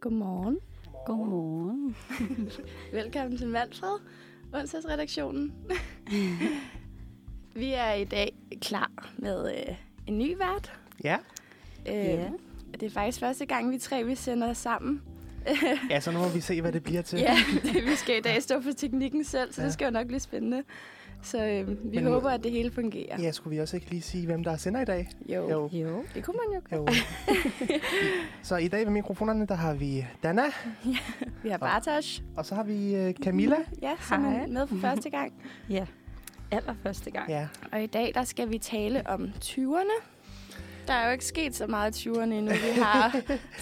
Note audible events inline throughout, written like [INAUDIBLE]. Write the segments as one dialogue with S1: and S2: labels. S1: Godmorgen.
S2: Godmorgen.
S1: Velkommen til Manfred, onsdagsredaktionen. vi er i dag klar med øh, en ny vært.
S3: Ja,
S1: Øh,
S2: Ja.
S1: Det er faktisk første gang, vi tre vi sender sammen.
S3: ja så nu må vi se, hvad det bliver til.
S1: Ja, [LAUGHS] det, vi skal i dag stå for teknikken selv, så ja.
S3: Ja.
S1: det skal jo nok blive spændende. Så øh, vi
S3: Men
S1: Men
S3: må-
S1: håber, at det hele fungerer.
S3: ja, skulle vi også ikke lige sige, hvem der er sender i dag?
S1: Jo.
S3: Jo.
S2: Jo.
S1: det kunne man jo godt.
S3: jo. så i dag ved mikrofonerne, der har vi Dana,
S1: Vi har Bartosz,
S3: og så har vi øh, Camilla.
S1: ja, som er
S2: Hej.
S1: med for første gang.
S2: Ja. Allerførste gang.
S3: Ja,
S1: Og i dag, der skal vi tale om 20'erne. Der er jo ikke sket så meget i 20'erne endnu. Vi har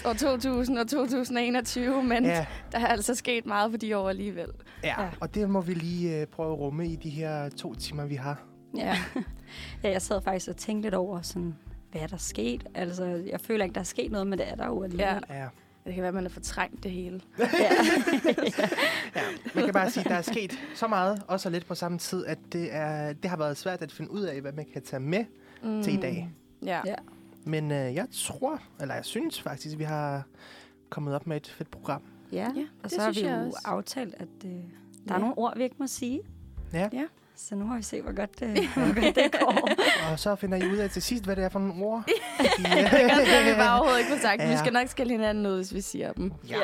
S1: år 2000 og 2021, men ja.
S3: Ja. Mm.
S1: der er altså sket meget for de år alligevel.
S3: ja.
S2: Ja.
S3: og det må vi lige øh, prøve at rumme i de her to timer, vi har.
S1: Ja.
S2: ja. [LAUGHS] jeg sad faktisk og tænkte lidt over, sådan, hvad er der sket? Altså, jeg føler ikke, der er sket noget, men det er der jo alligevel.
S1: ja.
S3: Ja.
S1: Det kan være, at man har fortrængt det hele.
S3: ja. Man kan bare sige, at der er sket så meget, og så lidt på samme tid, at det, er, det har været svært at finde ud af, hvad man kan tage med mm. til i dag.
S1: Ja. ja.
S2: Ja.
S3: Men øh, jeg tror, eller jeg synes faktisk, at vi har kommet op med et fedt program.
S2: ja.
S1: Ja,
S2: og
S1: det
S2: så har
S1: synes
S2: vi
S1: jeg
S2: jo
S1: også.
S2: aftalt, at øh, der
S1: Ja.
S2: er nogle ord, vi ikke må sige.
S3: Ja.
S1: Ja.
S2: Så nu har vi set, hvor godt,
S1: [LAUGHS]
S2: øh, hvor godt det går.
S3: Og så finder I ud af til sidst, hvad det er for nogle ord. øh,
S2: [LAUGHS]
S1: Det kan godt være, at vi bare overhovedet ikke får sagt, ja. vi
S3: Ja.
S1: skal nok skælde hinanden ud, hvis vi siger dem.
S3: ja.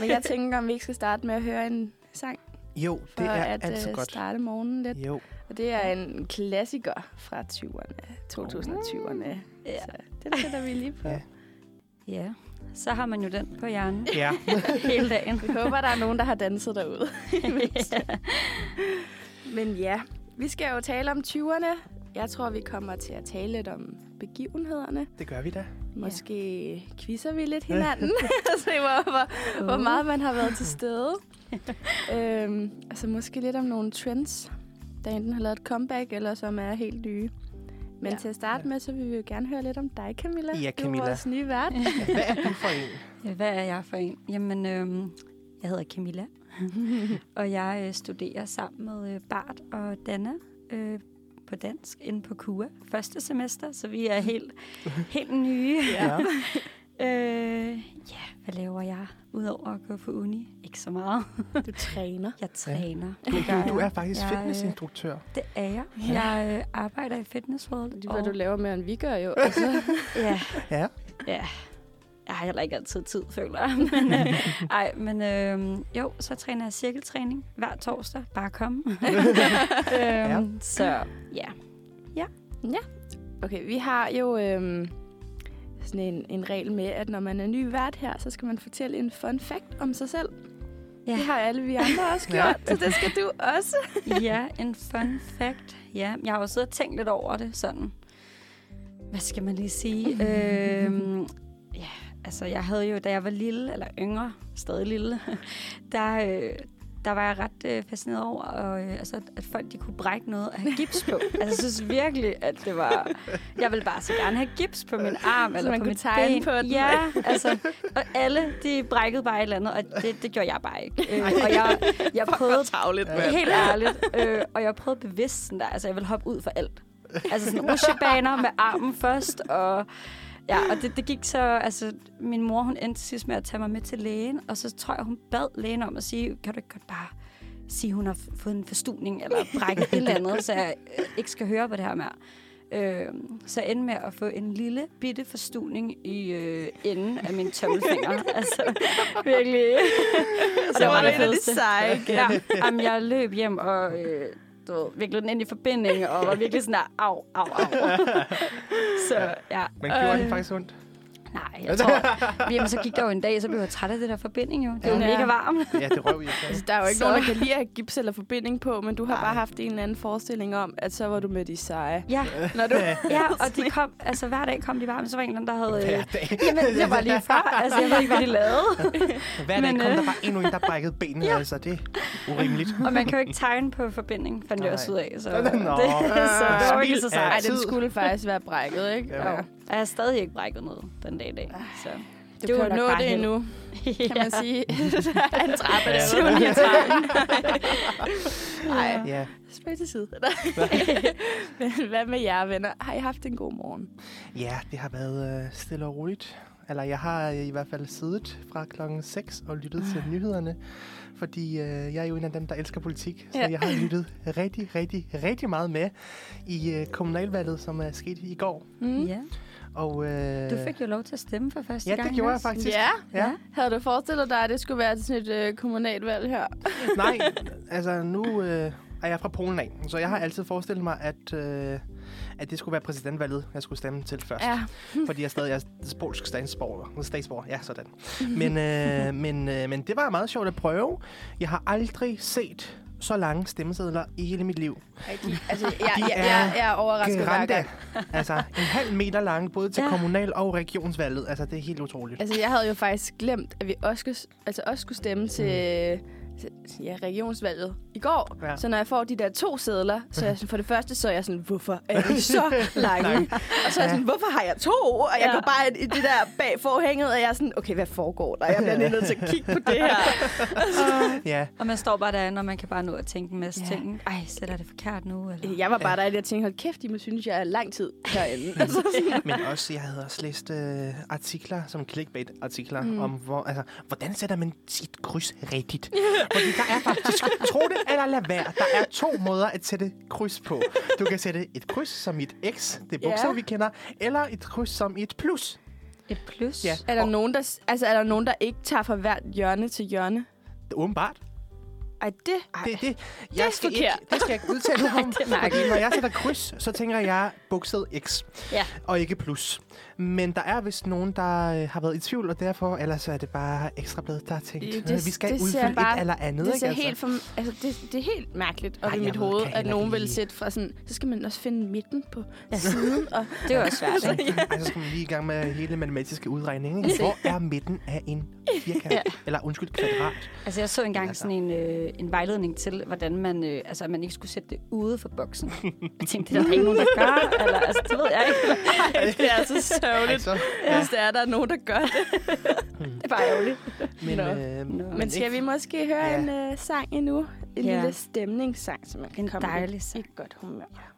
S1: Men jeg tænker, om vi ikke skal starte med at høre en sang,
S3: Jo,
S1: for
S3: det er
S1: at
S3: altid
S1: øh,
S3: godt.
S1: starte morgenen lidt.
S3: Jo.
S1: Og det er en klassiker fra 20'erne, 2020'erne.
S2: Ja.
S1: Så den sætter vi lige på.
S3: Ja.
S2: ja. Så har man jo den på
S1: [LAUGHS]
S2: hjernen
S3: Ja.
S2: hele dagen.
S1: Vi håber, der er nogen, der har danset derude.
S2: [LAUGHS]
S1: Men ja, vi skal jo tale om 20'erne. Jeg tror, vi kommer til at tale lidt om begivenhederne.
S3: Det gør vi da.
S1: Måske quizzer vi [LAUGHS] lidt hinanden og se, hvor, hvor, hvor meget man har [LAUGHS] været til stede. øhm, altså måske lidt om nogle trends, der enten har lavet et comeback, eller som er helt nye. Men ja.
S2: Ja.
S1: til at starte med, så vil vi jo gerne høre lidt om dig, Camilla.
S3: Ja,
S1: Du
S3: Camilla.
S1: er vores nye [LAUGHS] vært.
S3: Hvad er du for en?
S2: Ja, Hvad er jeg for en? Jamen, øhm, jeg hedder
S3: [LAUGHS]
S2: Camilla, og jeg øh, studerer sammen med øh, Bart og Dana øh, på dansk inde på KUA første semester, så vi er
S3: [LAUGHS]
S2: helt, helt nye.
S3: Ja.
S2: [LAUGHS] øh, ja, hvad laver jeg udover at gå på uni? Ikke så meget.
S1: Du træner.
S2: Jeg træner.
S3: Du,
S2: Det gør
S3: du, du
S2: jeg.
S3: er faktisk
S2: Jeg, øh,
S3: fitnessinstruktør.
S2: Det er jeg. Jeg øh, arbejder i Fitness World.
S1: Det er, hvad
S2: og-
S1: du laver mere, end vi gør jo. Altså.
S2: Ja,
S3: Ja.
S2: Ja, jeg har heller ikke altid tid, føler jeg. [LAUGHS] Men, øh, ej, men øh, jo, så træner jeg cirkeltræning hver torsdag. Bare kom.
S3: Ja.
S2: øhm, Så ja.
S1: Okay, vi har jo øhm, sådan en, en regel med, at når man er ny vært her, så skal man fortælle en fun fact om sig selv. Ja.
S2: Ja.
S1: Det har alle vi andre også
S3: Ja.
S1: gjort, så det skal du også.
S2: ja, en fun fact. Ja, jeg har jo siddet og tænkt lidt over det, sådan. Hvad skal man lige
S1: [LAUGHS]
S2: sige? øhm, ja, altså jeg havde jo, da jeg var lille, eller yngre, stadig lille, [LAUGHS] der, øh, der var jeg ret øh, fascineret over, og, øh, altså, at folk de kunne brække noget og have gips
S1: [LAUGHS]
S2: på. altså, jeg synes virkelig, at det var... Jeg ville bare så gerne have gips på min arm, eller
S1: man
S2: på
S1: kunne
S2: mit
S1: tegne
S2: ben.
S1: på den.
S2: Ja, altså, og alle, de brækkede bare et eller andet, og det, det gjorde jeg bare ikke. Øh, og jeg,
S1: [LAUGHS]
S2: jeg prøvede
S1: tavligt,
S2: Ja. Helt ærligt. Øh, og jeg prøvede bevidst sådan der. Altså, jeg ville hoppe ud for alt. Altså sådan rusjebaner med armen først, og... Ja, og det, det gik så... Altså, min mor, hun endte sidst med at tage mig med til lægen, og så tror jeg, hun bad lægen om at sige, kan du ikke godt bare sige, hun har f- fået en forstuning eller brækket et eller andet, så jeg øh, ikke skal høre på det her mere. Øh, så jeg endte med at få en lille bitte forstuning i øh, enden af min
S1: [LAUGHS]
S2: tommelfinger. altså, virkelig. Og
S1: Så var
S2: det
S1: det en af de
S2: fedeste.
S1: seje igen.
S2: Ja, jamen, jeg løb hjem og øh, du ved, viklede den ind i forbinding, og var virkelig sådan der, au, au, au. så ja,
S3: Men gjorde
S2: øh,
S3: det faktisk ondt?
S2: nej, jeg tror. Jamen, så gik der jo en dag, så blev jeg træt af det der forbinding jo. Det var
S1: Ja.
S2: mega varmt.
S3: Ja, det røv i
S1: Altså, der er jo ikke
S2: Så-
S1: nogen, der kan lide at have gips eller forbinding på, men du har bare haft en eller anden forestilling om, at så var du med de seje.
S2: Ja,
S1: Når du...
S2: ja, og de kom, altså hver dag kom de varmt, så var en eller anden, der havde...
S3: Hver
S2: Øh,
S3: dag.
S2: [LAUGHS] jamen, det var lige før. Altså, jeg ved ikke, hvad de lavede.
S3: Hver dag
S2: Men,
S3: kom
S2: øh,
S3: der bare endnu en, der brækkede benene, ja. altså. Det er urimeligt.
S2: Og man kan jo ikke tegne på forbinding, fandt jeg også ud af. Så,
S3: Nå.
S2: det, så det var ikke så
S3: Spild af
S2: sejt.
S1: Ej, den
S3: Tid.
S1: skulle faktisk være brækket, ikke?
S3: Ja.
S1: Jo.
S2: Og jeg har stadig ikke brækket noget den dag i dag. Så.
S1: Du
S2: Det var
S1: kan jo
S2: nok
S1: nå
S2: bare
S1: det
S2: held.
S1: endnu, kan man sige. en trappe,
S3: Ja.
S1: der var [LAUGHS] lige Ej,
S3: Ja.
S1: Spøg til side. [LAUGHS] Men hvad med jer, venner? Har I haft en god morgen?
S3: ja, det har været øh, stille og roligt. Eller jeg har øh, i hvert fald siddet fra klokken 6 og lyttet til nyhederne, fordi øh, jeg er jo en af dem, der elsker politik. Så
S1: Ja.
S3: jeg har lyttet rigtig, rigtig, rigtig meget med i øh, kommunalvalget, som er sket i går.
S1: Mm.
S2: [LAUGHS] Ja.
S3: Og, øh,
S2: Du fik jo lov til at stemme for første
S3: Ja,
S2: gang.
S3: det gjorde jeg
S2: Mads.
S3: faktisk.
S1: Ja.
S3: Ja.
S1: Havde du forestillet dig, at det skulle være sådan et øh, kommunalvalg her?
S3: Nej, altså nu øh, er jeg fra Polen af, så jeg har altid forestillet mig, at, øh, at det skulle være præsidentvalget, jeg skulle stemme til først.
S1: Ja.
S3: Fordi jeg stadig er polsk statsborger. statsborger. Ja, sådan. Men, øh, men, øh, men det var meget sjovt at prøve. Jeg har aldrig set så lange stemmesedler i hele mit liv.
S1: Ej, de, altså, jeg,
S3: De
S1: jeg,
S3: er
S1: jeg, jeg er overrasket hver
S3: Grande.
S1: gang.
S3: Altså, en halv meter lang, både til
S2: Ja.
S3: kommunal- og regionsvalget. Altså, det er helt utroligt.
S1: Altså, jeg havde jo faktisk glemt, at vi også, skulle- altså, også skulle stemme til til- ja, regionsvalget i går.
S3: Ja.
S1: Ja. Så når jeg får de der to sædler, så er jeg sådan, for det første, så er jeg sådan, hvorfor er de så lange? og så er jeg sådan, hvorfor har jeg to? Og jeg
S2: Ja.
S1: ja. går bare ind i det der bag forhænget, og jeg er sådan, okay, hvad foregår der? Jeg bliver lige nødt til at kigge på det her.
S3: Ja.
S2: Og man står bare derinde, og man kan bare nå at tænke en masse
S1: Ja.
S2: ting. Ej, sætter jeg det forkert nu? Eller?
S1: Jeg var bare derinde, jeg tænkte, hold kæft, I må synes, jeg er lang tid herinde. Altså, sådan,
S3: Men også, jeg havde også læst øh, artikler, som clickbait-artikler, mm. om, hvor, altså, hvordan sætter man sit kryds rigtigt? Fordi der er faktisk, tro det eller lad være, der er to måder at sætte kryds på. Du kan sætte et kryds som i et X, det er bogstav,
S1: Ja.
S3: vi kender, eller et kryds som i et plus.
S2: Et plus?
S3: Ja.
S1: er, der nogen, der, s- altså, er der nogen, der ikke tager fra hvert hjørne til hjørne?
S3: Åbenbart.
S1: Ej, det
S3: Det, det, jeg
S1: er
S3: skal
S1: forkert.
S3: Ikke, det skal jeg ikke udtale mig om.
S2: det er mærkeligt.
S3: fordi når jeg sætter kryds, så tænker jeg bogstavet X.
S2: Ja.
S3: Og ikke plus. Men der er vist nogen, der øh, har været i tvivl, og derfor ellers er det bare ekstrabladet, der har tænkt,
S1: Øh, Det-
S3: det,
S1: det-
S3: vi skal
S1: det ser
S3: udfylde et
S1: bare-
S3: eller andet.
S1: Det
S3: ikke,
S1: ser helt for, altså det, det er helt mærkeligt op
S3: Ej,
S1: Ej, i
S3: jeg
S1: mit
S3: ved,
S1: hoved,
S3: kan
S1: at
S3: heller
S1: nogen
S3: ikke
S1: vil
S3: lide-
S1: sætte fra sådan, så skal man også finde midten på siden.
S3: [LAUGHS]
S1: Og,
S2: Det var svært, ikke?
S3: [LAUGHS] Altså, altså, så skal man lige i gang med hele matematiske udregning. Ikke?
S1: Altså-
S3: Hvor er midten af en
S1: [LAUGHS]
S3: firkant? ja. Eller undskyld, kvadrat?
S2: Altså, jeg så engang
S3: Altså.
S2: sådan en, øh, en vejledning til, hvordan man, øh, altså, at man ikke skulle sætte det ude for boksen. Jeg tænkte, det er der da ikke nogen, der gør. Eller, altså, det ved jeg ikke.
S1: det er altså sørgeligt,
S3: Altså,
S1: ja. hvis der er, der er nogen, der gør det.
S2: [LAUGHS] Det er bare ærgerligt.
S3: men,
S1: Nå.
S3: øh,
S2: Nå.
S1: Men skal vi måske høre
S3: Ja.
S1: ja. en uh, sang endnu? En
S2: Ja.
S1: ja. lille stemningssang, så man kan
S2: En
S1: komme i-
S2: dejlig
S1: i
S2: sang.
S1: et godt humør.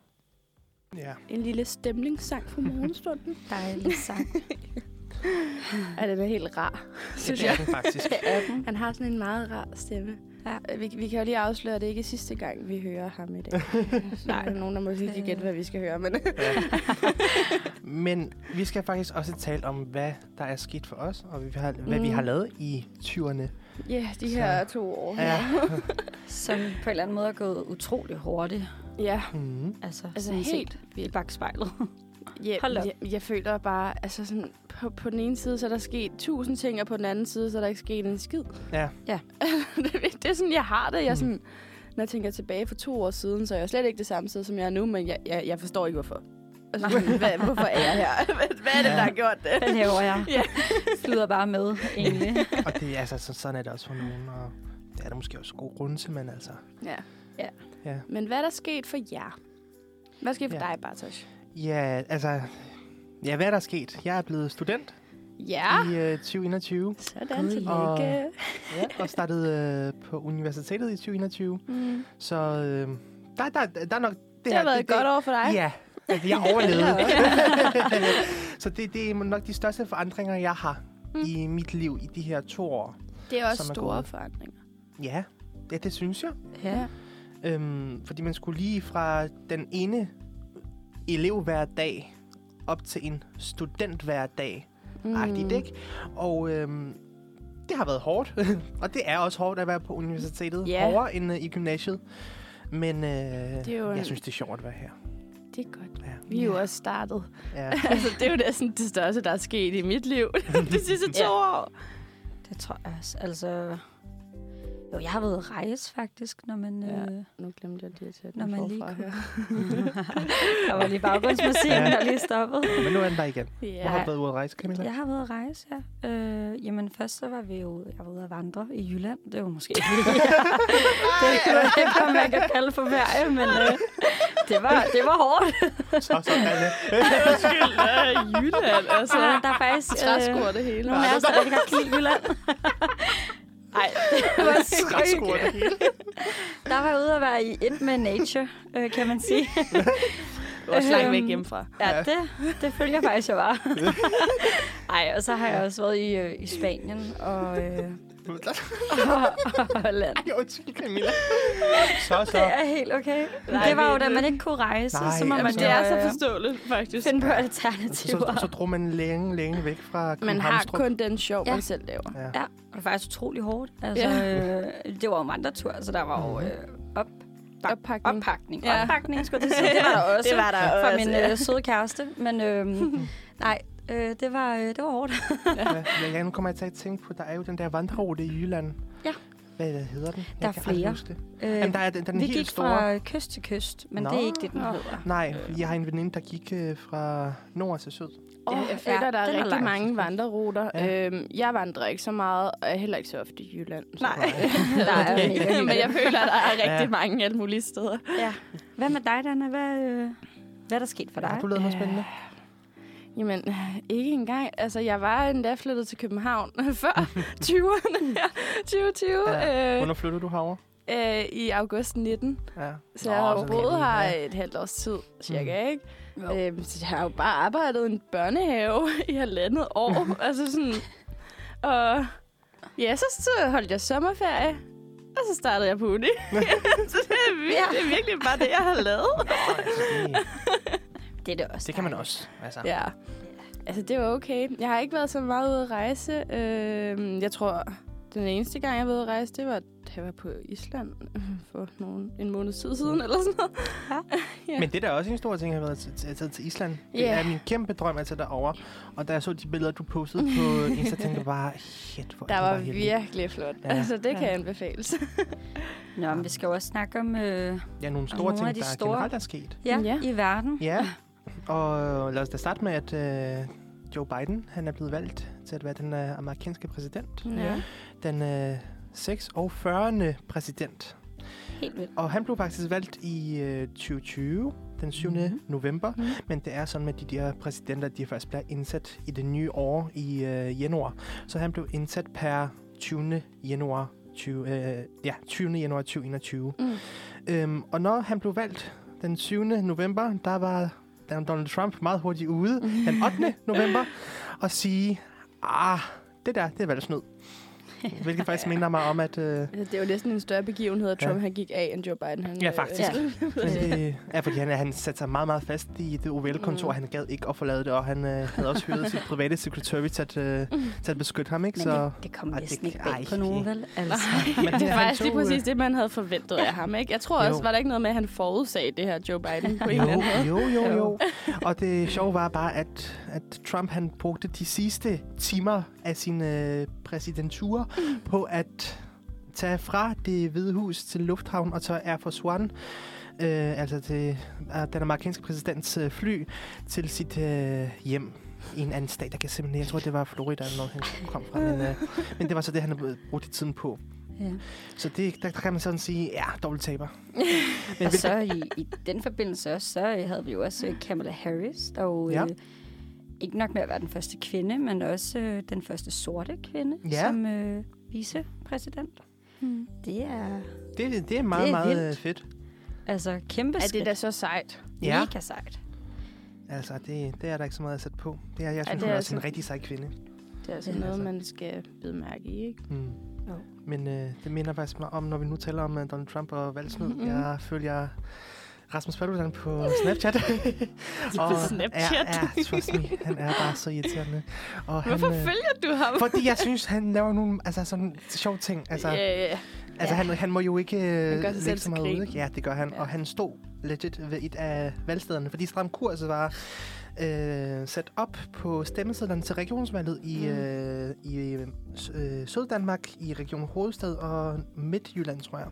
S1: [LAUGHS]
S3: Ja.
S1: En lille stemningssang fra [LAUGHS] morgenstunden.
S2: Dejlig sang.
S1: ja, den er helt rar, synes
S3: Det er
S1: jeg.
S3: den
S2: [LAUGHS]
S3: faktisk.
S2: Det er den.
S1: Han har sådan en meget rar stemme.
S2: Ja.
S1: Øh, Vi, vi kan jo lige afsløre, at det ikke er sidste gang, vi hører ham
S3: [LAUGHS]
S1: i dag. Så er der nogen, der måske ikke kan gætte, hvad vi skal høre. Men
S3: Men vi skal faktisk også tale om, hvad der er sket for os, og hvad vi har, hvad vi
S1: Mm.
S3: har lavet i 20'erne.
S1: ja, yeah, de her to år.
S3: Ja.
S2: Som på en eller anden måde er gået utrolig hurtigt.
S1: Ja,
S3: Mm.
S2: Altså,
S1: Altså,
S2: sådan set
S1: helt
S2: i bagspejlet.
S1: [LAUGHS] ja,
S2: Hold op.
S1: jeg, jeg føler bare, altså sådan, på, på den ene side, så er der sket tusind ting, og på den anden side, så er der ikke sket en skid.
S3: Ja.
S2: Ja.
S1: [LAUGHS] det, det er sådan, jeg har det. Jeg er sådan, når jeg tænker tilbage for to år siden, så er jeg slet ikke det samme sted, som jeg er nu, men jeg, jeg, jeg forstår ikke, hvorfor. Altså, sådan, [LAUGHS] hvad, hvorfor er jeg
S2: [LAUGHS]
S1: her? Hvad- hvad er det, der har gjort det?
S2: Hvad laver jeg?
S1: [LAUGHS] Ja.
S2: Sluder bare med, egentlig.
S3: Og det, er altså, så- sådan er det også for nogen, og det er der måske også gode grunde til, men altså...
S1: [LAUGHS] Ja.
S2: Ja.
S3: Ja.
S1: Men hvad er der sket for jer? Hvad er sket for
S3: Ja.
S1: ja. dig, Bartosz?
S3: Ja, altså... Ja, hvad er der sket? Jeg er blevet student
S1: Ja,
S3: ah. i øh, 2021,
S1: sådan
S3: Og-
S1: tillykke.
S3: ja, og startede øh, på universitetet i 2021,
S1: Mm.
S3: så øh, der, der, der er nok... Det,
S1: Det har været et godt år for dig.
S3: Ja, altså, jeg
S1: [LAUGHS]
S3: overlevede. [LAUGHS] så det, det er nok de største forandringer, jeg har mm. i mit liv i de her to år.
S1: Det er også
S3: som er
S1: store
S3: gode.
S1: forandringer.
S3: Ja, ja det synes jeg.
S2: Ja.
S3: Øhm, fordi man skulle lige fra den ene elev hver dag op til en student hver dag. Mm. Ikke? Og øhm, det har været hårdt. [LAUGHS] og det er også hårdt at være på universitetet.
S1: Ja.
S3: Hårdere end øh, i gymnasiet. Men øh, det
S1: er jo
S3: jeg
S1: en-
S3: synes, det er sjovt at være her.
S1: Det er godt.
S3: Ja.
S1: Vi er jo også startet.
S3: Ja.
S1: [LAUGHS] altså, det er jo næsten det største, der er sket i mit
S3: [LAUGHS]
S1: liv [LAUGHS] de sidste to
S2: Ja.
S1: år.
S2: Det tror jeg også. Altså, jo, jeg har været ude at rejse faktisk, når man...
S1: Ja.
S2: Øh,
S1: Nu glemte jeg lige at tage
S2: Når man lige
S1: forfra
S2: kunne-
S1: her.
S2: der var lige baggrundsmusikken, der lige stoppede.
S3: Men nu er den der igen. Hvor
S1: [LAUGHS]
S3: har
S1: Ja.
S3: du været ude at rejse, Camilla?
S2: Jeg har været at rejse, ja. Øh, jamen først så var vi jo, jeg var ude at vandre i Jylland. Det var måske ikke lige- [LAUGHS] det kan man ikke, om man kan kalde for ferie, men øh, det, var, det var hårdt.
S3: Så, så, Anne.
S1: Undskyld, uh, Jylland,
S2: Så
S1: Ah.
S2: der er faktisk øh,
S1: Træskur det hele.
S2: nogle af os, der ikke har kan lide Jylland.
S1: Nej,
S2: [LAUGHS] Det var
S3: Træskoer
S2: sygt.
S3: det hele.
S2: Der var jeg ude at være i et med nature, øh, kan man sige.
S1: det var også langt væk
S2: Øhm,
S1: hjemmefra.
S2: Ja, det, det følger jeg faktisk, jeg var. [LAUGHS] Ej, og så har jeg også været i, øh, i Spanien og, øh, [LAUGHS] og Holland.
S3: jo, undskyld, Camilla. Så,
S2: Det
S3: så.
S2: er helt okay.
S1: Nej,
S2: Nej, det var jo,
S1: det-
S2: da man ikke kunne rejse,
S3: Nej,
S2: Nej, så må
S3: jamen,
S2: man
S1: Jamen,
S2: jo,
S1: det er
S2: øh,
S1: så forståeligt, faktisk.
S2: finde på
S3: Så,
S2: alternativer.
S3: så, så drog man længe, længe væk fra
S1: Man har
S3: Københavnstrup.
S1: kun den sjov,
S2: Ja.
S1: man selv laver.
S2: Ja, og det var faktisk utrolig hårdt. Altså, øh, det var jo vandretur, så der var jo øh, op,
S1: Oppakning.
S2: oppakning.
S1: Ja.
S2: Ja. Oppakning, skulle jeg til at sige. Det var [LAUGHS] der også.
S1: Det var der
S2: fra
S1: også,
S2: min
S1: ja.
S2: øh, søde kæreste. Men [LAUGHS] øhm, nej, øh, det, var, øh, det var hårdt.
S3: Ja, ja, ja, nu kommer jeg til at tænke på, der er jo den der vandrerute i Jylland.
S2: Ja.
S3: Hvad hedder den? Jeg
S2: Der er
S3: kan aldrig
S2: flere.
S3: huske det.
S2: Øh,
S3: Jamen, der er den, den
S2: vi
S3: helt
S2: gik
S3: store.
S2: fra kyst til kyst, men
S3: Nå.
S2: Nå. det er ikke det, den
S1: Nå.
S2: hedder.
S3: Nej, jeg har en veninde, der gik øh, fra nord til syd.
S1: Åh,
S2: Ja,
S1: jeg føler,
S2: ja,
S1: der er
S2: den er
S1: rigtig
S2: lang.
S1: mange vandreruter.
S3: Ja.
S1: Ja. Øhm, jeg vandrer ikke så meget, og jeg er heller ikke så ofte i Jylland. Så.
S2: [LAUGHS] Nej, der er
S3: Okay.
S1: [LAUGHS]
S2: mega
S1: Men jeg
S2: hyggeligt.
S1: føler, der er
S2: [LAUGHS]
S1: rigtig
S3: Ja.
S1: ja. mange alle mulige steder.
S2: Ja. Hvad med dig, Dana? Hvad, øh, hvad er der sket for dig?
S3: Har du lavet noget
S1: Øh,
S3: spændende?
S1: Jamen, ikke engang. Altså, jeg var endda flyttet til København [LAUGHS] før
S2: [LAUGHS]
S1: 20'erne. her. 2020.
S3: Ja.
S1: Ja. Øh,
S3: Hvornår flyttede du herover?
S1: øh, I august 19.
S3: Ja.
S1: Så
S3: Nå,
S1: jeg har
S3: så
S1: jo
S3: det Mm. er
S1: boet
S3: lige-
S1: her
S3: ja.
S1: et halvt års tid, cirka, ikke?
S2: Jo.
S1: Øhm, så jeg har jo bare arbejdet i en børnehave [LAUGHS] i halvandet
S3: [LAUGHS]
S1: år. altså sådan... Og ja, så, så holdt jeg sommerferie, og så startede jeg på
S3: [LAUGHS]
S1: uni. [LAUGHS] så det er, virkelig, det er virkelig bare det, jeg har
S3: [LAUGHS]
S1: lavet.
S3: Nå, altså, det,
S2: Det er det også.
S3: det kan man
S2: dejligt.
S3: også. Altså.
S1: Ja. Altså, det var okay. Jeg har ikke været så meget ude at rejse. Øhm, jeg tror, den eneste gang, jeg var ude at rejse, det var, da jeg var på Island [LAUGHS] for nogen, en måned tid siden,
S3: Mm.
S1: eller sådan noget.
S3: Men det er da også en stor ting, at jeg har været til- til- jeg er taget til Island. Det
S1: Ja.
S3: er min kæmpe drøm at tage derover. Og da jeg så de billeder, du postede
S1: [LAUGHS]
S3: på Insta, tænkte jeg bare, shit, hvor
S1: Der
S3: er du
S1: var
S3: bare heldig.
S1: virkelig flot.
S3: Ja.
S1: Ja. Altså, det kan
S2: Ja.
S1: [LAUGHS] anbefales.
S2: Nå, men vi skal jo også snakke om øh,
S3: Ja, nogle
S2: Og
S3: store
S2: nogle af
S3: ting,
S2: de
S3: der store...
S2: store.
S3: generelt er sket.
S2: ja,
S1: Ja.
S2: ja. i verden.
S3: Ja, og lad os da starte med, at øh, Joe Biden han er blevet valgt til at være den øh, amerikanske præsident.
S1: Ja.
S3: Den øh, 6 og 40. præsident.
S2: Helt vildt.
S3: Og han blev faktisk valgt i øh, 2020, den 7. Mm-hmm. november.
S1: Mhm.
S3: Men det er sådan, at de der præsidenter, de først bliver indsat i det nye år i øh, januar. Så han blev indsat per 20. januar 20, øh, ja, 20. januar 2021.
S1: Mm.
S3: Øhm, og når han blev valgt den 7. november, der var Donald Trump meget hurtigt ude
S1: [LAUGHS]
S3: den 8. november og sige, ah, det der, det er valgsnyd. Hvilket faktisk minder mig om, at... Øh,
S1: Altså, det er jo næsten en større begivenhed, at
S3: Ja.
S1: Trump han gik af, end Joe Biden han...
S3: Ja,
S1: øh,
S3: faktisk.
S1: [LAUGHS]
S3: Men
S1: Ja.
S3: det, ja, fordi han, han satte sig meget, meget fast i det OVL-kontor. Mm.
S1: Mm.
S3: Han gad ikke at forlade det, og han øh, havde også hyret sit private secretary til at, øh, til at beskytte ham. Ikke?
S2: Men
S3: Så,
S2: det, det kom
S3: Ej,
S2: næsten
S3: det-
S2: ikke bag
S3: ej,
S2: på nogen,
S3: det-
S2: vel? Altså.
S3: men
S1: [LAUGHS] Det er
S3: han
S1: faktisk lige
S3: tog, øh,
S1: præcis det, man havde forventet af ham, ikke? Jeg tror
S3: Jo.
S1: også, var der ikke noget med, at han forudsagde det her Joe Biden på en eller anden måde?
S3: Jo, jo, jo, jo. Og det sjove var bare, at, at Trump han brugte de sidste timer af sin øh, præsidentur
S1: Mm.
S3: på at tage fra det hvide hus til lufthavn og så Air Force One, øh, altså til øh, den amerikanske præsidents øh, fly, til sit øh, hjem i en anden stat. Jeg kan simpelthen, jeg tror, det var Florida, eller noget, han kom fra. Men, øh, men det var så det, han øh, brugte tiden på.
S2: Ja.
S3: Så det, der, der kan man sådan sige, ja, dobbelt taber. Men
S2: Og
S3: vil-
S2: så i, i den forbindelse også, så øh, havde vi jo også øh, Kamala Harris, der jo
S3: Ja.
S2: ja. øh, ikke nok med at være den første kvinde, men også øh, den første sorte kvinde
S3: Ja.
S2: ja. som øh, vicepræsident.
S3: Mm.
S1: Hmm.
S2: Det er
S3: det, det er meget,
S2: Det er
S3: meget øh,
S2: vildt.
S3: fedt.
S2: altså kæmpe
S1: Er
S2: skridt.
S1: det da så sejt?
S3: Ja.
S2: Mega sejt.
S3: Altså, det, det er der ikke så meget at sætte på. Det er, jeg
S1: Ej,
S3: synes,
S1: det
S3: hun er
S1: er altså-
S3: også en
S1: sådan-
S3: rigtig sej kvinde.
S1: Det er altså
S2: Ja.
S1: noget,
S3: Altså.
S1: man skal bide mærke i, ikke?
S3: Mm.
S2: Jo.
S3: Men øh, det minder faktisk mig om, når vi nu taler om uh, Donald Trump og valgsnyd. Mm-hmm.
S1: Mhm.
S3: Jeg følger Rasmus Paludan på Snapchat.
S1: [LAUGHS] På Snapchat?
S3: Ja, ja, trust me. Han er bare så irriterende. Og
S1: Hvorfor
S3: han, øh,
S1: følger du ham? [LAUGHS]
S3: Fordi jeg synes, han laver nogle altså, sådan sjove ting. Altså, yeah.
S1: ja, ja.
S3: altså han, han må jo ikke øh,
S1: Han gør sig
S3: lægge
S1: selv
S3: så
S1: til
S3: meget
S1: grin.
S3: ud. Ikke? Ja, det gør han. Ja.
S1: Ja.
S3: Og han stod legit ved et af valgstederne, fordi Stram Kurs var øh, sat op på stemmesedlerne til regionsvalget i, mm.
S1: Mm.
S3: øh, i øh, S- øh, Syddanmark, i Region Hovedstad og Midtjylland, tror jeg.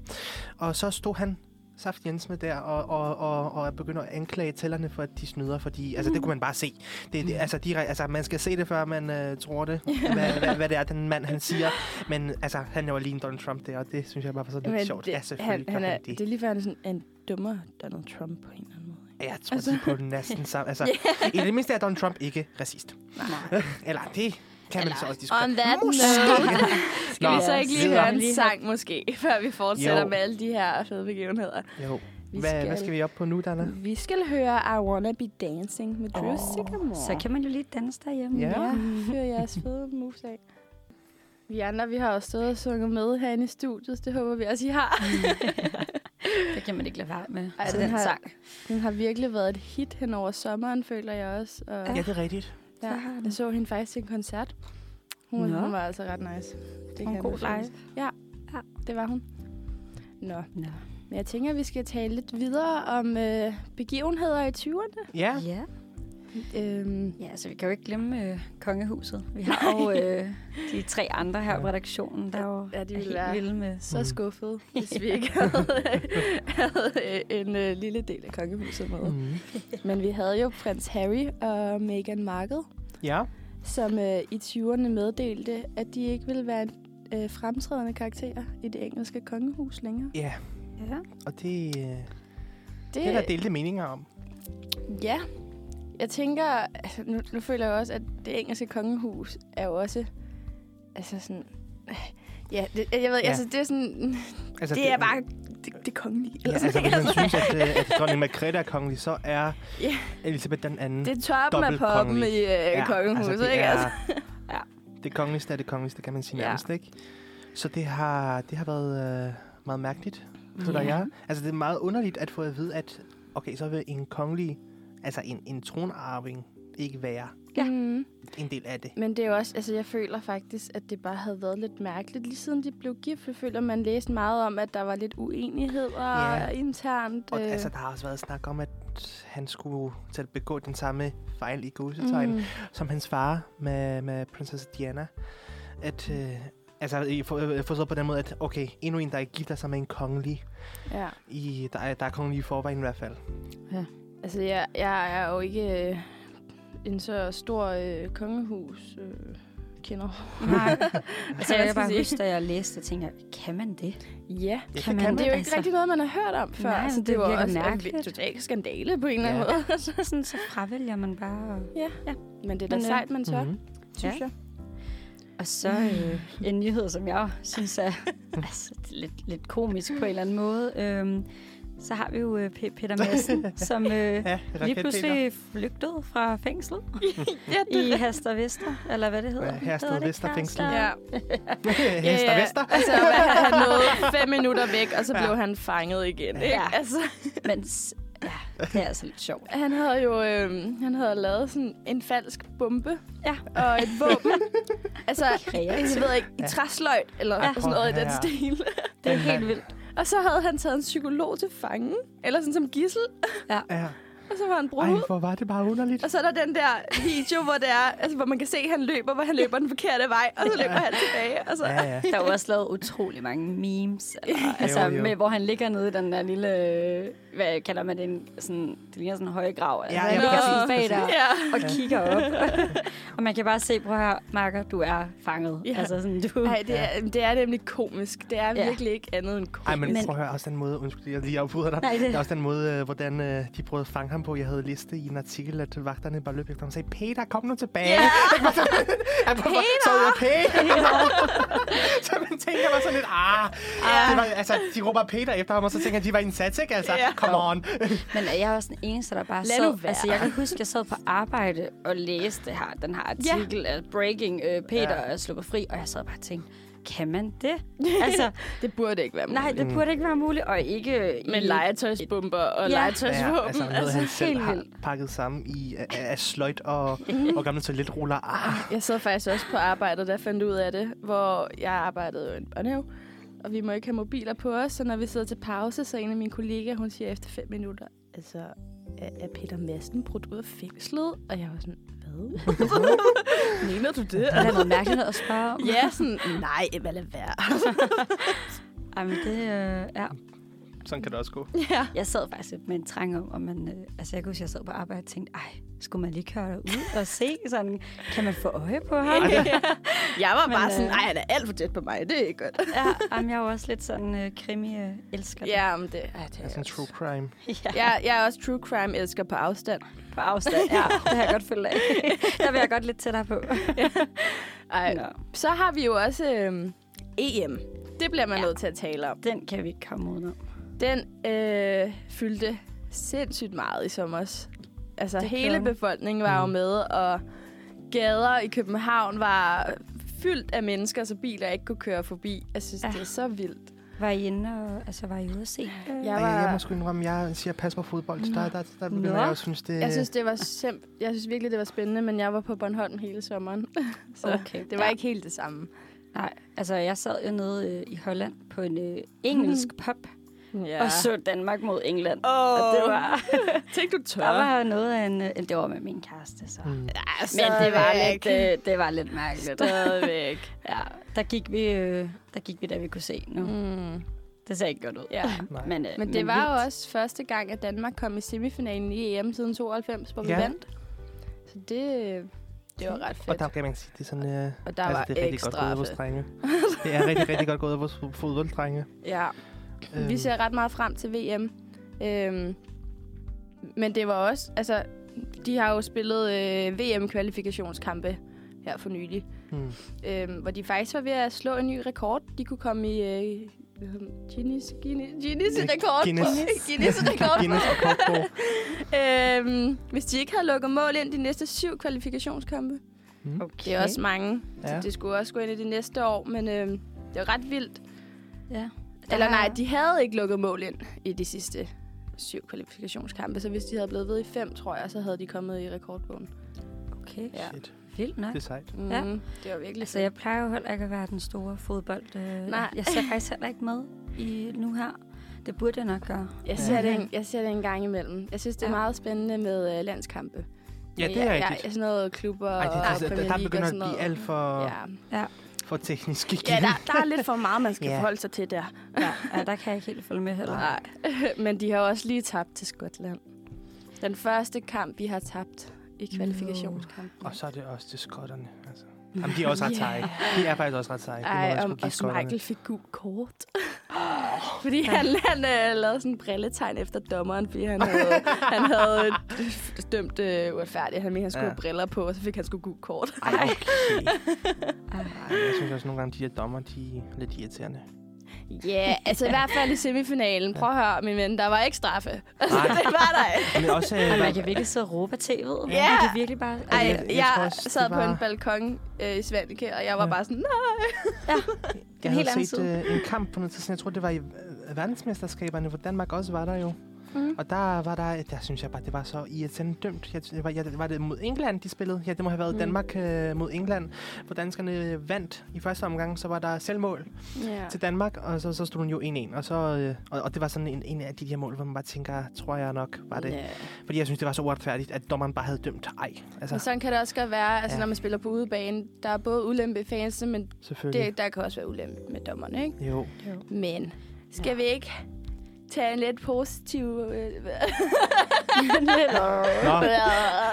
S3: Og så stod han Saft Jensen der og, og, og, og begynder at anklage tællerne for, at de snyder, fordi altså,
S1: Mm.
S3: det kunne man bare se. Det, det, altså, direkte, altså, man skal se det, før man øh,
S1: [LAUGHS]
S3: tror det, hvad, hvad, hvad det er, den mand han siger. Men altså, han er jo lige en Donald Trump der, og det synes jeg bare var så lidt
S1: Men
S3: sjovt. ja, selvfølgelig
S1: han, han
S3: gør
S1: er,
S3: han
S1: det er lige før, han er sådan en dummere Donald Trump på en eller anden måde. ikke?
S3: Ja, Jeg tror, altså... de er på den
S1: [LAUGHS]
S3: næsten sammen. Altså, yeah. I det mindste er Donald Trump ikke racist.
S2: [LAUGHS] Nej.
S3: Eller det kan man
S2: Eller-
S3: så også diskutere.
S1: On that
S3: Måske.
S1: Skal
S3: Nå,
S1: vi så ikke lige
S3: videre.
S1: høre en sang, måske, [LAUGHS] før vi fortsætter
S3: Jo.
S1: med alle de her fede begivenheder?
S3: Jo.
S1: Vi
S3: Hvad, hvad skal vi op på nu, Dana?
S1: Vi skal høre I Wanna Be Dancing med Drew oh, Sycamore.
S2: Så kan man jo lige danse derhjemme.
S3: Ja.
S1: Ja, fyr jeres fede [LAUGHS] moves af. Vi andre, vi har også stået og sunget med herinde i studiet. så Det håber vi også, I [LAUGHS] har.
S2: Det kan man ikke lade være med.
S1: Ej,
S2: Ej,
S1: den
S2: den
S1: har-
S2: sang.
S1: Den har virkelig været et hit hen over sommeren, føler jeg også. Og
S3: Ja, det er rigtigt.
S1: ja, jeg så hende faktisk til en koncert. Hun,
S2: Nå.
S1: hun var altså ret nice. Det
S2: Hun
S1: jeg
S2: god
S1: anbefale. Ja,
S2: Ja.
S1: det var hun. Nå,
S2: Nå.
S1: men jeg tænker, at vi skal tale lidt videre om øh, begivenheder i 20'erne.
S3: Ja.
S2: Ja.
S1: Øhm,
S2: ja, så vi kan jo ikke glemme øh, kongehuset. Vi har jo øh, de tre andre her på redaktionen, der jo
S1: Ja, de
S2: er
S1: ville
S2: helt
S1: være-
S2: vilde med.
S3: Mhm.
S1: så
S3: [LAUGHS]
S1: skuffet, hvis vi ikke havde, havde øh, en øh, lille del af kongehuset med.
S3: Mm.
S1: Men vi havde jo prins Harry og Meghan Markle,
S3: Ja.
S1: som øh, i 20'erne meddelte, at de ikke ville være en øh, fremtrædende karakter i det engelske kongehus længere.
S3: Ja,
S2: Ja.
S3: og det, øh, det er der delte meninger om.
S1: Ja. Jeg tænker, altså, nu, nu føler jeg også, at det engelske kongehus er jo også, altså sådan, ja, det, jeg ved, ja.
S3: Ja.
S1: altså det er sådan,
S3: Altså,
S1: det er bare det, det kongelige.
S3: Ja,
S1: eller
S3: altså,
S1: sådan,
S3: hvis
S1: ikke? [LAUGHS]
S3: man synes, at, øh, at dronning Margrethe er kongelig, så er
S1: Ja.
S3: Elisabeth den anden.
S1: det er toppen af
S3: Mm. Dobbelt
S1: poppen i
S3: kongelig.
S1: øh, ja, kongehuset, altså,
S3: det
S1: ikke?
S3: er-
S1: [LAUGHS] Altså.
S2: Ja.
S3: Det kongeligste er det kongeligste, kan man sige
S2: Ja.
S3: nærmest, ikke? Så det har, det har været øh, meget mærkeligt, føler
S2: Ja.
S3: jeg. Altså, det er meget underligt at få at vide, at okay, så vil en kongelig, altså en, en tronarving, ikke være
S2: Ja.
S1: Mm.
S3: en del af det.
S1: Men det er jo også, altså jeg føler faktisk, at det bare havde været lidt mærkeligt. Lige siden de blev gift, jeg føler man læste meget om, at der var lidt uenigheder
S3: Ja.
S1: yeah. internt.
S3: Og
S1: øh.
S3: altså, der har også været snak om, at han skulle til at begå den samme fejl i gåsetegn,
S1: Mm.
S3: som hans far med, med prinsesse Diana. At, øh, altså, i for- øh, forstået på den måde, at okay, endnu en, der ikke gifter sig med en kongelig.
S1: Ja.
S3: I, der, er, der er kongelig i forvejen i hvert fald.
S1: Altså, jeg, jeg er jo ikke øh, en så stor øh, kongehus øh, kender.
S2: Nej. altså, jeg
S1: skal
S2: kan bare
S1: sige.
S2: huske, da jeg læste, og tænkte, jeg, kan man det?
S1: Ja,
S3: Jeg
S2: Kan man-
S1: men det er jo ikke
S2: altså-
S1: rigtig noget, man har hørt om før.
S2: Nej,
S1: altså,
S2: men det virker
S1: en
S2: mærkeligt.
S1: vild- total skandale på en eller anden
S3: Ja.
S1: måde. [LAUGHS] Altså,
S2: Sådan, Altså, så fravælger man bare. Og,
S1: Men det er da
S2: Men, øh,
S1: sejt, man tør,
S3: Mhm.
S1: synes
S2: Ja.
S1: jeg.
S2: og så øh, en nyhed, som jeg synes
S3: [LAUGHS]
S2: er altså, det er lidt, lidt komisk på en eller anden måde. Øhm, så har vi jo øh, P- Peter
S3: [LAUGHS]
S2: Madsen, som øh,
S3: Ja,
S2: lige
S3: raketpeter.
S2: pludselig flygtede fra fængslet
S1: ja,
S2: i Haster Vester, eller hvad det hedder.
S3: Ja, Herstad
S2: Hedder det
S3: Vester
S2: ikke
S3: fængslet.
S2: Herstad?
S1: Ja.
S3: [LAUGHS] Hester Vester.
S1: [LAUGHS] Altså, han
S3: [LAUGHS]
S1: nåede fem minutter væk, og så blev han fanget igen. Ikke?
S2: Ja.
S1: Altså,
S2: Men s- ja, det er altså lidt sjovt.
S1: han havde jo øh, han havde lavet sådan en falsk bombe
S2: Ja.
S1: og
S3: [LAUGHS]
S1: et våben. altså,
S2: Kreativt.
S1: jeg ved ikke, i træsløjt eller
S3: Ja.
S1: ja. sådan noget i den
S3: Ja.
S1: stil. [LAUGHS]
S2: Det er
S3: Den
S2: helt
S3: her-
S2: vildt.
S1: Og så havde han taget en psykolog til fange, eller sådan som gissel, [LAUGHS]
S3: Ja.
S1: og så var han brudt
S3: Ej,
S1: ud.
S3: hvor var det bare underligt.
S1: Og så er der den der video, hvor, det er, altså, hvor man kan se, at han løber, hvor han løber den forkerte vej, og så løber han tilbage. Og så.
S3: Ja, ja.
S2: Der er jo også lavet utrolig mange memes, eller, altså,
S3: Jo, jo.
S2: Med, hvor han ligger nede i den der lille, øh, hvad kalder man det, en, sådan, det ligner sådan en højgrav. Altså,
S3: Ja,
S2: han
S3: ja,
S2: ligger sådan
S1: præcis,
S2: bag der
S1: Ja.
S2: og kigger op. [LAUGHS] og man kan bare se, prøv her, Marker, du er fanget.
S1: Ja.
S2: Ja. Altså sådan, du...
S1: Ej, det er, det er nemlig komisk. Det er
S2: Ja.
S1: virkelig ikke andet end komisk.
S3: Ej, men,
S2: Men-
S3: prøv at høre, også den måde, undskyld, jeg lige afbryder dig.
S2: Nej, det-
S3: Der er også den måde, øh, hvordan øh, de prøvede at fange ham på. Jeg havde listet i en artikel, at vagterne bare løb efter ham og sagde, Peter, kom nu tilbage.
S1: Ja.
S3: [LAUGHS] Han var bare- Så hedder Peter. [LAUGHS] så man tænker bare sådan lidt, ah. Det var, altså, de råber Peter efter ham, og så tænker jeg, de var i en sats, ikke? Altså,
S1: Ja.
S3: come on.
S2: Men jeg er også den eneste, der bare
S1: Lad nu
S2: sad...
S1: være.
S2: Altså, jeg kan huske, jeg sad på arbejde og læste det her, den her artikel af Breaking øh, Peter
S3: Ja.
S2: er sluppet fri, og jeg sad bare og tænkte, kan man [LAUGHS] det? Altså,
S1: Det burde ikke være muligt.
S2: nej, det
S3: Mm.
S2: burde ikke være muligt, og ikke... øh, i-
S1: Med legetøjsbomber og
S2: Ja.
S1: legetøjsvåben.
S3: altså, noget, altså, han selv
S2: helt
S3: har
S2: vildt.
S3: pakket sammen i af- af sløjt og, og gamle toiletruller. Ah,
S1: Jeg sad faktisk også på arbejdet, der fandt ud af det, hvor jeg arbejdede jo i en børnehave, og vi må ikke have mobiler på os, så når vi sidder til pause, så en af mine kollegaer, hun siger efter fem minutter, altså, er er Peter Madsen brudt ud af fængslet? Og jeg var sådan, hvad? [LAUGHS] Mener du det?
S2: Er der noget mærkeligt noget at [LAUGHS] spørge om?
S1: ja, sådan, nej, hvad lad [LAUGHS] være.
S2: Ej, men det, øh, ja.
S3: sådan kan det også gå.
S1: ja.
S2: Jeg sad faktisk lidt med en trang om, om man, øh, altså jeg kunne huske, jeg sad på arbejde og tænkte, ej, skulle man lige køre ud og se sådan, kan man få øje på ham?
S1: Jeg var
S2: Men,
S1: bare sådan,
S2: øh,
S1: nej, han er alt for tæt på mig, det er ikke godt.
S2: ja, jamen, jeg er jo også lidt sådan øh, krimi-elsker.
S1: Ja, men det, ja, det
S3: Det er
S1: er
S3: sådan
S1: jeg
S3: Altså true
S1: også.
S3: crime.
S2: ja.
S1: Jeg, jeg er også true crime elsker på afstand.
S2: På afstand, ja. Det har jeg godt følt af. [LAUGHS] Der vil jeg godt lidt tættere på.
S1: Ej,
S2: Nå,
S1: Så har vi jo også øhm, EM. E Det bliver man ja. nødt til at tale om.
S2: den kan vi ikke komme udenom.
S1: Den øh, fyldte sindssygt meget i sommer. Altså
S2: Det
S1: hele
S2: gjorde den.
S1: befolkningen var jo
S3: Mm.
S1: med, og gader i København var fyldt af mennesker, så biler ikke kunne køre forbi. Jeg synes,
S2: Ja.
S1: det er så vildt.
S2: Var I inde og, altså, var I ude at se? øh,
S1: Jeg
S3: Ej, Jeg,
S1: var-
S3: må sgu indrømme, jeg siger pas på fodbold. Der, der, der begynder
S2: Nå.
S3: jeg at synes, det...
S1: Jeg synes, det var simp jeg synes virkelig, det var spændende, men jeg var på Bornholm hele sommeren. [LAUGHS] så
S2: Okay.
S1: det var
S2: Ja.
S1: ikke helt det samme.
S2: Nej, altså jeg sad jo nede øh, i Holland på en øh, engelsk pub ja. og så Danmark mod England.
S1: Åh,
S2: Og det var,
S1: Tænk, du tør.
S2: der var noget af en... øh, Det var med min kæreste, så.
S3: Mm.
S2: Men det var, lidt, øh, det, det var lidt mærkeligt.
S1: [LAUGHS] Stadigvæk.
S2: Ja, der gik vi, øh, der gik vi, da vi kunne se nu. Mm.
S1: Mm.
S2: Det ser ikke godt ud.
S1: Ja.
S3: Nej.
S2: Men, øh,
S1: Men det var
S2: vildt.
S1: jo også første gang, at Danmark kom i semifinalen i EM siden 92, hvor vi
S3: Ja.
S1: vandt. Så det, det var ret fedt.
S3: Og der kan man sige, det er sådan... Øh,
S1: Og der var
S3: altså, det er rigtig
S1: ekstra øh.
S3: godt gået af vores
S1: fedt. [LAUGHS]
S3: drenge. Det er rigtig, rigtig godt gået af vores fo- fodbolddrenge.
S1: Ja. Vi
S3: Øhm,
S1: ser ret meget frem til VM. Øhm, men det var også... Altså, de har jo spillet øh, VM-kvalifikationskampe her for nylig.
S3: mm.
S1: Øhm, hvor de faktisk var ved at slå en ny rekord. De kunne komme i... Øh, hvad hedder den? Guinness, Guinness, Guinness
S3: Øh,
S1: rekord. [LAUGHS]
S3: Guinness.
S1: Guinness rekord.
S3: Guinness og Kokbo.
S1: Øhm, hvis de ikke havde lukket mål ind de næste syv kvalifikationskampe.
S2: Okay.
S1: Det er også mange.
S3: Ja.
S1: Ja. Det skulle også gå ind i det næste år, men øhm, det var ret vildt.
S2: Ja.
S1: Eller
S2: Der-
S1: nej, de havde ikke lukket mål ind i de sidste syv kvalifikationskampe, så hvis de havde blevet ved i fem, tror jeg, så havde de kommet i rekordbogen.
S2: Okay,
S1: Ja.
S3: Shit,
S2: vildt nok.
S3: det er sejt.
S1: Mm,
S2: Ja.
S1: Det var virkelig
S2: Altså, jeg plejer jo heller ikke at være den store fodbold. Øh,
S1: Nej.
S2: Jeg ser faktisk heller ikke med i nu her. Det burde jeg nok gøre.
S1: Jeg ser,
S2: Ja.
S1: det en, jeg ser det en gang imellem. Jeg synes, det er
S2: Ja.
S1: meget spændende med øh, landskampe.
S3: Ja, det er rigtigt.
S1: Ja, sådan noget klubber
S3: Ej, det,
S1: og
S3: altså,
S1: Premier
S3: der, der
S1: League
S3: begynder
S1: og
S3: at
S1: sådan noget.
S3: blive alt for,
S1: Ja,
S3: for teknisk igen.
S1: ja der, der er lidt for meget, man skal
S3: Ja.
S1: yeah. forholde sig til der.
S2: Ja, ja, der kan jeg ikke helt følge med heller.
S1: Nej, men de har jo også lige tabt til Skotland. Den første kamp, vi har tabt i kvalifikationskampen.
S3: Og så er det også til skotterne. Altså. Jamen, de er også ret seje. De er faktisk også ret seje. Det må jeg
S1: Ej,
S3: sgu
S1: og,
S3: give
S1: og
S3: skotterne.
S1: Michael fik gul kort. [LAUGHS] fordi han, han øh, lavede sådan en brilletegn efter dommeren, fordi han havde, han havde øh, dømt øh, uretfærdigt. Han mente, han skulle
S3: Ja.
S1: have briller på, og så fik han sgu gul kort.
S3: Ej, okay. Ej, jeg synes også nogle gange, de her dommer, de er lidt
S1: [LAUGHS]
S3: irriterende.
S1: Ja, yeah, altså i hvert fald i semifinalen. Prøv at høre, min ven, der var ikke straffe. Altså,
S3: Nej.
S1: [LAUGHS] det var der ikke.
S3: Men også... Øh,
S2: Ej, man kan
S3: var-
S2: virkelig sidde og råbe af tv'et.
S1: Ja.
S2: Man kan virkelig bare...
S1: Ej,
S3: jeg-
S1: jeg,
S3: jeg tror også, det
S1: sad på
S3: var-
S1: en balkon øh, i Svanike, og jeg var
S3: Ja.
S1: bare sådan, nej.
S3: jeg
S2: helt
S3: havde
S2: anden
S3: set øh, en kamp på noget tidspunkt. Jeg tror, det var i øh, verdensmesterskaberne, hvor Danmark også var der jo. Mm. Og der var der, der synes jeg bare, det var så irriterende dømt. Jeg, det var, jeg, var det mod England, de spillede? Ja, det må have været mm. Danmark øh, mod England, hvor danskerne vandt i første omgang. Så var der selvmål
S1: Ja.
S3: til Danmark, og så, så stod den jo 1-1. Og, så, øh, og, og det var sådan en, en af de her mål, hvor man bare tænker, tror jeg nok, var det. Yeah.
S1: Ja.
S3: Fordi jeg synes, det var så uretfærdigt, at dommeren bare havde dømt. Ej, altså
S1: Men sådan kan det også godt være, altså, ja.
S3: Ja.
S1: når man spiller på udebane. Der er både ulempe i fansen, men
S3: selvfølgelig.
S1: det, der kan også være ulempe med dommerne, ikke?
S3: Det... Jo.
S1: Men skal ja. vi ikke tage en lidt positiv... Øh, [LAUGHS]
S3: Nå.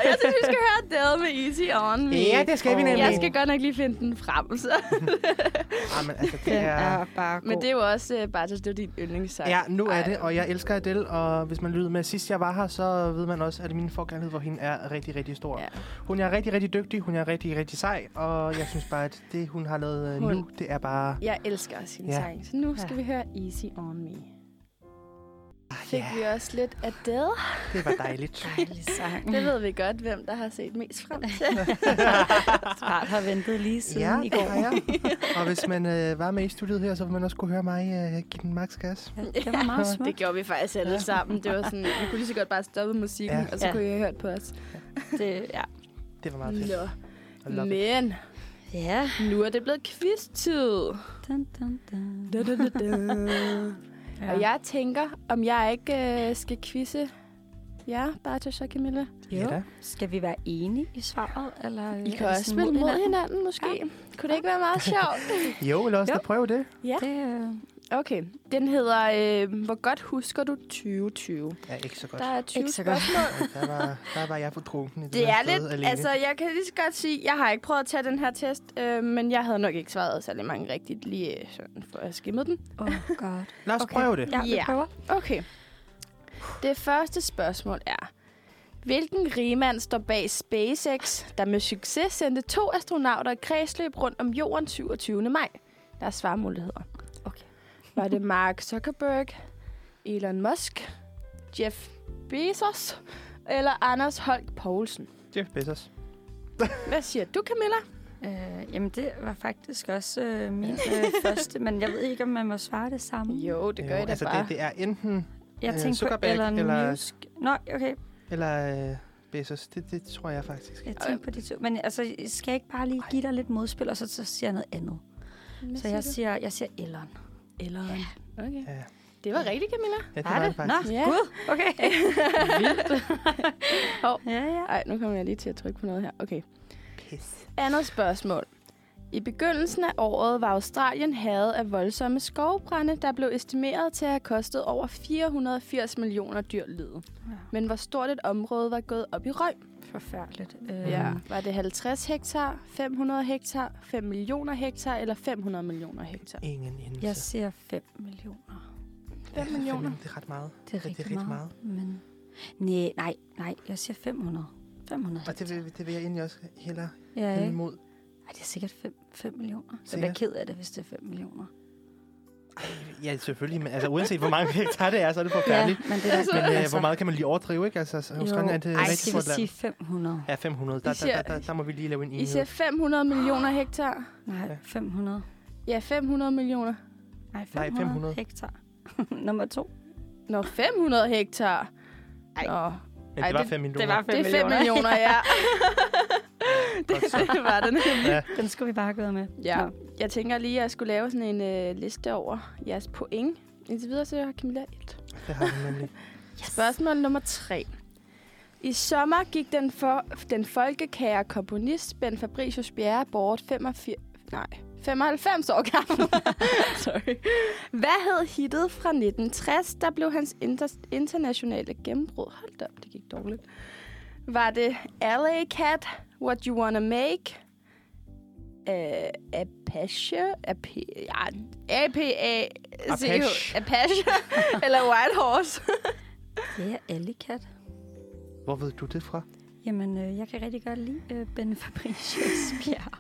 S1: jeg synes, vi skal høre Dale med Easy On Me.
S3: Ja, det skal vi nemlig.
S1: Jeg skal godt nok lige finde den frem, så.
S3: Ej, men altså, det
S2: Den
S3: er...
S2: er bare god.
S1: Men det er jo også øh, bare, det var din yndlingssang.
S3: Ja, nu er
S1: Ej.
S3: det, og jeg elsker Adele, og hvis man lyttede med sidst jeg var her, så ved man også, at min forkærlighed for hende er rigtig, rigtig stor.
S1: Ja.
S3: Hun er rigtig, rigtig dygtig, hun er rigtig, rigtig sej, og jeg synes bare, at det, hun har lavet øh, nu,
S1: Hun-
S3: det er bare...
S1: Jeg elsker også sin
S3: Ja.
S1: ja. sang. Så nu skal
S2: Ja.
S1: ja. vi høre Easy On Me. Fik
S3: Ja,
S1: vi også lidt Adele?
S3: Ah, det var
S1: [LAUGHS]
S3: dejligt.
S2: dejlig sang.
S1: Det ved vi godt, hvem der har set mest frem til.
S2: Smart har ventet lige siden
S3: Ja,
S2: i
S3: det
S2: går.
S3: har jeg. Og hvis man øh, var med i studiet her, så ville man også kunne høre mig øh, give den max gas.
S1: [LAUGHS]
S2: Det var meget smukt.
S1: Det gjorde vi faktisk alle sammen. Det var sådan, vi kunne lige så godt bare stoppe musikken,
S3: Ja.
S1: ja. og så
S2: Ja.
S1: ja. kunne I have hørt på os.
S2: Det, ja.
S3: Det var meget fedt.
S1: Nå.
S3: I love it.
S1: Men
S2: ja.
S1: nu er det blevet quiz-tid.
S2: Dun, dun, dun.
S1: Da, da, da, da. [LAUGHS]
S2: Ja.
S1: Og jeg tænker, om jeg ikke øh, skal quizze jer, Bartosz og Camilla.
S2: Mm,
S3: Ja da.
S2: Skal vi være enige i svaret? Eller
S1: I kan også spille mod hinanden, måske. Ja. Kunne det ikke være
S3: [LAUGHS]
S1: meget sjovt?
S3: Jo, lad os da
S2: Jo.
S3: prøve det.
S1: Ja.
S2: Det, øh,
S1: Okay, den hedder, øh, hvor godt husker du 2020?
S3: Ja, ikke så godt.
S1: Der er 20
S2: Ikke så godt. [LAUGHS]
S1: spørgsmål.
S3: Der var, der var jeg for drunken i det,
S1: Det
S3: her
S1: er
S3: sted
S1: lidt,
S3: alene.
S1: altså jeg kan lige så godt sige, jeg har ikke prøvet at tage den her test, øh, men jeg havde nok ikke svaret særlig mange rigtigt lige øh, sådan for at skimme den.
S2: oh god.
S3: Lad os
S2: [LAUGHS] okay.
S3: prøve det.
S2: Ja, vi
S1: Ja.
S2: prøver.
S1: Okay. Det første spørgsmål er, hvilken rigmand står bag SpaceX, der med succes sendte to astronauter i kredsløb rundt om jorden 27. maj? Der er svarmuligheder.
S2: Okay.
S1: Var det Mark Zuckerberg, Elon Musk, Jeff Bezos eller Anders Holk Poulsen?
S3: Jeff Bezos.
S1: Hvad siger du, Camilla?
S2: Øh, jamen, det var faktisk også øh, min øh, første, men jeg ved ikke, om man må svare det samme.
S1: Jo, det gør
S3: Jo,
S1: I da
S3: altså
S1: bare.
S3: Det, det er enten
S2: Jeg
S3: Øh,
S2: tænkte på
S3: Zuckerberg
S2: Elon
S3: eller-
S2: eller... Musk. Nå, okay.
S3: eller øh, Bezos. Det, det tror jeg faktisk.
S2: Jeg tænkte på de to. Men altså, skal jeg ikke bare lige give dig lidt modspil, og så, så siger jeg noget andet?
S1: Hvad
S2: så jeg
S1: du?
S2: siger, jeg siger Elon. Elon. Ja,
S1: Okay.
S3: Ja,
S1: Det var rigtigt, Camilla.
S3: ja det
S2: var det?
S3: faktisk.
S2: Nå,
S1: Ja.
S2: ja. gud,
S1: [LAUGHS]
S2: okay. [LAUGHS]
S1: Hov.
S2: ja, ja.
S1: Ej, nu kommer jeg lige til at trykke på noget her. Okay.
S3: Pis.
S1: Andet spørgsmål. I begyndelsen af året var Australien havet af voldsomme skovbrænde, der blev estimeret til at have kostet over 480 millioner dyr livet.
S2: Ja.
S1: Men hvor stort et område var gået op i røg?
S2: Mm. Forfærdeligt.
S3: Mm.
S2: Øh,
S1: Ja. Var det 50 hektar, 500 hektar, 5 millioner hektar eller 500 millioner hektar?
S3: Ingen indelse.
S2: Jeg siger 5 millioner.
S1: 5 millioner.
S3: Det er ret meget.
S2: Det er,
S3: Ja,
S2: rigtig, meget. Men... Nej, nej, nej. Jeg siger 500. 500.
S3: Og det vil, det vil jeg egentlig også hellere
S2: Ja,
S3: hen
S2: ikke?
S3: imod.
S2: Ej, det er sikkert 5, 5 millioner. Jeg bliver
S3: Sikkert.
S2: ked af det, hvis det er 5 millioner.
S3: Ja, selvfølgelig. Men altså, uanset hvor mange hektar det er, så er det forfærdeligt.
S2: men det er
S3: Ja. Men øh, hvor meget kan man lige overdrive, ikke? Altså, så- Australien er et
S2: Altså.
S3: øh,
S2: Ej,
S3: rigtig
S2: skal vi
S3: stort land.
S2: sige 500?
S3: Ja, 500. Der,
S1: I siger-
S3: der, der, der, der må vi lige lave en
S1: I
S3: enhed.
S1: siger 500 millioner hektar?
S2: Nej, 500.
S1: Ja, 500 millioner.
S2: Nej, 500,
S3: 500.
S2: hektar. [LAUGHS] Nummer to.
S1: Nå, 500 hektar.
S2: Ej.
S1: Nå,
S3: Men
S1: Ej,
S3: det var
S1: det-
S3: 5 millioner.
S1: det er 5 millioner, [LAUGHS] ja.
S3: Godt så.
S1: det var det nemlig.
S3: Ja.
S2: Den skulle vi bare gå med.
S1: [LAUGHS] Ja,
S2: Nå.
S1: jeg tænker lige, at jeg skulle lave sådan en øh, liste over jeres point. Indtil videre, så har Camilla et.
S3: Det har vi nemlig.
S1: Yes. Spørgsmål nummer tre. I sommer gik den, for, den folkekære komponist Ben Fabricius Bjerre bort 85, nej, 95 år gammel. Sorry. Hvad hed hittet fra 1960, der blev hans inter- internationale gennembrud? Hold da op, det gik dårligt. Var det LA Cat, What You Wanna Make, uh, Apache, AP, ja, APA,
S3: Apache.
S1: Apache, eller White Horse?
S2: Det er Alicat.
S3: Hvor ved du det fra?
S2: Jamen, øh, jeg kan rigtig godt lide øh,
S1: [LAUGHS]
S2: Benny Fabricius Bjerg.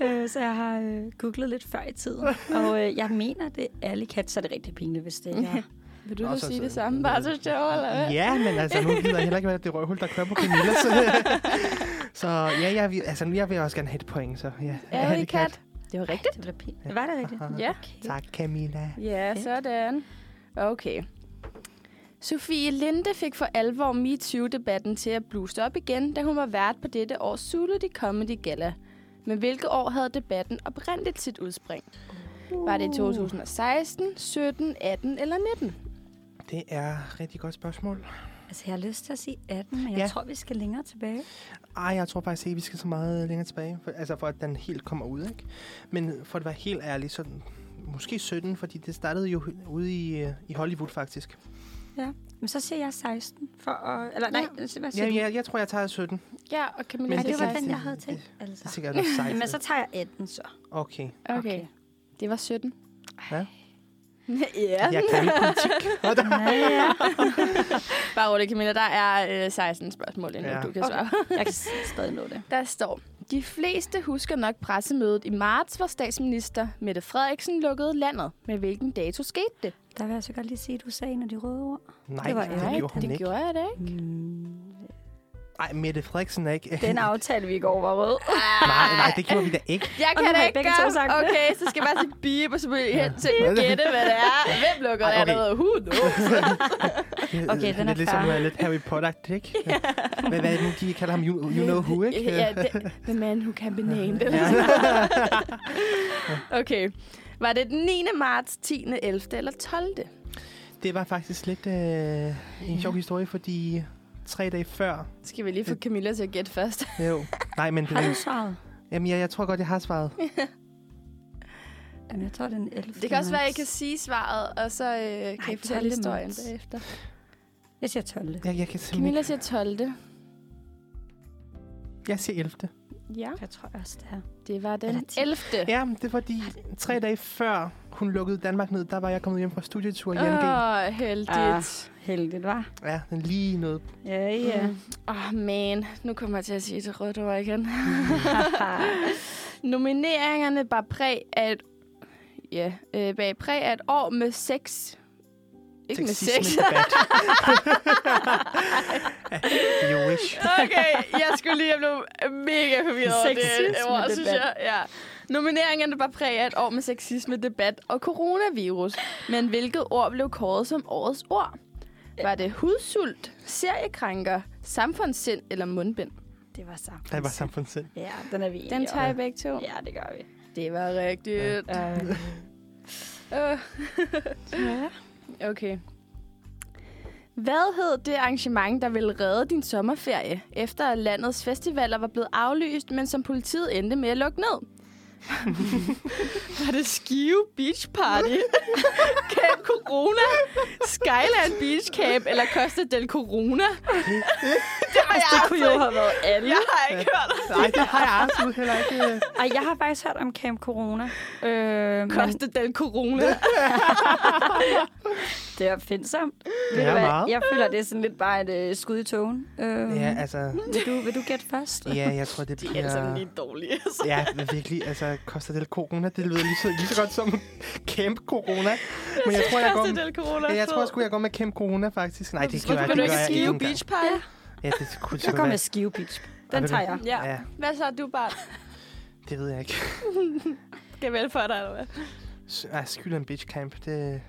S3: Nå,
S2: øh, så jeg har øh, googlet lidt før i [LAUGHS] tiden. Og øh, jeg mener, det er Alicat, så er det rigtig pinligt, hvis det ikke er.
S1: Vil du
S3: Nå,
S1: da
S3: så-
S1: sige
S3: så-
S1: det samme, bare så sjov, eller hvad?
S3: Ja, men altså, nu gider jeg heller ikke være det røvhul, der kører på Camilla. Så, så ja, jeg, vil- altså, jeg vil også gerne have et point, så ja.
S1: Alley Cat. Det var rigtigt.
S2: Det bliver pinligt. Var det [LAUGHS] rigtigt?
S3: Aha.
S1: Ja.
S2: Okay.
S3: Tak, Camilla.
S1: Ja, sådan. Okay. Sofie Linde fik for alvor MeToo-debatten til at bluse op igen, da hun var vært på dette års Zulu The Comedy Gala. Men hvilket år havde debatten oprindeligt sit udspring? Var
S3: Uh.
S1: det i 2016, 17, 18 eller 19?
S3: Det er et rigtig godt spørgsmål.
S2: Altså, jeg har lyst til at sige 18, men jeg
S3: Ja.
S2: tror, vi skal længere tilbage.
S3: Ej, jeg tror faktisk ikke, vi skal så meget længere tilbage. For, altså, for at den helt kommer ud, ikke? Men for at være helt ærlig, så måske 17, fordi det startede jo ude i, øh, i Hollywood, faktisk.
S2: Men så siger jeg 16. For at, eller nej, hvad siger
S3: Ja,
S2: du?
S3: ja, jeg tror, jeg tager 17.
S1: Ja, og Camilla
S2: Ej,
S3: Men
S1: siger
S2: det var
S1: 16.
S2: den, jeg havde
S3: Det-
S2: tænkt.
S3: Det er
S2: Altså.
S3: sikkert også 16.
S2: Jamen, så tager jeg 18 så.
S3: Okay.
S1: Okay. Det var 17. [LAUGHS]
S3: Ja.
S1: ja.
S3: Jeg
S1: [LAUGHS]
S3: kan ikke politik. Og der-
S2: Ja, ja.
S1: Bare rolig, Camilla. Der er øh, 16 spørgsmål endnu, ja.
S3: Ja.
S1: du kan
S2: Okay.
S1: svare på.
S2: Jeg kan stadig nå det.
S1: Der står, de fleste husker nok pressemødet i marts, hvor statsminister Mette Frederiksen lukkede landet. Med hvilken dato skete det?
S2: Der vil jeg så godt lige sige, at du sagde en af de røde ord.
S3: Nej,
S2: Det
S3: det,
S2: var
S3: det
S2: ærligt.
S3: gjorde hun
S1: det
S3: ikke.
S1: gjorde jeg da ikke.
S3: Nej, Mette Frederiksen er ikke...
S2: Mm. Den aftalte vi i går var rød.
S3: nej, nej, det gjorde vi da
S1: [LAUGHS]
S3: ikke.
S1: Jeg
S2: Og
S1: kan
S2: nu
S1: da
S2: har I
S1: ikke
S2: begge to sagt
S1: gøre.
S2: det.
S1: Okay, så skal jeg bare sige beep, og så må I hen til
S3: Ja.
S1: at gætte, hvad det er. Hvem lukker
S3: Ej, okay.
S1: landet? Who knows?
S2: Okay, den
S3: lidt
S2: er
S3: ligesom
S2: fair.
S3: uh, lidt Harry Potter, ikke?
S1: [LAUGHS]
S3: Ja. Hvad, hvad er det nu, de kalder ham? You, you know who, ikke?
S1: Ja, det, the man who can be named.
S3: [LAUGHS]
S1: okay. Var det den 9. marts, 10., 11. eller 12.?
S3: Det var faktisk lidt øh, en sjov historie, fordi tre dage før...
S1: Skal vi lige få Camilla til at gætte først?
S3: Jo. Nej, men
S2: Har du
S3: det,
S2: svaret?
S3: jamen, jeg, jeg tror godt, jeg har svaret.
S2: Jamen, jeg tror, den 11.
S1: Det kan også være, at I
S2: marts.
S1: kan sige svaret, og så øh, kan
S2: Ej,
S1: I fortælle
S2: 12.
S1: historien
S2: marts.
S1: bagefter.
S2: Jeg siger 12.
S3: Jeg, jeg kan simpelthen...
S1: Camilla siger 12.
S3: Jeg siger 11.
S1: Ja.
S2: Jeg tror også, det er.
S1: Det var
S2: Er
S1: den
S2: der ti?
S1: 11.
S3: Ja, men det er fordi tre dage før hun lukkede Danmark ned, der var jeg kommet hjem fra studietur i NG.
S1: Åh, oh, heldigt.
S2: Heldigt, var.
S3: Ja, den lige noget.
S2: Ja, ja.
S1: Ja. Åh, oh, man. Nu kommer jeg til at sige det rødt ord igen. [LAUGHS] Nomineringerne bar præg af et, ja, øh, bag præg af et år med seks Ikke med
S3: Sexisme
S1: sex. [LAUGHS]
S3: debat. [LAUGHS] you wish.
S1: Okay, jeg skulle lige blive mega forvirret over det
S2: Sexisme
S1: ord, synes
S2: debat.
S1: jeg. Ja. Nomineringerne var præg af et år med sexisme, debat og coronavirus. Men hvilket ord blev kåret som årets ord? Var det hudsult, seriekrænker, samfundssind eller mundbind?
S2: [LAUGHS] Det var sammen.
S3: Det var samfundssind.
S2: Ja, den er vi enige
S1: Den
S2: om.
S1: tager jeg begge to.
S2: Ja, det gør vi.
S1: Det var rigtigt. Øh.
S2: Ja.
S1: [LAUGHS] Okay. Hvad hed det arrangement, der ville redde din sommerferie, efter at landets festivaler var blevet aflyst, men som politiet endte med at lukke ned? [LAUGHS] var det Skive Beach Party, [LAUGHS] Camp Corona, Skyland Beach Camp eller Costa del Corona? [LAUGHS] det har
S2: Det
S1: jeg altså
S2: kunne jo
S1: ikke.
S2: have været alle.
S1: Jeg har ikke hørt om
S3: Nej, det har jeg absolut heller ikke. øh.
S2: Ej, jeg har faktisk hørt om Camp Corona. Øh, men
S1: Costa del Corona.
S2: det er opfindsomt. Ved
S3: Det
S2: du
S3: er
S2: hvad?
S3: meget.
S2: Jeg føler, det er sådan lidt bare et øh, skud i togen. Øh,
S3: [LAUGHS] Ja, altså...
S2: vil, du, vil du gætte først?
S3: Ja, jeg tror, det
S1: De
S3: bliver...
S1: er altså alle sammen lige dårlige. Så.
S3: Ja, men virkelig. Altså, Costa del Corona, det lyder lige så, lige så godt som Camp Corona. Men
S1: [LAUGHS]
S3: jeg tror, jeg går...
S1: Costa del Corona.
S3: Ja, jeg tror
S1: fed.
S3: sgu, jeg går med Camp Corona, faktisk. Nej, det
S1: Hvorfor
S3: gør jeg,
S1: vil du
S3: det gør
S1: ikke
S3: jeg ikke
S1: Skive
S3: engang.
S1: Beach Party?
S3: Ja, det kunne
S2: Jeg
S3: sgu
S2: går med
S3: være.
S2: Skive Beach.
S3: Ej,
S2: Den
S3: det-
S2: tager jeg.
S1: Ja.
S3: Ja,
S1: Hvad så, du bare
S3: det ved jeg ikke.
S1: skal vælge for dig, eller hvad?
S3: S- Ej, Skyland Beach Camp, det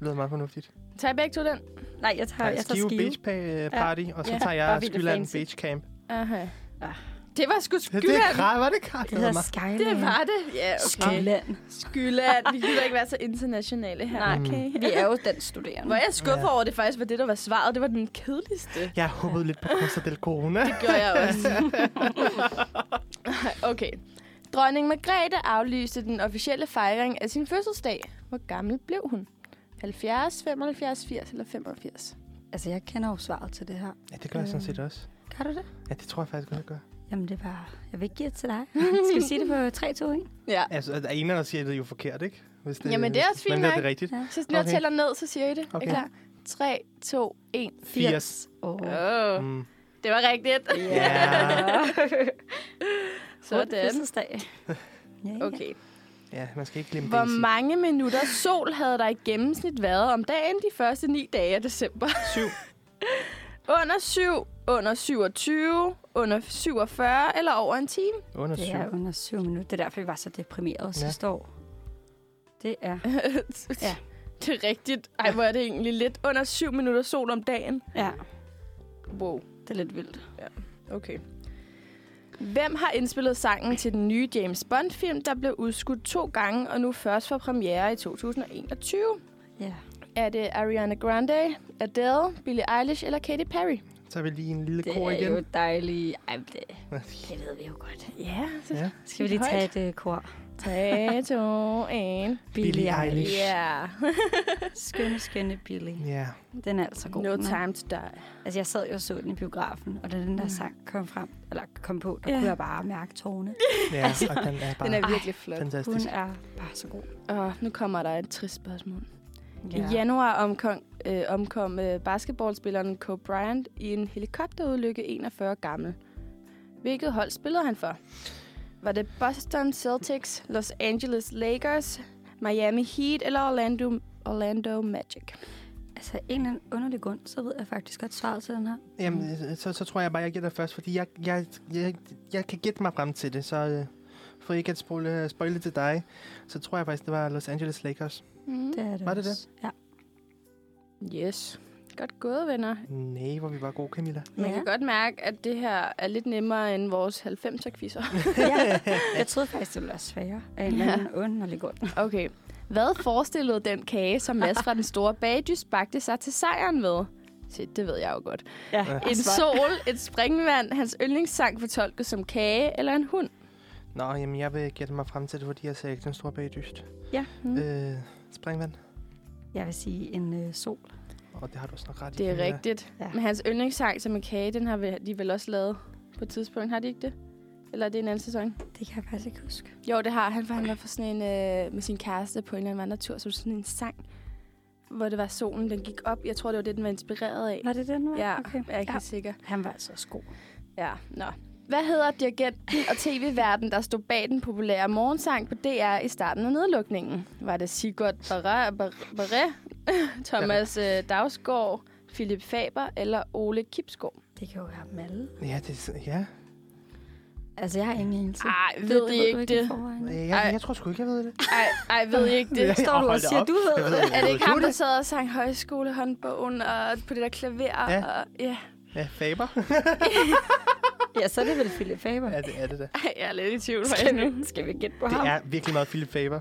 S3: lyder meget fornuftigt.
S1: Tag begge to den.
S2: Nej, jeg tager, jeg tager
S3: Skive
S2: Skive.
S3: Beach pa- Party, og så
S2: Ja,
S3: tager
S2: bare
S3: jeg
S2: vildt
S3: Skyland
S2: fancy.
S3: Beach Camp.
S1: Aha.
S2: Ah.
S1: Det var sgu
S3: Det, det er
S1: Skyland.
S3: krav, var det krav?
S2: Det hedder Skyland.
S1: Det var det. Ja, okay.
S2: Skyland.
S1: Skyland. Vi gider ikke være så internationale her.
S2: Nej,
S1: okay.
S2: Vi er jo dansk studerende.
S1: Hvor jeg skuffet
S3: Ja.
S1: over, at det faktisk var det, der var svaret. Det var den kedeligste.
S3: Jeg håbede lidt på Costa del
S1: [LAUGHS]
S3: Corona.
S1: Det gør jeg også. okay. Dronning Margrethe aflyste den officielle fejring af sin fødselsdag. Hvor gammel blev hun? 70, 75, 80 eller 85?
S2: Altså, jeg kender jo svaret til det her.
S3: Ja, det gør jeg sådan set også.
S2: Kan du det?
S3: Ja, det tror jeg faktisk godt, jeg gør.
S2: Jamen, det var... Jeg vil ikke give det til dig. Skal vi sige det på 3, 2, 1?
S1: Ja.
S3: Altså, der er en, der siger, at det er jo forkert, ikke? Hvis det,
S1: Jamen, det er
S3: hvis-
S1: også fint
S3: Men er
S1: nok.
S3: det rigtigt?
S2: Ja.
S1: Så når jeg
S3: Okay.
S1: tæller ned, så siger I det. Okay. Er I
S3: Okay.
S1: klar? 3, 2, 1.
S3: Firs.
S2: Oh.
S1: Oh,
S3: Mm.
S1: det var rigtigt.
S3: Ja.
S1: Sådan.
S2: Fødselsdag. [LAUGHS] Ja, okay.
S1: Okay.
S3: ja, man skal ikke glemme Daisy.
S1: Hvor mange minutter sol havde der i gennemsnit været om dagen de første 9 dage af december?
S3: Syv.
S1: [LAUGHS] Under 7, under 27, under 47 eller over en time?
S3: Under
S2: Det
S3: syv.
S2: er under syv minutter. Det er derfor, vi var så deprimerede ja.
S3: Ja.
S2: sidste år. Det er... Ja.
S1: Det er rigtigt. Ej, hvor er det egentlig lidt under 7 minutter sol om dagen.
S2: Ja,
S1: Wow.
S2: det er lidt vildt.
S1: Okay. Hvem har indspillet sangen til den nye James Bond-film, der blev udskudt to gange og nu først for premiere i 2021?
S2: Ja.
S1: Er det Ariana Grande, Adele, Billie Eilish eller Katy Perry?
S3: Så er vi lige en lille
S2: Det
S3: kor
S2: er
S3: igen.
S2: jo dejligt. Ej, men det, det ved vi jo godt.
S1: Ja, så
S3: Ja.
S2: Skal vi lige tage et uh, kor?
S1: 3, 2, 1.
S3: Billie Eilish.
S1: Ja.
S2: Skønne, skønne Billie.
S3: Ja.
S2: Den er altså god.
S1: No
S2: den er.
S1: time to die.
S2: Altså, jeg sad jo og så den i biografen, og da den der sang kom frem, eller kom på, der
S1: Ja.
S2: Mm. ja. kunne jeg bare mærke tårne.
S3: ja, og den er bare
S1: Den er virkelig flot.
S3: fantastisk.
S2: Hun er bare så god.
S1: Og nu kommer der et trist spørgsmål. Ja. I januar omkom, øh, omkom øh, basketballspilleren Kobe Bryant i en helikopterulykke 41 gammel. Hvilket hold spillede han for? Var det Boston Celtics, Los Angeles Lakers, Miami Heat eller Orlando, Orlando Magic?
S2: Altså, af en eller anden underlig grund, så ved jeg faktisk godt svaret til den her.
S3: Jamen, øh, så, så tror jeg bare, jeg gætter først, fordi jeg, jeg, jeg, jeg kan gætte mig frem til det, så øh, for ikke at spoile, spoile til dig, så tror jeg faktisk, det var Los Angeles Lakers.
S1: Mm.
S2: Det er det
S3: Var det
S2: også. Ja.
S1: Yes. Godt gået, venner.
S3: Nej, hvor vi var gode, Camilla.
S1: Man
S2: ja.
S1: kan godt mærke, at det her er lidt nemmere end vores 90'er-quizzer. [LAUGHS]
S2: ja. Jeg troede faktisk, det ville være sværere af en eller
S1: Ja.
S2: anden underlig grund.
S1: Okay. Hvad forestillede den kage, som Mads fra den store bagdyst bagte sig til sejren med? Se, det ved jeg jo godt.
S2: Ja.
S1: En sol, et springvand, hans yndlingssang fortolket som kage eller en hund.
S3: Nå, jamen, jeg vil gætte mig frem til det, fordi jeg sagde den store bagdyst.
S2: Ja.
S1: Mm.
S3: Mm. Øh, springvand.
S2: Jeg vil sige en øh, sol.
S3: Og det har du også nok ret i.
S1: Det er
S3: Camilla.
S1: rigtigt.
S2: Ja.
S1: Men hans yndlingssang som en kage, den har vi- de vel også lavet på et tidspunkt, har de ikke det? Eller er det en anden sæson?
S2: Det kan jeg faktisk ikke huske.
S1: Jo, det har han, for han var for sådan en, øh, med sin kæreste på en eller anden vandretur, så var det sådan en sang, hvor det var solen, den gik op. Jeg tror, det var det, den var inspireret af.
S2: Var det den, var?
S1: Ja,
S2: Okay.
S1: jeg er ikke
S2: Ja.
S1: helt sikker.
S2: Han var altså også god.
S1: Ja, nå. Hvad hedder dirigenten og tv-verden, der stod bag den populære morgensang på DR i starten af nedlukningen? Var det Sigurd Barre, [LAUGHS] Barre, Barre Thomas øh, Dagsgaard, Philip Faber eller Ole Kipskov?
S2: Det kan jo være dem alle.
S3: Ja, det, er s- ja.
S2: Altså, jeg har ingen anelse.
S1: Ej,
S2: Det-
S1: Ah, ved
S2: det
S1: I
S2: du
S1: ikke det?
S2: i forvejen.
S3: Jeg,
S1: Ej.
S3: jeg, jeg tror sgu ikke, jeg ved det.
S1: Ej, ej, ved I ikke
S3: Ja,
S1: det?
S2: Står du og
S3: hold da
S2: siger,
S3: op.
S2: du ved
S3: Jeg
S2: det?
S3: ved
S1: Er det ikke ham,
S3: Du
S1: der sad og sang højskolehåndbogen og på det der klaver?
S3: Ja.
S1: Og, ja.
S3: Ja, Faber. [LAUGHS]
S2: Ja, så er det vel Philip Faber.
S3: ja, det er det da.
S1: Ej, jeg er lidt i tvivl faktisk
S2: Skal
S1: nu.
S2: vi, skal vi gætte på
S3: Det
S2: ham?
S3: er virkelig meget Philip Faber.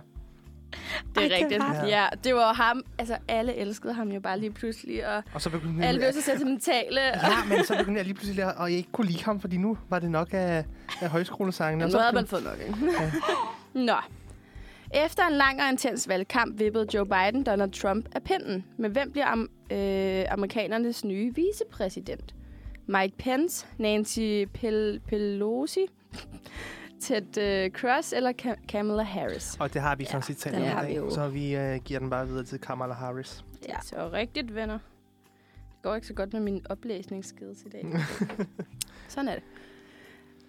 S1: Det er
S2: Ej, det
S1: rigtigt.
S2: var
S3: det.
S1: ja, det var jo ham. Altså, alle elskede ham jo bare lige pludselig, og
S3: Og så begyndte
S1: alle blev så sentimentale. og-
S3: Ja, men så begyndte jeg lige pludselig at og jeg ikke kunne lide ham, fordi nu var det nok af, af højskolesangene.
S1: Ja,
S3: Og
S1: nu
S3: så
S1: havde man
S3: begyndte-
S1: fået nok, ikke? [LAUGHS] Nå. Efter en lang og intens valgkamp vippede Joe Biden Donald Trump af pinden. Men hvem bliver am- øh, amerikanernes nye vicepræsident? Mike Pence, Nancy Pel- Pelosi, [LAUGHS] Ted øh, Cruz eller Ka- Kamala Harris?
S3: Og det har vi sådan set talt
S2: den
S3: om i
S2: har vi
S3: dag,
S2: jo.
S3: så vi øh, giver den bare videre til Kamala Harris.
S2: Ja.
S1: Så rigtigt, venner. Det går ikke så godt med min oplæsningsskede [LAUGHS] i dag. Sådan er det.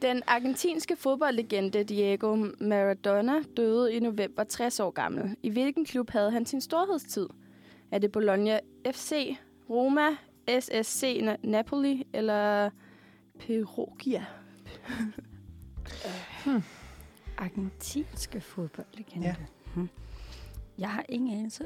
S1: Den argentinske fodboldlegende Diego Maradona døde i november 60 år gammel. I hvilken klub havde han sin storhedstid? Er det Bologna FC, Roma, SSC Na- Napoli eller Perugia?
S2: Argentinske fodboldlegende.
S3: Ja.
S2: Ja. Jeg har ingen anelse.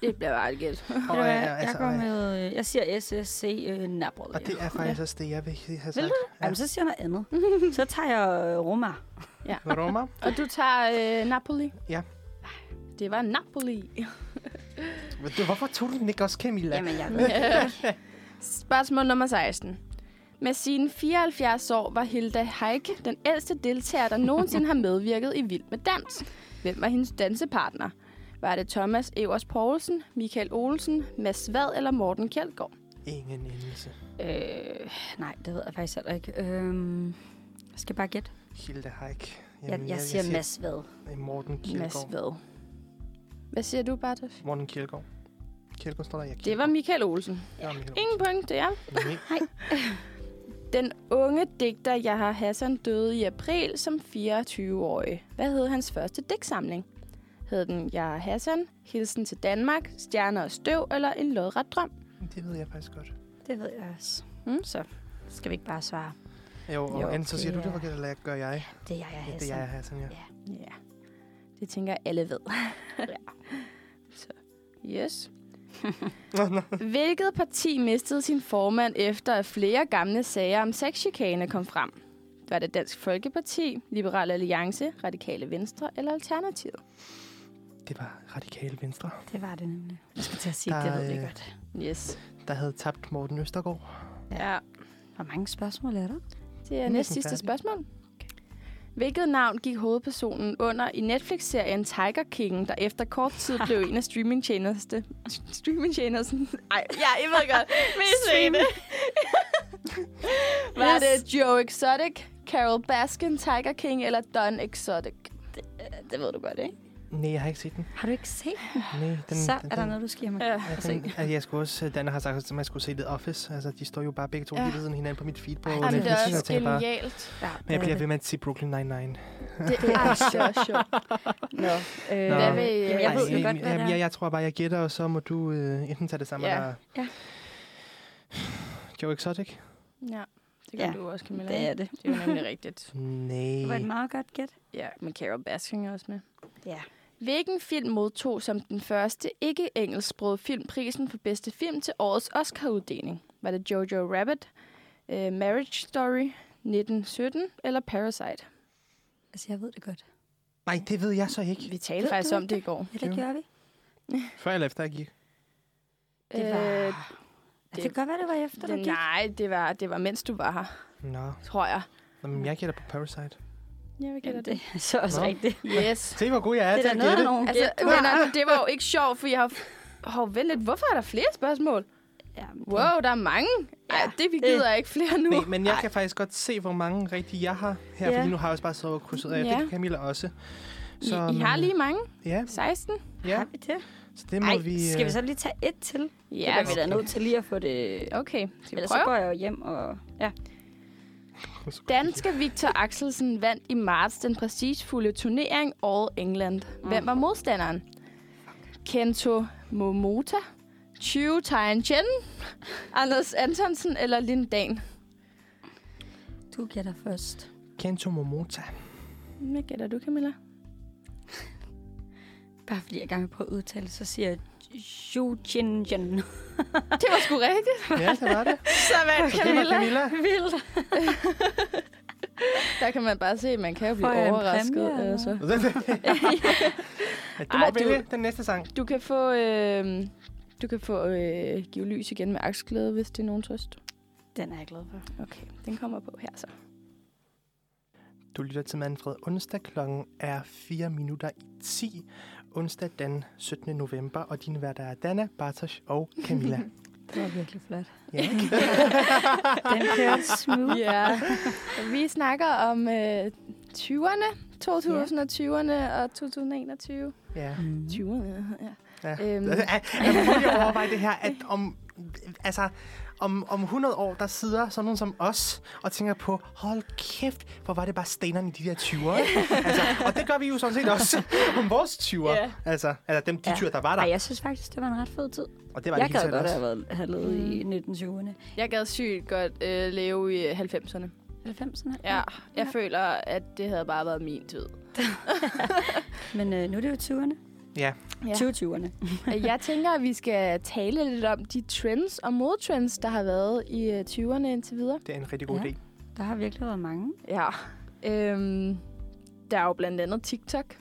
S1: Det bliver bare et gæt.
S2: Og,
S3: øh,
S2: jeg,
S3: altså,
S2: går
S3: øh,
S2: med, øh, jeg siger SSC øh, Napoli.
S3: Og det er faktisk også det, jeg vil have sagt.
S2: Vil
S3: Ja.
S2: Jamen, så siger
S1: [LAUGHS]
S2: jeg noget andet. så tager jeg øh, Roma.
S3: Roma?
S1: Og du tager øh, Napoli?
S3: Ja.
S1: Det var Napoli.
S3: Ved du, Hvorfor tog du den ikke også, Camilla?
S2: Jamen, jeg ved det.
S1: Spørgsmål nummer 16. Med sine 74 år var Hilda Heike den ældste deltager, der nogensinde har medvirket i Vild med Dans. Hvem var hendes dansepartner? Var det Thomas Evers Poulsen, Michael Olsen, Mads Vad eller Morten Kjeldgaard?
S3: Ingen endelse.
S2: Øh, nej, det ved jeg faktisk heller ikke. Øhm, jeg skal bare gætte.
S3: Hilda Haik.
S2: Jeg, jeg siger Mads Vad.
S3: Morten
S1: Mads
S3: Kjeldgaard.
S1: Vad. Hvad siger du, Bartof?
S3: Morten Kjeldgaard. Kjeldgaard står der, jeg
S1: Det var Michael Olsen. Ingen point, det er. Den unge digter Jaha Hassan døde i april som 24-årig. Hvad hed hans første digtsamling? Hed den Jaha Hassan, Hilsen til Danmark, Stjerner og Støv eller En Lodret Drøm?
S3: Det ved jeg faktisk godt.
S2: Det ved jeg også.
S1: Mm.
S2: Mm? Så skal vi ikke bare svare.
S3: Jo, og
S2: Jo,
S3: enten så siger
S2: det
S3: du
S2: er-
S3: det,
S2: altså.
S3: hvor kan det gør jeg?
S2: Det er jeg, jeg
S3: Ja,
S2: har
S3: det er jeg, Hassan, ja.
S1: Ja, det tænker jeg alle ved. Så, yes. Hvilket parti mistede sin formand efter, at flere gamle sager om sexchikane kom frem? Var det Dansk Folkeparti, Liberal Alliance, Radikale Venstre eller Alternativet?
S3: Det var radikale venstre,
S2: Det var det nemlig. Jeg skulle til at sige,
S3: Der
S2: det
S3: er,
S2: ved vi
S3: øh,
S2: godt.
S1: Yes.
S3: der havde tabt Morten Østergaard.
S1: Ja.
S2: Hvor mange spørgsmål er der?
S1: Det er
S3: er
S1: næst
S3: næsten
S1: sidste
S3: færdig.
S1: spørgsmål. Hvilket navn gik hovedpersonen under i Netflix-serien Tiger King, der efter kort tid [LAUGHS] blev en af streamingtjeneste... [LAUGHS] Streamingtjenesten? Ej, ja, I ved godt. Mest ved I det. [LAUGHS] Var
S2: Yes.
S1: det Joe Exotic, Carol Baskin, Tiger King eller Don Exotic? Det, øh, det ved du godt, ikke?
S3: Nej, jeg har ikke set den.
S2: Har du ikke set den?
S3: Nej, den,
S2: så
S3: den,
S2: er der noget, du skal mig.
S1: Ja.
S3: Ja, den, altså, jeg skulle også, Dan har sagt, at man skulle se The Office. Altså, de står jo bare begge to
S1: Ja.
S3: lige ved siden af hinanden på mit feed på
S2: Ej,
S1: Ej, men det
S3: Netflix.
S1: er
S3: og jeg
S1: også
S3: tænker bare,
S1: [LAUGHS] genialt.
S2: Ja,
S3: men jeg bliver ved med at se Brooklyn Nine-Nine.
S1: Det er så [LAUGHS] sjovt.
S2: Nå. Øh,
S3: Nå.
S1: Hvad vil-
S2: Jamen, jeg
S1: Ej,
S2: ved jo
S1: Emil,
S2: godt, hvad
S3: jeg,
S2: det
S3: jeg,
S2: er.
S3: jeg tror bare, jeg gætter, og så må du øh, enten tage det samme,
S1: Ja.
S3: eller...
S2: Ja.
S3: Joe Exotic?
S1: Ja, det gør
S2: Ja,
S1: du også, Camilla.
S2: Det er det.
S1: det er jo nemlig rigtigt.
S2: Det var
S3: Nej.
S2: et meget godt gæt.
S1: Ja, men Carol Baskin er også med.
S2: Ja.
S1: Hvilken film modtog som den første ikke-engelsksprogede film prisen for bedste film til årets Oscar-uddeling? Var det Jojo Rabbit, uh, Marriage Story, 1917 eller Parasite?
S2: Altså, jeg ved det godt.
S3: Nej, det ved jeg så ikke.
S1: Vi talte
S2: Ved
S1: faktisk
S2: du
S1: om
S2: ikke
S1: det i går.
S2: Ja, det
S3: Jo.
S2: gjorde vi.
S3: Før eller efter, jeg gik?
S2: Det var...
S1: Øh,
S2: det, det kan godt være, det var efter, du
S1: det,
S2: gik.
S1: nej, det var, det var mens du var her,
S3: Nå,
S1: tror jeg.
S3: Nå men jeg gætter på Parasite.
S1: Jeg vil
S2: Jamen, det [LAUGHS] er så også
S3: Nå.
S2: rigtigt.
S1: Yes.
S3: Se, hvor god jeg er
S2: Det
S3: til
S2: er da
S3: at
S2: noget,
S3: gætte.
S2: der nogen
S1: Altså,
S2: gæt.
S1: men altså, det var jo ikke sjovt, for jeg har... Hov, vent lidt. Hvorfor er der flere spørgsmål?
S2: Jamen, det-
S1: Wow, der er mange. Ej,
S2: Ja.
S1: det vi gider ikke flere nu.
S3: Nej, men jeg kan faktisk godt se, hvor mange rigtige jeg har her,
S2: Ja.
S3: fordi nu har jeg også bare siddet og krydset af.
S1: Ja.
S3: Det kan Camilla også.
S1: I, I har
S3: men,
S1: lige mange.
S3: Ja,
S1: 16.
S3: ja.
S2: Har vi det?
S3: Så det må
S2: Ej,
S3: vi...
S2: skal vi
S3: øh,
S2: så lige tage et til? Ja,
S1: Ja,
S2: vi er da nødt til lige at få det...
S1: okay. Skal vi
S2: Ellers så
S1: prøve?
S2: går jeg jo hjem og... Ja.
S1: Danske Victor Axelsen vandt i marts den prestigefulde
S2: Mhm.
S1: turnering All England. Hvem var modstanderen? Kento Momota, Chiu Taiyan Chen, Anders Antonsen eller Lin Dan?
S2: Du gætter først.
S3: Kento Momota.
S1: Hvad gætter du, Camilla?
S2: Bare fordi jeg gerne vil prøve at udtale, så siger jeg Zhu Jinjin.
S1: Det var sgu rigtigt.
S3: Ja, det var det.
S1: Så vandt
S3: Så det var
S1: Camilla.
S3: Camilla.
S2: [LAUGHS] Vildt.
S1: Der kan man bare se, at man kan jo blive
S2: Får jeg en
S1: overrasket.
S2: præmie, eller?
S1: altså.
S3: [LAUGHS] Ja, du
S1: Ej,
S3: må
S1: du-
S3: vælge den næste sang.
S1: Du kan få, øh, du kan få øh, give lys igen med aksglæde, hvis det er nogen trøst.
S2: Den er jeg glad for.
S1: Okay, den kommer på her så.
S3: Du lytter til Manfred. Onsdag klokken er 4 minutter i 10. Onsdag den 17. november, og din værter er Dana, Bartosz og Camilla.
S2: [LAUGHS] Det var virkelig flot.
S3: Ja.
S2: Den [LAUGHS] kørte
S3: [LAUGHS]
S2: smooth.
S1: Ja. Vi snakker om øh, 20'erne, 2020'erne og 2021.
S3: ja.
S2: Mm.
S1: 20'erne, ja.
S3: ja.
S1: Øhm.
S3: Øhm. Jeg må lige overveje det her, at om, altså, om, om 100 år, der sidder sådan nogen som os og tænker på, hold kæft, hvor var det bare stenerne i de der 20'er. altså, og det gør vi jo sådan set også [LAUGHS] om vores 20'er.
S1: Ja.
S3: Altså, altså dem, de
S2: Ja.
S3: 20'er, der var der.
S2: Ej, jeg synes faktisk, det var en ret fed tid.
S3: Og det var
S2: Jeg
S3: det
S2: gad
S3: helt
S2: godt
S3: også.
S2: have, været, have levet i 1920'erne.
S1: Jeg gad sygt godt øh, leve i 90'erne.
S2: 90'erne.
S1: Ja, jeg føler, at det havde bare været min [LAUGHS] tid.
S2: Men øh, nu er det jo 20'erne.
S3: Ja.
S1: Ja.
S2: 2020'erne.
S1: Øh, Jeg tænker, at vi skal tale lidt om de trends og modtrends, der har været i øh, 20'erne indtil videre.
S3: Det er en rigtig god
S2: Ja.
S3: ja. idé.
S2: Der har virkelig været mange.
S1: Ja. Øhm, der er jo blandt andet TikTok, ja.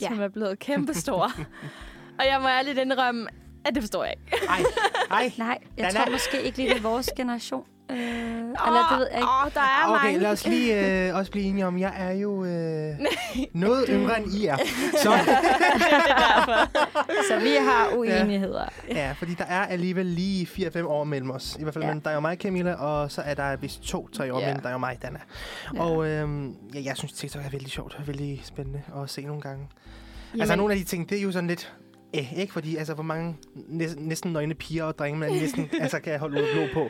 S2: Ja.
S1: som er blevet kæmpestor. [LAUGHS] og jeg må ærligt indrømme, at det forstår jeg ikke.
S3: Ej, ej.
S2: Nej, jeg
S3: Den
S2: tror
S3: er-
S2: måske ikke lige, det er vores generation. Øh, eller det ved jeg ikke.
S1: Åh, der er
S3: Ah, okay,
S1: Ah, mange.
S3: lad os lige øh, også blive enige om, jeg er jo
S1: [LAUGHS]
S3: øh, noget yngre end I er. Så,
S2: Så vi har uenigheder.
S3: ja, fordi der er alligevel lige 4-5 år mellem os. I hvert fald
S2: Ja.
S3: ja. mellem dig og mig, Camilla, og så er der vist 2-3 år
S1: Ja.
S3: yeah. mellem dig og mig, Dana.
S2: Ja.
S3: Ja. Og øh, ja, jeg synes, TikTok er vældig sjovt og vældig spændende at se nogle gange. Jamen. Altså
S1: Jamen.
S3: nogle af de ting, det er jo sådan lidt... Eh, ikke fordi, altså hvor mange næsten, næsten nøgne piger og drenge, man
S1: [LAUGHS]
S3: næsten altså, kan holde ud og blå på.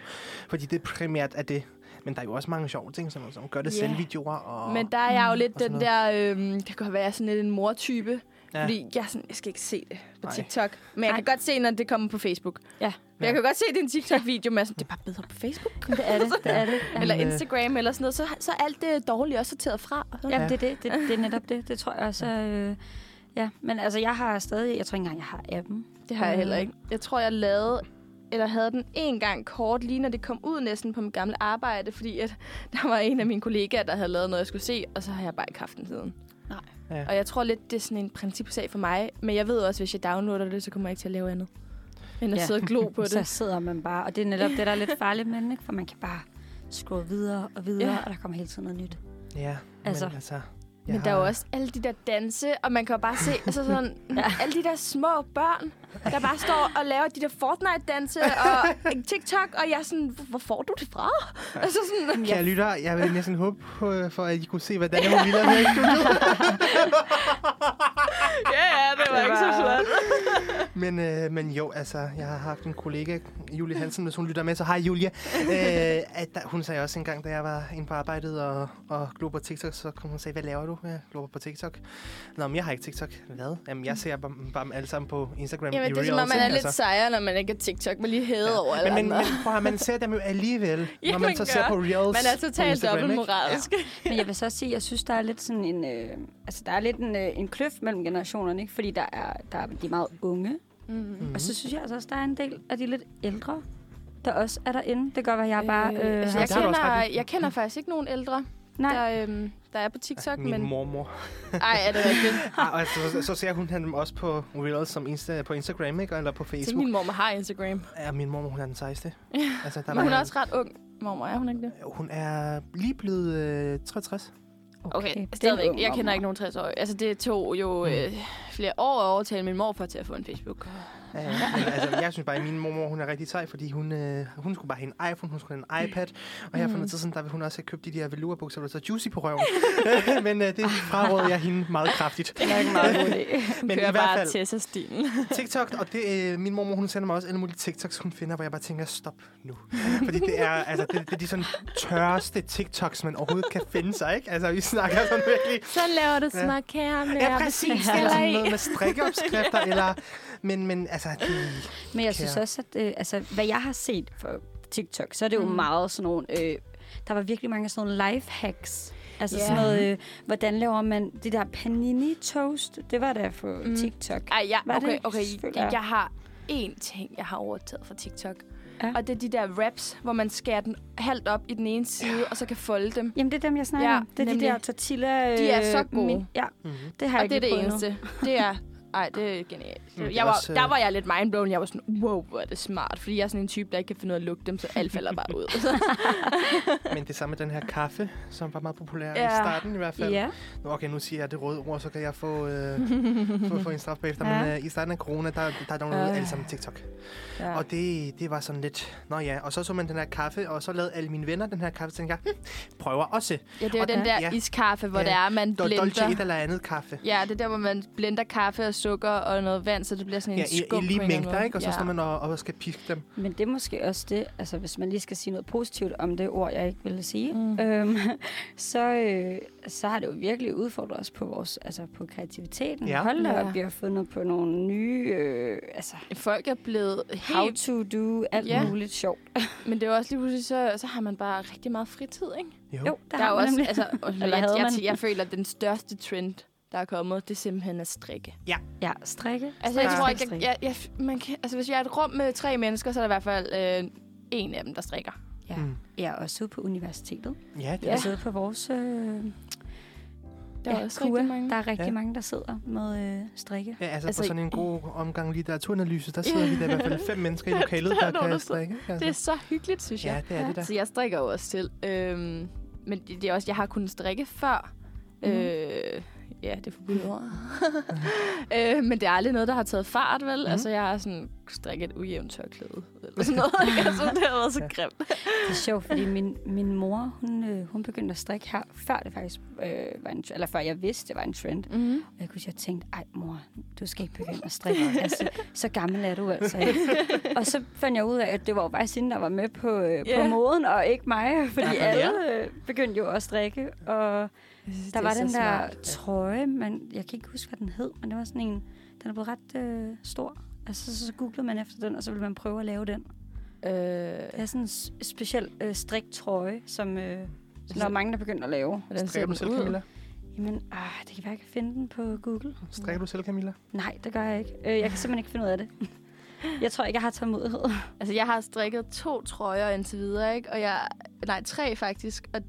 S3: Fordi det er primært af det. Men der er jo også mange sjove ting, som, som gør det
S1: Ja.
S3: yeah. selv videoer. Og...
S1: Men der er jeg jo lidt
S3: og sådan
S1: den der, øhm, det kan godt være, jeg er sådan lidt en mortype. Ja.
S3: Ja.
S1: Fordi jeg, er sådan, jeg skal ikke se det på
S3: Nej.
S1: TikTok. Men jeg kan godt se, når det kommer på Facebook.
S2: Ja.
S1: Men jeg kan godt se, at det er en TikTok-video, men jeg er sådan, det er bare bedre på Facebook.
S2: Det er det, det er det. Ja.
S1: Eller
S3: øh,
S1: Instagram eller sådan noget. Så, så er alt det dårlige også sorteret fra.
S2: Jamen, det er det. det. Det er netop det. Det tror jeg også. Øh, ja, men altså, jeg har stadig... Jeg tror ikke engang, jeg har appen.
S1: Det har jeg heller ikke. Jeg tror, jeg lavede eller havde den en gang kort, lige når det kom ud næsten på mit gamle arbejde, fordi at [LAUGHS] der var en af mine kollegaer, der havde lavet noget, jeg skulle se, og så har jeg bare ikke haft den siden.
S2: Nej.
S3: Ja.
S1: Og jeg tror lidt, det er sådan en principsag for mig, men jeg ved også, hvis jeg downloader det, så kommer jeg ikke til at lave andet, end at
S2: Ja.
S1: ja. sidde og glo
S3: [LAUGHS]
S1: på
S2: Så
S1: det.
S2: sidder man bare, og det er netop det, der er lidt farligt med den, ikke? For man kan bare scrolle videre og videre,
S1: Ja.
S2: ja. og der kommer hele tiden noget nyt.
S3: Ja,
S2: Altså.
S3: men altså... jeg
S1: Men der er jo også alle de der danse, og man kan jo bare se
S3: [LAUGHS]
S1: altså sådan, ja. alle de der små børn, der bare står og laver de der Fortnite-danse
S3: [LAUGHS]
S1: og TikTok, og jeg er sådan, hvor får du det fra? Altså sådan,
S3: Kære lytter, jeg vil næsten håbe på, øh, for, at I kunne se, hvad Dana hun ville
S1: [LAUGHS]
S3: have
S1: [LAUGHS] ja, ja, det var ikke så flot.
S3: men, øh, men jo, altså, jeg har haft en kollega, Julie Hansen, hvis hun lytter med, så hej
S1: [LAUGHS]
S3: Julie. Øh, at der, hun sagde også engang, da jeg var inde på arbejdet og, og glod på TikTok, så kom hun og sagde, hvad laver du? Jeg glor på TikTok. Nå, men jeg har ikke TikTok. Hvad? Jamen, jeg ser bare, bare dem alle sammen på Instagram.
S1: Jamen,
S3: i
S1: det er som om,
S3: Reels,
S1: man er
S3: ikke? Altså.
S1: lidt sejere, når man ikke er TikTok, men lige hæder ja. over alle
S3: men, men,
S1: andre.
S3: men prøv at høre, man ser dem jo
S1: [LAUGHS]
S3: alligevel,
S1: Ja,
S3: når
S1: man
S3: man så ser
S1: gør.
S3: på Reels
S1: man er
S3: på
S1: totalt
S3: Instagram, ikke?
S1: dobbeltmoralsk. Ja.
S2: Men jeg vil så sige, at jeg synes, der er lidt sådan en... Øh, altså, der er lidt en, øh, en kløft mellem generationerne, ikke? Fordi der er, der er de er meget unge. Mm-hmm. Og så synes jeg altså også, der er en del af de lidt ældre, der også er derinde. Det kan godt være, jeg er bare... Øh,
S1: altså,
S3: har-
S1: jeg,
S3: der har du også
S1: kender,
S3: ret i.
S1: jeg kender faktisk ikke nogen ældre,
S2: nej,
S1: der, øhm, der er på TikTok,
S3: Min
S1: men...
S3: mormor.
S1: Ej, er det
S3: [LAUGHS]
S1: rigtigt?
S3: Ah, og altså, så, så ser hun ham også på Reels som Insta, på Instagram, ikke? Eller på
S1: Så
S3: Facebook.
S1: min mormor har Instagram.
S3: Ja, min mormor, hun er den sejeste. Altså, der
S1: Men hun
S3: mange-
S1: er også ret ung. Mormor, er hun ikke det?
S3: Hun er lige blevet øh, 63.
S1: Okay,
S2: det er
S1: okay
S2: en
S1: stadigvæk.
S2: ung
S1: Jeg kender
S2: mormor.
S1: ikke nogen 60-årige. Altså, det tog
S3: Mm.
S1: jo øh, flere år at overtale min morfar til at få en Facebook.
S3: Ja, ja. Men, altså, jeg synes bare, at min mormor hun er rigtig sej, fordi hun, øh, hun skulle bare have en iPhone, hun skulle have en iPad. Og
S1: Mm.
S3: her for noget tid siden, der ville hun også have købt de der velourbukser, hvor der så juicy på
S1: [LAUGHS]
S3: røven. [LAUGHS] Men øh, det fraråder jeg hende meget kraftigt.
S2: det er ikke meget god [LAUGHS] idé.
S1: Hun
S3: Men i
S1: kører
S3: hvert
S1: bare
S2: [LAUGHS]
S3: fald-
S1: Tessa-stilen.
S3: TikTok, og det, øh, min mormor, hun sender mig også alle mulige TikToks, hun finder, hvor jeg bare tænker, stop nu. Fordi det er, altså, det, det er de sådan tørreste TikToks, man overhovedet kan finde sig, ikke? Altså, vi snakker sådan virkelig...
S1: Så laver du
S3: små
S1: kærne.
S3: Ja, præcis. Eller sådan noget med strikkeopskrifter, eller Men, men altså, de,
S2: Men jeg
S3: Kære.
S2: synes også, at øh, altså, hvad jeg har set på TikTok, så er det jo mm. meget sådan nogle... Øh, der var virkelig mange sådan nogle life hacks. Altså
S1: Ja.
S2: sådan noget, øh, hvordan laver man det der panini toast? Det var der på
S1: Mm.
S2: mm. TikTok.
S1: Ej, jeg,
S2: Var det
S1: okay,
S2: ikke?
S1: okay.
S2: Selvfølgelig.
S1: Jeg har én ting, jeg har overtaget fra TikTok.
S2: Ja.
S1: Og det er de der wraps, hvor man skærer den halvt op i den ene side, og så kan folde dem.
S2: Jamen, det er dem, jeg snakker
S1: Ja,
S2: ja, om. Det er
S1: nemlig.
S2: de der tortilla... Øh,
S1: De er så gode.
S2: ja,
S3: Mhm.
S2: det har
S1: Og
S2: jeg
S1: det er
S2: ikke
S1: det
S2: prøvet endnu.
S1: eneste. Det er... Ej, det er genialt.
S3: Mm, det er
S1: Jeg var,
S3: også, øh,
S1: der var jeg lidt mindblown. Jeg var sådan, wow, hvor er det smart. Fordi jeg er sådan en type, der ikke kan finde ud af at lukke dem, så alt falder
S2: [LAUGHS]
S1: bare ud.
S3: men det samme med den her kaffe, som var meget populær ja.
S1: Ja.
S3: i starten i hvert fald.
S2: Ja.
S3: Nå, okay, nu siger jeg det røde ord, så kan jeg få,
S1: [LAUGHS]
S3: øh, få, få en straf bagefter. Ja.
S2: Ja.
S3: Men øh, i starten af corona, der, der downloadede
S1: Øh.
S3: alle sammen TikTok.
S1: ja.
S3: Og det, det var sådan lidt, nå ja, og så så man den her kaffe, og så lavede alle mine venner den her kaffe, så tænkte jeg, hm, prøver også.
S1: ja, det er jo
S3: og
S1: den
S3: der-
S1: der
S3: ja.
S1: iskaffe, hvor
S3: Ja.
S1: det er, man
S3: Do- Dolce et
S1: blender.
S3: eller andet kaffe.
S1: Ja, det er der, hvor man blender kaffe og sukker og noget vand, så det bliver sådan en
S3: Ja, i,
S1: skum.
S3: i
S1: på en
S3: lige
S1: eller anden
S3: mængder,
S1: måde.
S3: ikke? Og så
S1: ja.
S3: står man og, og skal piske dem.
S2: Men det er måske også det, altså hvis man lige skal sige noget positivt om det ord, jeg ikke ville sige,
S1: Mm.
S2: mm. øhm, [LAUGHS] så, øh, så har det jo virkelig udfordret os på vores, altså på kreativiteten.
S3: Ja.
S2: Hold da
S1: Ja.
S2: op, vi har fundet på nogle nye, øh, altså
S1: Folk er blevet
S2: how
S1: helt...
S2: to do, alt
S1: Ja.
S2: yeah. muligt sjovt.
S1: Men det er jo også lige pludselig, så, så har man bare rigtig meget fritid, ikke?
S2: [LAUGHS] Jo, der,
S1: Der er
S2: har
S1: jo
S2: man
S1: også,
S2: nemlig.
S1: altså, og- jeg,
S2: [LAUGHS] Eller havde
S1: jeg, jeg,
S2: man?
S1: jeg føler, at den største trend, der er kommet, det er simpelthen at strikke.
S2: Ja, strikke.
S1: Altså, jeg
S3: Strikke,
S1: tror
S2: strikke,
S1: ikke, jeg, jeg, jeg, man kan, altså, hvis jeg er et rum med tre mennesker, så er der i hvert fald øh, en af dem, der strikker.
S2: Ja.
S3: Mm.
S2: Jeg er også ude på universitetet.
S3: Ja, det
S2: Jeg
S3: er
S2: er sidder på vores øh,
S1: Der er
S2: ja,
S1: også
S2: kua.
S1: rigtig mange.
S2: Der er rigtig
S3: Ja.
S2: ja. mange, der sidder med øh, strikke.
S3: Ja, altså, altså
S1: Altså,
S3: på sådan en god omgang litteraturanalyse, der sidder vi der i hvert fald fem
S1: [LAUGHS]
S3: mennesker i lokalet,
S1: Der er
S3: der,
S1: nogen, der
S3: kan
S1: sidder-
S3: strikke. ikke? Altså.
S1: Det er så hyggeligt, synes jeg.
S3: ja, det er det der.
S1: Så jeg strikker jo også selv. Øhm, men det, det er også, jeg har kunnet strikke før. Mm.
S2: Mhm.
S1: Øh, ja, det er forbudt [LAUGHS] ord. øh, men det er aldrig noget, der har taget fart, vel?
S3: Mhm.
S1: Mm. Altså, jeg har sådan strikket et ujævnt tørklæde. Eller sådan noget. [LAUGHS] jeg synes, det har været så grimt.
S2: Det er sjovt, fordi min, min mor, hun, øh, hun begyndte at strikke her, før det faktisk øh, var en tr- eller før jeg vidste, det var en trend.
S1: Mm.
S2: Og jeg kunne sige, jeg tænkte, ej mor, du skal ikke begynde at strikke. altså, så gammel er du altså ikke. og så fandt jeg ud af, at det var jo faktisk hende, der var med på, øh, yeah.
S1: Ja.
S2: på moden, og ikke mig. Fordi
S3: Ja.
S2: alle øh, begyndte jo at strikke. Og der var den der
S1: Smart.
S2: trøje, men jeg kan ikke huske, hvad den hed, men det var sådan en, den er blevet ret øh, stor. Altså, så, så googlede man efter den, og så ville man prøve at lave den. Det
S1: Øh,
S2: er sådan en s- speciel øh, striktrøje, som øh, der er mange, der begynder at lave.
S1: hvordan ser
S3: Strikker du
S1: den
S3: selv,
S1: ud?
S3: Camilla?
S2: Jamen, øh, det kan være, jeg kan finde den på Google.
S3: Strikker du selv, Camilla?
S2: Nej, det gør jeg ikke. Øh, jeg kan simpelthen ikke finde ud af det. Jeg tror ikke, jeg har tålmodighed.
S1: Altså, jeg har strikket to trøjer indtil videre, ikke? Og jeg... Nej, tre faktisk. Og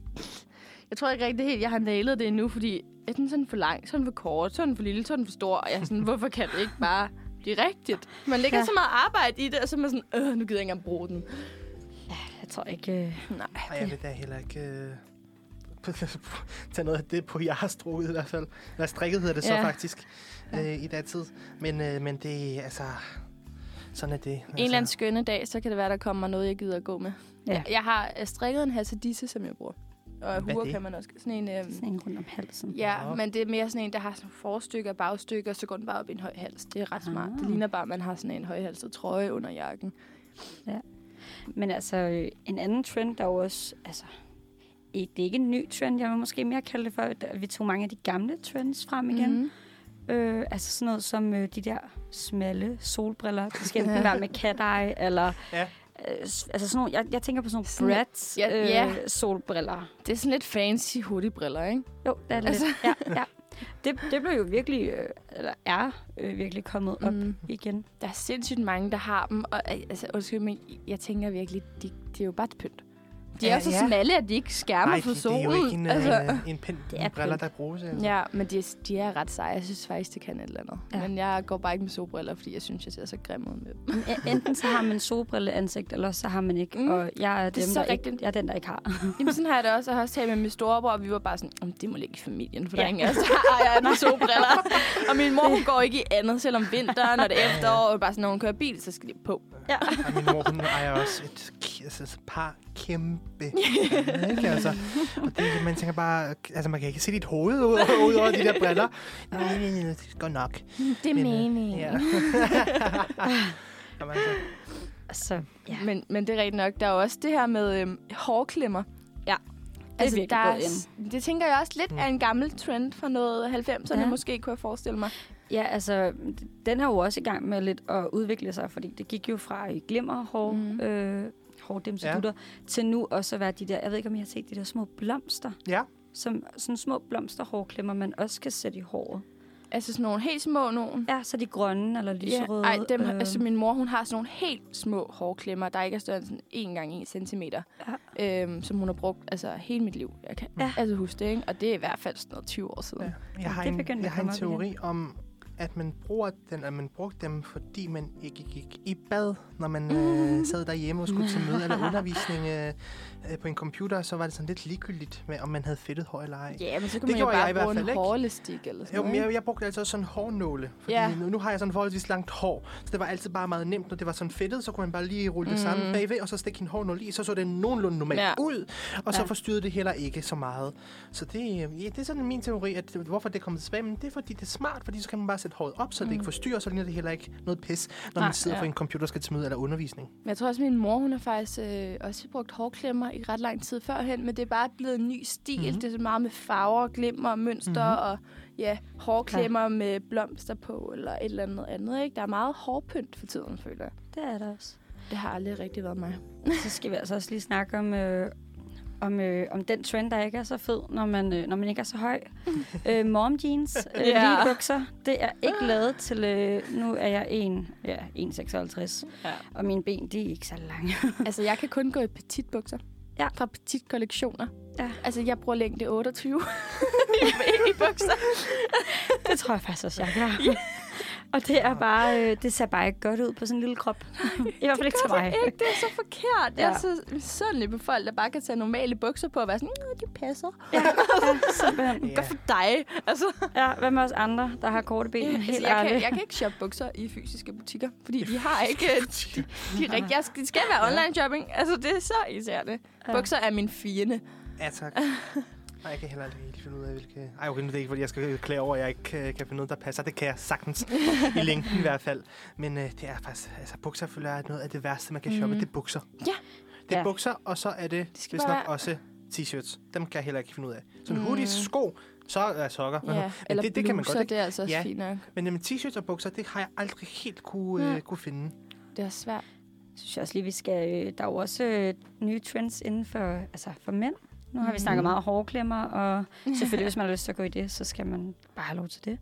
S1: jeg tror ikke rigtig helt, jeg har nailet det endnu, fordi er den sådan for lang, sådan for kort, sådan for lille, sådan for stor? Og jeg er sådan, hvorfor kan det ikke bare blive rigtigt? Man lægger ja.
S2: Ja.
S1: så meget arbejde i det, og så er man sådan, øh, nu gider jeg ikke engang bruge den.
S2: Jeg tror ikke... Øh,
S1: Nej.
S3: Nej, jeg vil da heller ikke øh, [LAUGHS] tage noget af det på, jeg har strukket i hvert fald. Eller strikket hedder det så
S1: Ja.
S3: faktisk øh, i dag tid. Men, øh, men det er altså... Sådan er det. Altså,
S1: En eller anden skønne dag, så kan det være, der kommer noget, jeg gider at gå med.
S2: Ja.
S1: Jeg, jeg har øh, strikket en hasardisse, som jeg bruger. Og
S3: Hvad er
S1: huer
S3: det?
S1: kan man også... Sådan en... Øh,
S2: sådan en rundt om halsen.
S1: Ja,
S3: Nå.
S1: men det er mere sådan en, der har sådan forstykker og bagstykker, og så går den bare op i en høj hals. Det er ret smart. Det
S2: Ah.
S1: ligner bare, at man har sådan en højhalset trøje under jakken.
S2: Men altså, øh, en anden trend, der jo også... Altså, ikke, det er ikke en ny trend, jeg vil måske mere kalde det for, at vi tog mange af de gamle trends frem igen.
S1: Mhm.
S2: Øh, altså sådan noget som øh, de der smalle solbriller. Det skal
S1: [LAUGHS]
S2: enten være med cat eye, eller...
S3: Ja.
S2: Øh, s- altså sådan nogle, jeg, jeg tænker på sådan
S1: Sådan-
S2: nogle Bratz
S1: ja,
S2: øh,
S1: ja.
S2: solbriller.
S1: Det er sådan lidt fancy hoodiebriller, ikke?
S2: Jo, det er det
S1: Altså-
S2: altså. lidt. Ja, ja. Det, det blev jo virkelig, øh, eller er øh, virkelig kommet op
S1: Mm.
S2: mm. igen.
S1: Der er sindssygt mange, der har dem. Og, øh, altså, undskyld, men jeg tænker virkelig, de, de er jo bare et pynt. De er
S3: Ja,
S1: jo så
S3: ja.
S1: smalle, at de ikke skærmer
S3: Nej,
S1: for
S3: det, det er jo
S1: solen.
S3: ikke en, altså,
S1: altså,
S3: en, en pind,
S2: Det er
S3: en briller,
S2: pynt.
S3: der bruges. Altså.
S1: ja, men de, er- de er ret seje. Jeg synes faktisk, det kan et eller andet. Ja.
S2: Ja.
S1: Men jeg går bare ikke med solbriller, fordi jeg synes, jeg ser så grim ud med dem.
S2: Men e- Enten så har man solbrilleansigt, eller også så har man ikke.
S1: Mm.
S2: Mm. Og jeg er,
S1: Det er
S2: dem,
S1: så
S2: der ikke,
S1: rigtigt.
S2: jeg er den, der ikke har.
S1: Jamen, sådan har jeg det også. Jeg har også talt med min storebror, og vi var bare sådan, om det må ligge i familien, for ja. der er
S2: Ja.
S1: ingen af os, der ejer en solbriller. og min mor, hun går ikke i andet, selvom vinteren og det er efterår, og bare sådan, når hun kører bil, så skal de på.
S2: Ja.
S3: Og min mor, hun ejer også et, ki- altså, et par
S1: [LAUGHS]
S3: kæmpe briller, ikke? Altså, og det, man tænker bare, altså man kan ikke se dit hoved ud, ud over de der briller. Nej, nej, nej, det går nok.
S1: Det er
S3: Men, øh,
S1: meningen.
S3: Ja. [LAUGHS]
S1: Ja.
S3: Jamen, altså,
S2: Så ja,
S1: Men, men det er rigtigt nok. Der er jo også det her med øhm, hårklemmer.
S2: Ja.
S1: Det,
S2: er
S1: altså,
S2: virkelig
S1: der
S2: gået
S1: er, s- det tænker jeg også lidt
S3: Mm.
S1: er en gammel trend fra noget 90'erne, ja.
S2: Ja.
S1: måske kunne jeg forestille mig.
S2: Ja, altså, den er jo også i gang med lidt at udvikle sig, fordi det gik jo fra i glimmer, hår,
S1: Mhm.
S2: mm. øh, hårdimsedutter, ja. til nu også at være de der, jeg ved ikke, om I har set de der små blomster,
S3: Ja.
S2: som sådan små blomsterhårklemmer, man også kan sætte i håret.
S1: Altså sådan nogle helt små nogen.
S2: Ja, så de grønne eller lyserøde.
S1: Ej, dem, øh. altså min mor, hun har sådan nogle helt små hårklemmer, der ikke er større end sådan 1 gange 1 centimeter, ja. øhm, som hun har brugt altså, hele mit liv. Jeg kan ja.
S2: Ja.
S1: altså huske det, ikke? Og det er i hvert fald sådan noget 20 år siden. Ja.
S3: Jeg har
S2: det
S3: en,
S2: begyndte
S3: jeg
S2: at
S3: har en
S2: komme op
S3: teori om, at man bruger den, at man brugte dem, fordi man ikke gik i bad, når man
S2: [LAUGHS]
S3: øh, sad derhjemme og skulle til møde eller undervisning øh, øh, på en computer, så var det sådan lidt ligegyldigt med, om man havde fedtet hår eller ej.
S1: Ja, men så kan
S3: Det
S1: man jo
S3: gjorde jeg
S1: bare
S3: i hvert
S1: bruge en
S3: fald ikke.
S1: hårlestik eller sådan
S3: Jo, men
S1: noget.
S3: jeg, jeg brugte altid sådan en hårnåle, fordi
S1: Ja.
S3: ja. nu, nu har jeg sådan forholdsvis langt hår, så det var altid bare meget nemt, når det var sådan fedtet, så kunne man bare lige rulle det sammen bagved, og så stikke en hårnåle i, så så det nogenlunde normalt
S1: Mm. Ja.
S3: ja. ud, og så
S2: Ja.
S3: forstyrrede det heller ikke så meget. Så det, øh, ja, det er sådan min teori, at det- hvorfor det kommer tilbage, men det er fordi det er smart, fordi så kan man bare sætte håret op, så det ikke forstyrrer, så ligner det heller ikke noget pis, når
S1: Mm. Nej,
S3: man sidder
S1: ja.
S3: ja. for en computer og skal til møde eller undervisning.
S1: Men jeg tror også, at min mor hun har faktisk øh, også brugt hårklemmer i ret lang tid førhen, men det er bare blevet en ny stil. Mm-hmm.
S3: Mhm.
S1: Det er så meget med farver, glimmer, mønster mm-hmm. og ja, hårklemmer ja. med blomster på eller et eller andet andet. Ikke? Der er meget hårpynt for tiden, føler jeg.
S2: Det er der også.
S1: Det har aldrig rigtig været mig.
S2: så skal vi altså også lige snakke om, øh, om, øh, om den trend, der ikke er så fed, når man, øh, når man ikke er så
S1: [LAUGHS]
S2: høj. øh, mom jeans, øh,
S1: Ja.
S2: lige bukser, det er ikke lavet til... Øh, nu er jeg en, ja, 1,56,
S1: Ja.
S2: og mine ben, de er ikke så lange. [LAUGHS]
S1: altså, jeg kan kun gå i petitbukser.
S2: Ja.
S1: Fra petitkollektioner.
S2: Ja.
S1: Altså, jeg bruger længde 28 i, i bukser.
S2: det tror jeg faktisk også, jeg gør. og det er bare, øh, det ser bare ikke godt ud på sådan en lille krop. [LAUGHS] I hvert fald
S1: [LAUGHS]
S2: ikke til
S1: gør
S2: mig.
S1: det ikke. Det er så forkert. Ja. Jeg er
S2: Ja.
S1: så misundelig på folk, der bare kan tage normale bukser på og være sådan, "Nå, de passer.
S2: Ja, ja, simpelthen.
S1: Ja. Godt for dig. Altså,
S2: Ja, hvad med os andre, der har korte ben?
S1: Ja, [LAUGHS]
S2: Helt
S1: altså, jeg, kan,
S2: ærligt.
S1: jeg kan ikke shoppe bukser i fysiske butikker, fordi de har [LAUGHS] ikke... øh, De, de er rigtig, jeg skal, det skal være online shopping. Altså, det er så især det.
S2: Ja.
S1: Bukser er min fjende.
S3: Ja,
S1: [LAUGHS]
S3: tak. Nej, jeg kan heller aldrig helt finde ud af, hvilke... Ej, okay, nu er det ikke, fordi jeg skal klage over, at jeg ikke øh, kan finde noget, der passer. Det kan jeg sagtens.
S1: [LAUGHS]
S3: I længden i hvert fald. Men øh, det er faktisk... Altså, bukser føler jeg er noget af det værste, man kan shoppe.
S1: Mhm.
S3: Det er bukser.
S1: Ja.
S3: Det er
S2: Ja.
S3: bukser, og så er det,
S1: Det skal
S3: hvis nok
S1: bare-
S3: også t-shirts. Dem kan jeg heller ikke finde ud af. Sådan
S1: Mm.
S3: hoodies, sko, så er sokker.
S1: Ja,
S3: Men
S1: eller
S3: det, det kan man godt, ikke?
S1: det Mm. er altså også
S3: Ja.
S1: fint nok.
S3: Men jamen, t-shirts og bukser, det har jeg aldrig helt kunne,
S1: Nej.
S3: øh, kunne finde.
S1: Det er svært.
S2: synes jeg også lige, vi skal... Øh, der er jo også øh, nye trends inden for, altså for mænd. Nu
S1: Mm.
S2: har vi snakket
S3: Mhm.
S2: meget om hårklemmer,
S1: [LAUGHS]
S2: og selvfølgelig, hvis man har lyst til at gå i det, så skal man bare have lov til det.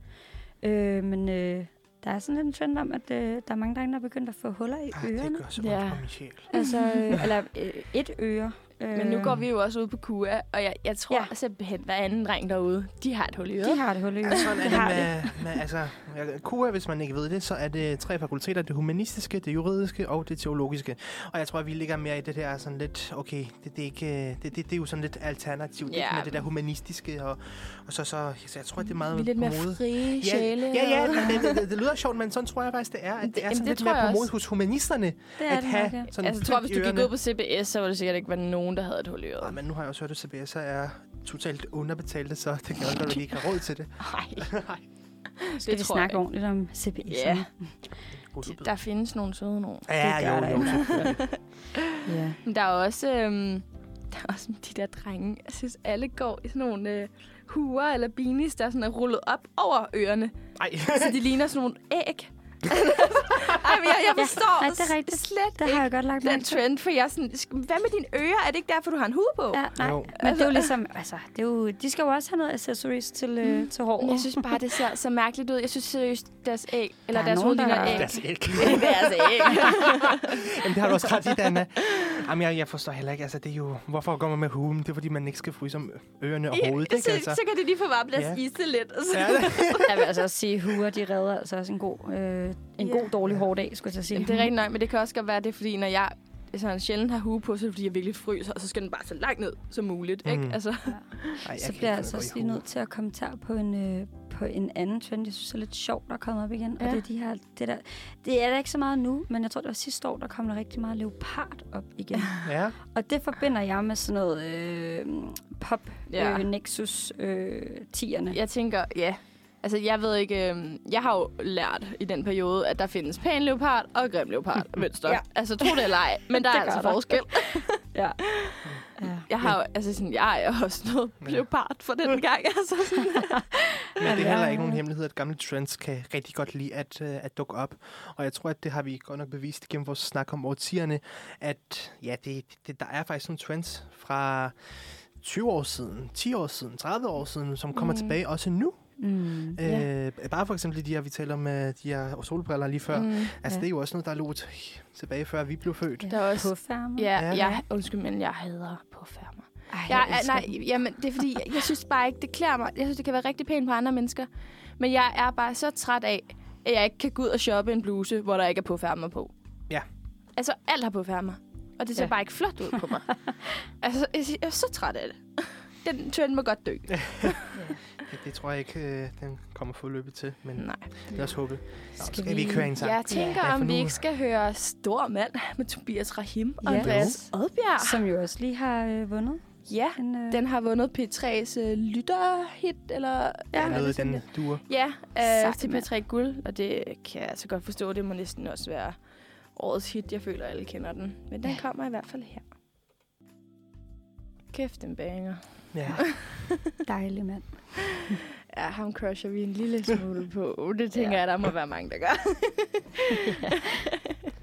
S2: Øh, men øh, der er sådan lidt en trend om, at øh, der er mange drenge, der er begyndt at få huller i
S3: Ej, Ah, det
S2: ørerne.
S3: gør så
S1: Ja.
S3: ondt på min sjæl.
S2: Altså,
S1: [LAUGHS]
S2: øh, eller øh, et øre. Øh,
S1: Men nu går vi jo også ud på KUA, og jeg, jeg tror ja.
S2: Ja.
S1: simpelthen, hver anden dreng derude, de har et hul i
S2: De
S1: øret.
S2: har et hul i
S3: Ja,
S2: øret.
S3: sådan er
S2: Det
S3: det
S2: har de.
S3: med, med altså, ja, KUA, hvis man ikke ved det, så er det tre fakulteter, det humanistiske, det juridiske og det teologiske. Og jeg tror, at vi ligger mere i det der sådan lidt, okay, det, det, er, ikke, øh, det, det, det er jo sådan lidt alternativt, yeah.
S1: Ja.
S3: ikke med det der humanistiske, og, og så, så, så jeg tror, at det er meget
S1: Vi er lidt mere
S3: på mode.
S1: frie
S3: Ja,
S1: sjæle.
S3: ja, ja men, det, det, det lyder sjovt, men sådan tror jeg faktisk, det er, at
S1: Det-
S3: det er
S1: jamen,
S3: sådan
S1: det
S3: lidt
S1: tror jeg
S3: mere på mode
S1: også.
S3: hos humanisterne,
S2: Det er
S3: at
S2: det nok,
S3: have
S2: ja.
S3: sådan
S1: Altså, jeg
S3: pynt
S1: tror, hvis
S3: i
S1: du gik
S3: ørerne.
S1: ud på CBS, så var det sikkert ikke være nogen, der havde et hul i
S3: Ej,
S1: øret.
S3: men nu har jeg også hørt, at CBS er totalt underbetalte, så det kan jo godt, at vi ikke har råd til det.
S2: [LAUGHS]
S1: Nej,
S2: Skal vi
S1: tror jeg
S2: snakke
S1: ikke.
S2: ordentligt om CBS?
S1: Ja.
S3: God udbud.
S1: der findes nogle søde nogen.
S3: Ja,
S2: det gør der
S3: jo, jo,
S2: ikke.
S3: selvfølgelig.
S2: ja.
S1: Men der er også, øhm, der er også de der drenge. Jeg synes, alle går i sådan nogle øh, huer eller beanies, der sådan er rullet op over ørerne. [LAUGHS]
S3: Ej,
S1: Så de ligner sådan nogle
S2: [LAUGHS]
S1: æg. Ej, men jeg, jeg
S2: Ja,
S1: forstår
S2: nej, det er rigtigt.
S1: slet
S2: Det har jeg godt lagt
S1: den
S2: mærke til.
S1: trend, for jeg er sådan, "Sk- hvad med dine ører? Er det ikke derfor, du har en hue på?
S2: Ja, nej.
S3: Jo.
S2: Men det er jo ligesom, altså, det er jo, de skal jo også have noget accessories til, øh, til håret.
S1: Men Mm. Jeg synes bare, det ser så mærkeligt ud. Jeg synes seriøst, deres æg, eller
S2: Der er
S1: deres hoved
S2: nogen, der-
S1: ligner æg.
S3: deres æg.
S1: [LAUGHS] Deres æg.
S3: Jamen, det har du også ret i, Dana. Jamen, jeg, jeg forstår heller ikke. Altså, det er jo... Hvorfor går man med hugen? Det er, fordi man ikke skal fryse om ørerne og hovedet,
S1: så,
S3: ikke? Altså.
S1: så kan det lige få bare
S3: Ja.
S1: blæst ja. ise lidt. Og så.
S3: Ja,
S1: Ja.
S2: Jeg vil altså også sige, huer, de redder altså også en god, øh, en
S1: Ja.
S2: god dårlig hård dag, skulle jeg så sige.
S1: Jamen, det er rigtig nok, men det kan også godt være, det er fordi, når jeg sådan sjældent har hue på, så er det fordi, jeg virkelig fryser, og så skal den bare så langt ned som muligt. Mm. Ikke?
S3: Mm.
S1: Altså,
S3: Ej,
S2: så bliver jeg altså også lige nødt til at kommentere på en, øh, på en anden trend, jeg synes er lidt sjovt, der er kommet op igen. Ja.
S1: Ja.
S2: Og det er, de her, det, der, det er der ikke så meget nu, men jeg tror, det var sidste år, der kom der rigtig meget leopard op
S1: [LAUGHS]
S2: igen.
S3: Ja,
S2: Og det forbinder jeg med sådan noget øh, pop,
S1: Ja.
S2: ja. øh, Nexus, øh, tierne. Ja.
S1: jeg tænker, ja. Altså, jeg ved ikke, øhm, jeg har jo lært i den periode, at der findes pæn leopard og grim leopard mønster. ja.
S2: Ja.
S1: Altså, tro det eller ej, men der er
S2: Det gør
S1: altså
S2: der.
S1: forskel.
S2: Ja. ja.
S1: Jeg har jo, altså sådan, jeg ejer også noget
S3: Ja.
S1: leopard for den gang. Altså sådan,
S3: Men det
S2: Ja.
S3: er heller ikke nogen hemmelighed, at gamle trends kan rigtig godt lide at, øh, at dukke op. Og jeg tror, at det har vi godt nok bevist gennem vores snak om årtierne, at ja, det, det, der er faktisk nogle trends fra 20 år siden, 10 år siden, 30 år siden, som kommer
S1: Mm.
S3: mm. tilbage også nu.
S2: Mm.
S1: Ja.
S3: Øh, bare for eksempel de her, vi talte om, øh, de her solbriller lige før. Mm.
S1: mm.
S3: Altså,
S2: Ja.
S3: det er jo også noget, der lå tilbage, før vi blev født.
S1: Der er også-
S2: Puffærmer.
S1: Ja,
S3: Ja.
S1: jeg, undskyld, men jeg hader påfærmer.
S2: Ej,
S1: Mm. Jeg,
S2: jeg
S1: jeg
S2: elsker
S1: nej,
S2: dem.
S1: jamen, det er fordi, jeg, jeg synes bare ikke, det klæder mig. Jeg synes, det kan være rigtig pænt på andre mennesker. Men jeg er bare så træt af, at jeg ikke kan gå ud og shoppe en bluse, hvor der ikke er påfærmer på.
S3: Ja.
S1: Altså, alt har påfærmer. Og det ser ja.
S2: Ja.
S1: bare ikke flot ud [LAUGHS] på mig. altså, jeg, jeg er så træt af det. [LAUGHS] Den trend må godt dø.
S3: Det, det tror jeg ikke, øh, den kommer forløbet til, men
S1: Nej.
S3: lad os håbe. Nå,
S2: Skal
S3: skal, skal vi ikke
S2: vi-
S3: høre en sang?
S1: Jeg tænker,
S3: Ja, for
S1: om vi
S3: nu-
S1: ikke skal høre Stor Mand med Tobias Rahim og
S2: Ja.
S1: Andreas Odbjerg.
S2: Som jo også lige har øh, vundet.
S1: Ja,
S2: En, øh,
S1: den har vundet P3's øh, lytterhit, eller...
S2: Ja.
S1: hvad er
S3: Noget i
S1: det,
S3: den duer.
S1: Ja, øh,
S2: Sejt,
S1: til
S2: mand.
S1: Patrick Guld, og det kan jeg altså godt forstå. Det må næsten også være årets hit. Jeg føler, alle kender den. Men den
S2: Ja.
S1: kommer i hvert fald her. Kæft, den banger.
S3: Ja.
S2: dejlige mand.
S1: Ja, ham crusher vi en [LAUGHS] lille smule på. Det tænker
S2: Ja.
S1: ja. jeg, der må være mange, der [LAUGHS] gør.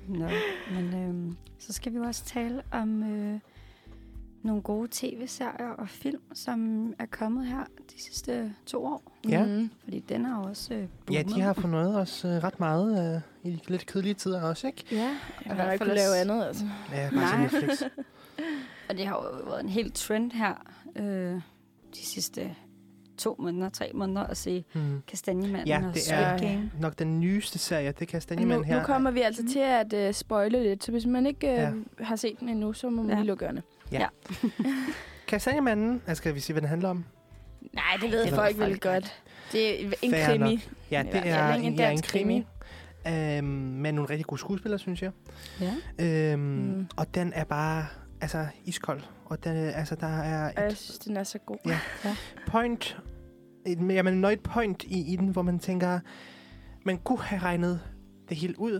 S2: Nå, men øhm, så skal vi jo også tale om øh, nogle gode tv-serier og film, som er kommet her de sidste to år.
S3: Ja.
S1: Mm.
S2: Fordi den er jo også øh,
S3: ja, de
S2: boomet.
S3: har fornøjet os øh, ret meget øh, i de lidt kedelige tider også, ikke?
S2: Ja,
S1: Jeg har ikke kunne lave andet, altså.
S3: Ja, bare til
S2: Nej.
S3: Netflix.
S2: og det har jo været en helt trend her øh, de sidste to måneder, tre måneder at se
S3: Mm.
S2: Kastanjemanden
S3: Ja,
S2: og
S3: det
S2: Squid
S1: er-
S2: Game.
S3: Nok den nyeste serie, det kan
S1: Nu,
S3: Stanjeman her.
S1: nu kommer vi altså til at uh, spoile lidt, så hvis man ikke uh,
S3: Ja.
S1: ja. har set den endnu, så må man
S2: Ja.
S1: lige lukke ørerne.
S3: Kastanjemanden, altså skal vi sige, hvad den handler om?
S1: Nej, det ved
S3: Det ved
S1: folk
S2: folk
S1: vel godt. Det er en
S3: Fair
S1: krimi.
S3: Ja,
S1: Den er i
S3: det
S1: hvert fald
S3: er
S1: ikke en
S3: en, ja, en
S1: dansk
S3: krimi. Øhm, med nogle rigtig gode skuespillere, synes jeg.
S2: Ja.
S3: Øhm,
S1: Mm.
S3: mm. Og den er bare altså, iskold. Og den, øh, altså, der er et
S1: Og jeg synes, den er så god.
S3: Ja. point, et, ja, man når et point i, i den, hvor man tænker, man kunne have regnet det hele ud,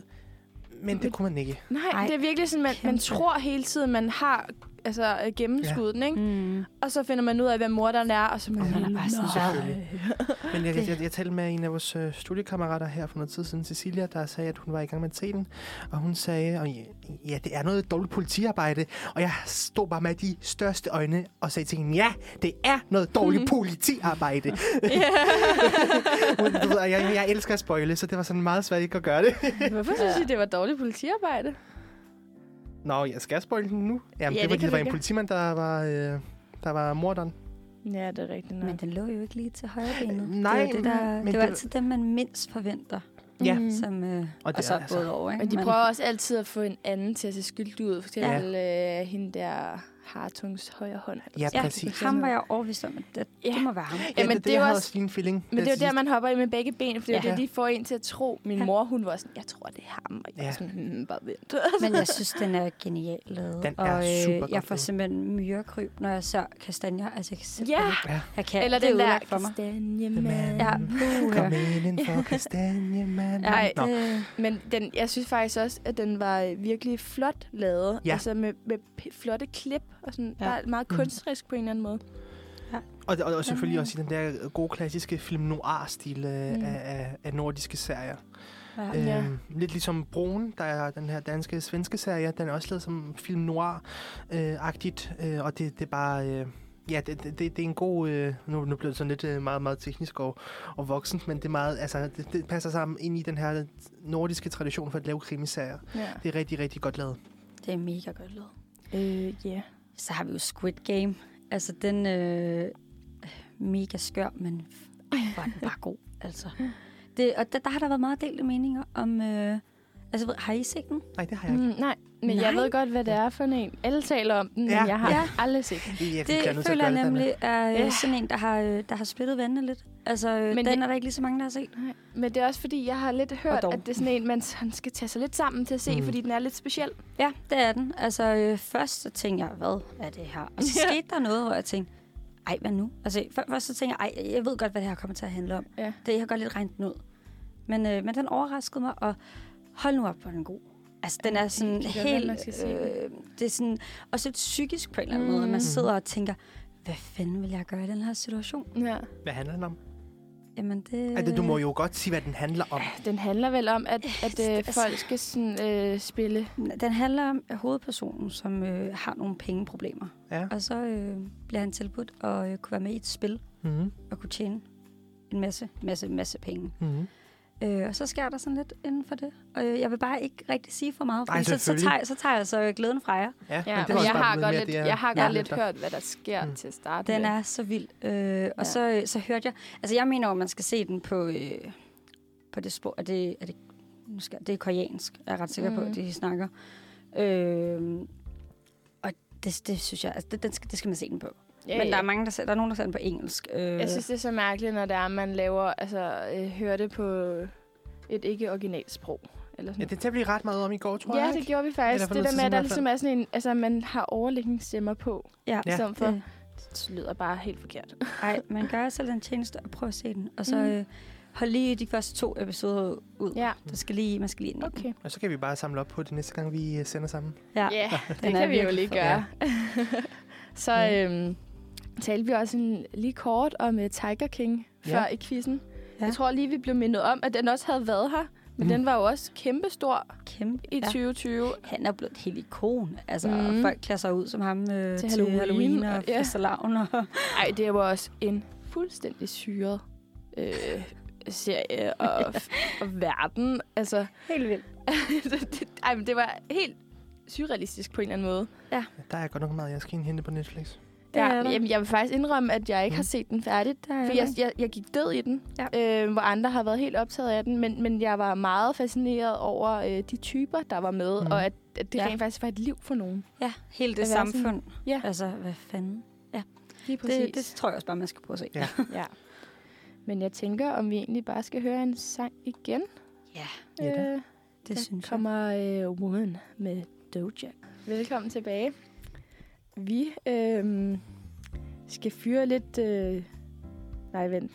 S3: men
S1: Men-
S3: det kunne man ikke.
S1: Nej,
S2: Ej,
S1: Ej, det er virkelig sådan, man, man
S2: kæmpe.
S1: tror hele tiden, man har altså, øh, gennemskuddet den, ikke?
S2: Mm.
S1: Og så finder man ud af, hvem morderen er, og så er man,
S2: Og man er
S1: helt,
S2: bare sådan,
S1: "Nå." [LAUGHS]
S3: Selvfølgelig. Men jeg,
S2: Det-
S3: jeg, jeg, jeg talte med en af vores øh, studiekammerater her for noget tid siden, Cecilia, der sagde, at hun var i gang med at se den. Og hun sagde, og ja, ja, det er noget dårligt politiarbejde. Og jeg stod bare med de største øjne og sagde til hende, ja, det er noget dårligt politiarbejde. Hun- du ved, og jeg, jeg elsker at spoile, så det var sådan meget svært ikke at gøre det. [LAUGHS]
S1: Hvorfor synes I, det var dårligt politiarbejde?
S3: Nå, jeg skal spoile den nu. Jamen,
S1: Ja, det
S3: ja, det var,
S1: kan
S3: det
S1: du
S3: var en
S1: gøre.
S3: politimand, der var, øh, der var morderen.
S1: Ja, det er rigtigt nok.
S2: Men den lå jo ikke lige til højre benet.
S3: nej,
S2: det er, jo det, der,
S3: men
S2: det er jo
S3: det-
S2: altid dem, man mindst forventer,
S3: Ja.
S2: mm.
S1: Mm.
S2: som øh, og,
S3: det
S2: og så
S3: er
S2: er
S3: altså-
S2: gået over. Ikke?
S1: Og de
S2: Men-
S1: prøver også altid at få en anden til at se skyldig ud. For eksempel ja. øh, hende der Hartungs højre hånd.
S3: Ja,
S2: Ja,
S3: præcis.
S2: ham var jeg overbevist om, at det,
S1: Ja.
S2: ja. det må [LAUGHS] være ham.
S1: Jamen,
S3: det,
S1: det er jo
S3: jeg havde
S1: også-
S3: også lige en feeling.
S1: Men det er jo der, man hopper i med begge ben, for det er jo
S3: Ja.
S1: det, de får en til at tro. Min
S2: Ja.
S1: mor, hun var sådan, jeg tror, det er ham. Og jeg
S3: Ja.
S1: var sådan, hmm, bare vent.
S2: Men jeg synes, den er genial lavet.
S3: Den er
S2: og, øh,
S3: super godt
S2: jeg får
S3: lavet.
S2: simpelthen myrekryb, når jeg ser kastanjer. Altså, jeg kan simpelthen...
S1: ja,
S3: Ja.
S2: Jeg kan,
S1: eller
S2: det er
S1: den der
S2: ødelagt for mig.
S1: kastanjemand. Uh,
S2: Ja,
S3: Kom
S2: puha.
S3: ind for kastanjemanden.
S2: Ej,
S3: Nå.
S2: det,
S1: Men den, jeg synes faktisk også, at den var øh, virkelig flot lavet.
S3: Ja.
S1: Altså med, med p- flotte klip og sådan
S2: Ja.
S1: ja. bare meget
S3: Mm.
S1: kunstnerisk på en eller anden måde.
S3: Og, og, og selvfølgelig også i den der gode klassiske film noir-stil mm.
S1: Mm.
S3: af, af, af nordiske serier.
S2: ja.
S3: Øhm,
S1: Ja.
S3: Lidt ligesom Broen, der er den her danske svenske serie, den er også lavet som film noir-agtigt, øh, og det, det er bare... Øh, ja, det, det, det, det er en god... Øh, nu, nu bliver det sådan lidt øh, meget, meget teknisk og, og voksent, men det, er meget, altså, det, det passer sammen ind i den her nordiske tradition for at lave krimiserier.
S1: Ja.
S3: Det er rigtig, rigtig godt lavet.
S2: det er mega godt lavet.
S1: Øh, yeah.
S2: Så har vi jo Squid Game. Altså, den øh, mega skør, men f- hvor er den bare god. [LAUGHS] Altså. Det, og der, der har der været meget delte meninger om... Øh, altså, ved- har I set den?
S3: Nej, det har jeg ikke.
S1: mm, nej, men nej. jeg
S2: Nej.
S1: ved godt, hvad det er for en. Alle taler om den,
S3: Ja.
S1: men jeg har
S2: Ja.
S1: aldrig set den.
S3: Jeg, bliver nødt
S2: Det
S3: til at
S2: føler
S3: gøre
S2: jeg
S3: det, Anna.
S2: nemlig er
S1: Ja.
S2: øh, sådan en, der har, øh, der har splittet vandene lidt. Altså, øh,
S1: Men
S2: den
S1: det-
S2: er der ikke lige så mange, der har set.
S1: Nej. Men det er også fordi, jeg har lidt hørt,
S2: dog.
S1: at det er sådan en, man sådan skal tage sig lidt sammen til at se,
S3: Mm.
S1: mm. fordi den er lidt speciel.
S2: Ja, det er den. Altså, øh, først så tænkte jeg, hvad er det her? Og så
S1: Ja.
S2: skete der noget, hvor jeg tænkte, ej, hvad nu? Altså, før- først så tænkte jeg, ej, jeg ved godt, hvad det her kommer til at handle om.
S1: Ja.
S2: Det jeg har godt lidt regnet den ud. Men, øh, men den overraskede mig, og hold nu op, hvor er den god. Altså, den er sådan
S1: helt vildt, hvordan man skal
S2: helt...
S1: se den.
S2: Øh, det er sådan også lidt psykisk på en eller anden måde, at
S1: Mm.
S2: man sidder og tænker, hvad fanden vil jeg gøre i den her situation?
S1: Ja.
S3: Hvad handler den om?
S2: Jamen, det...
S3: Altså, du må jo godt sige, hvad den handler om.
S1: Den handler vel om, at, at øh,
S2: Altså-
S1: folk skal sådan, øh, spille.
S2: Den handler om hovedpersonen, som øh, har nogle pengeproblemer.
S3: Ja.
S2: Og så øh, bliver han tilbudt at øh, kunne være med i et spil
S3: Mm-hmm.
S2: og kunne tjene en masse, masse, masse penge.
S3: Mm-hmm.
S2: Øh, og så sker der sådan lidt inden for det. Og øh, jeg vil bare ikke rigtig sige for meget,
S3: Nej,
S2: fordi så, så,
S3: selvfølgelig.
S2: tager, så tager jeg så øh, glæden fra jer.
S3: Ja,
S1: Ja,
S3: men det
S1: men
S3: var
S1: jeg,
S3: også bare
S1: har
S3: noget
S1: godt
S3: mere
S1: lidt,
S3: det,
S1: jeg har
S2: Ja.
S1: godt lidt hørt, hvad der sker
S3: Mm.
S1: til at starte
S2: Den
S1: med.
S2: er så vild. Øh, og
S1: Ja.
S2: ja. så, øh, så hørte jeg... Altså, jeg mener jo, at man skal se den på, øh, på det spor... Er det, er det, nu skal, det er koreansk, jeg er ret sikker mm. på,
S1: Mhm.
S2: at de snakker. Øh, og det, det synes jeg... Altså, det, den skal, det skal man se den på.
S1: Ja,
S2: Men der
S1: ja.
S2: er, mange, der, ser, der er nogen, der ser den på engelsk. Øh,
S1: Jeg synes, det er så mærkeligt, når det er, at man laver, altså, øh, hører det på et ikke originalt sprog. Eller
S3: Ja,
S1: sådan.
S3: det er til at blive ret meget om i går, tror
S1: Ja,
S3: jeg.
S1: det, det
S3: ikke?
S1: gjorde vi faktisk.
S3: Eller
S1: Det der
S3: forlod
S1: med, at der
S3: tidsen
S1: ligesom er sådan en, altså, man har overlægningsstemmer på,
S2: ja.
S1: ja. i stedet for,
S2: Øh,
S1: det lyder bare helt forkert. [LAUGHS]
S2: Ej, man gør selv den tjeneste og prøv at se den. Og så
S1: Mm.
S2: øh, hold lige de første to episoder ud.
S1: Ja,
S2: Der skal lige, man skal lige ind i den.
S1: okay.
S3: Og så kan vi bare samle op på det næste gang, vi øh, sender sammen.
S2: Ja.
S1: Ja, [LAUGHS] det
S2: Den er
S1: kan vi jo
S2: virkelig
S1: lige
S2: fed.
S1: gøre. [LAUGHS] så
S2: Ja.
S1: øhm, talte vi også en, lige kort om uh, Tiger King
S3: Ja.
S1: ja. før i quizzen.
S2: Ja.
S1: Ja. Jeg tror lige, vi blev mindet om, at den også havde været her. Men
S3: Mm.
S1: mm. den var jo også kæmpestor
S2: Kæmpe.
S1: i ja. 2020.
S2: han er blevet et helt ikon. Altså, mm.
S1: Mm.
S2: folk klæder sig ud som ham øh, til,
S1: Halloween,
S2: Halloween, Halloween
S1: og-
S2: og
S1: ja.
S2: fastelavn. Og,
S1: Ej, det var også en fuldstændig syret øh, [LAUGHS] serie
S2: [LAUGHS]
S1: og, og verden. Altså, [LAUGHS]
S2: helt vildt.
S1: det, det, ej, men det var helt surrealistisk på en eller anden måde.
S3: Der er godt nok meget, jeg skal ind hente på Netflix.
S2: Det
S1: Ja,
S2: er der.
S1: jamen, jeg vil faktisk indrømme, at jeg ikke har set den færdigt.
S2: Der er
S1: For
S2: jeg,
S1: jeg, jeg, jeg gik død i den,
S2: Ja.
S1: ja. øh, hvor andre har været helt optaget af den, men, men jeg var meget fascineret over øh, de typer, der var med,
S3: Mhm.
S1: mm. og at, at det
S2: Ja.
S1: ja. rent faktisk var et liv for nogen.
S2: ja, helt det
S1: At være sådan-
S2: samfund.
S1: Ja.
S2: Altså, hvad fanden?
S1: Lige
S2: Det, det tror jeg også bare, man skal prøve at se.
S3: Ja.
S1: Ja. Men jeg tænker, om vi egentlig bare skal høre en sang igen.
S2: Ja,
S3: ja da.
S1: øh,
S2: Det
S1: der
S2: synes jeg.
S1: kommer øh, Woman med Doja. Velkommen tilbage. Vi øh, skal fyre lidt... Øh... Nej, vent.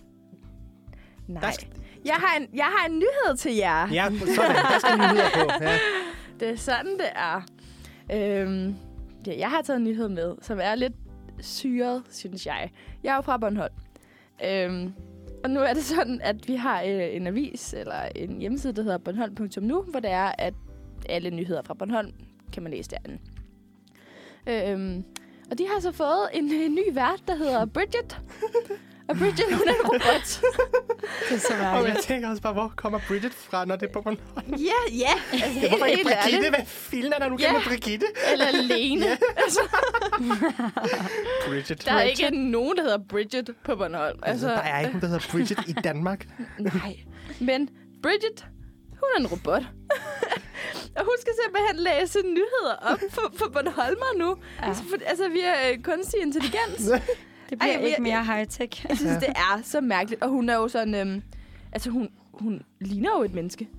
S1: Nej.
S3: skal-
S1: Jeg har, en, jeg har en nyhed til jer.
S3: [LAUGHS] Ja, sådan. Der skal nyheder på. Ja.
S1: Det er sådan, det er. Øhm, ja, jeg har taget en nyhed med, som er lidt syret, synes jeg. Jeg er jo fra Bornholm. Øhm, og nu er det sådan, at vi har øh, en avis, eller en hjemmeside, der hedder bornholm.nu, hvor det er, at alle nyheder fra Bornholm kan man læse derinde. Øhm, og de har så fået en, øh, ny vært, der hedder Bridget. og Bridget, hun er en robot.
S2: Det [LAUGHS] er så
S3: Og
S2: mærkeligt.
S3: jeg tænker også bare, hvor kommer Bridget fra, når det er på Bornholm?
S1: [LAUGHS] Ja, ja. Altså,
S3: Hvorfor
S1: helt,
S3: ikke
S1: helt
S3: Brigitte?
S1: ærligt.
S3: Hvad filen er der nu
S1: Ja.
S3: gennem Brigitte?
S1: Eller Lene. Altså,
S3: Bridget.
S1: Der er ikke nogen, der hedder Bridget på Bornholm.
S3: Altså, der er ikke nogen, der hedder Bridget i
S1: [LAUGHS]
S3: Danmark.
S1: Nej. Men Bridget, hun er en
S3: [LAUGHS]
S1: robot. og hun skal simpelthen læse nyheder op for, for Bornholmer nu. Ja.
S2: Ja.
S1: Altså, for, altså via øh, kunstig intelligens.
S2: Det bliver
S1: Ej,
S2: Ej, ikke
S1: jeg-
S2: mere high-tech.
S1: Jeg synes,
S3: Ja.
S1: ja. det er så mærkeligt. Og hun er jo sådan... Øhm, altså, hun, hun ligner jo et menneske.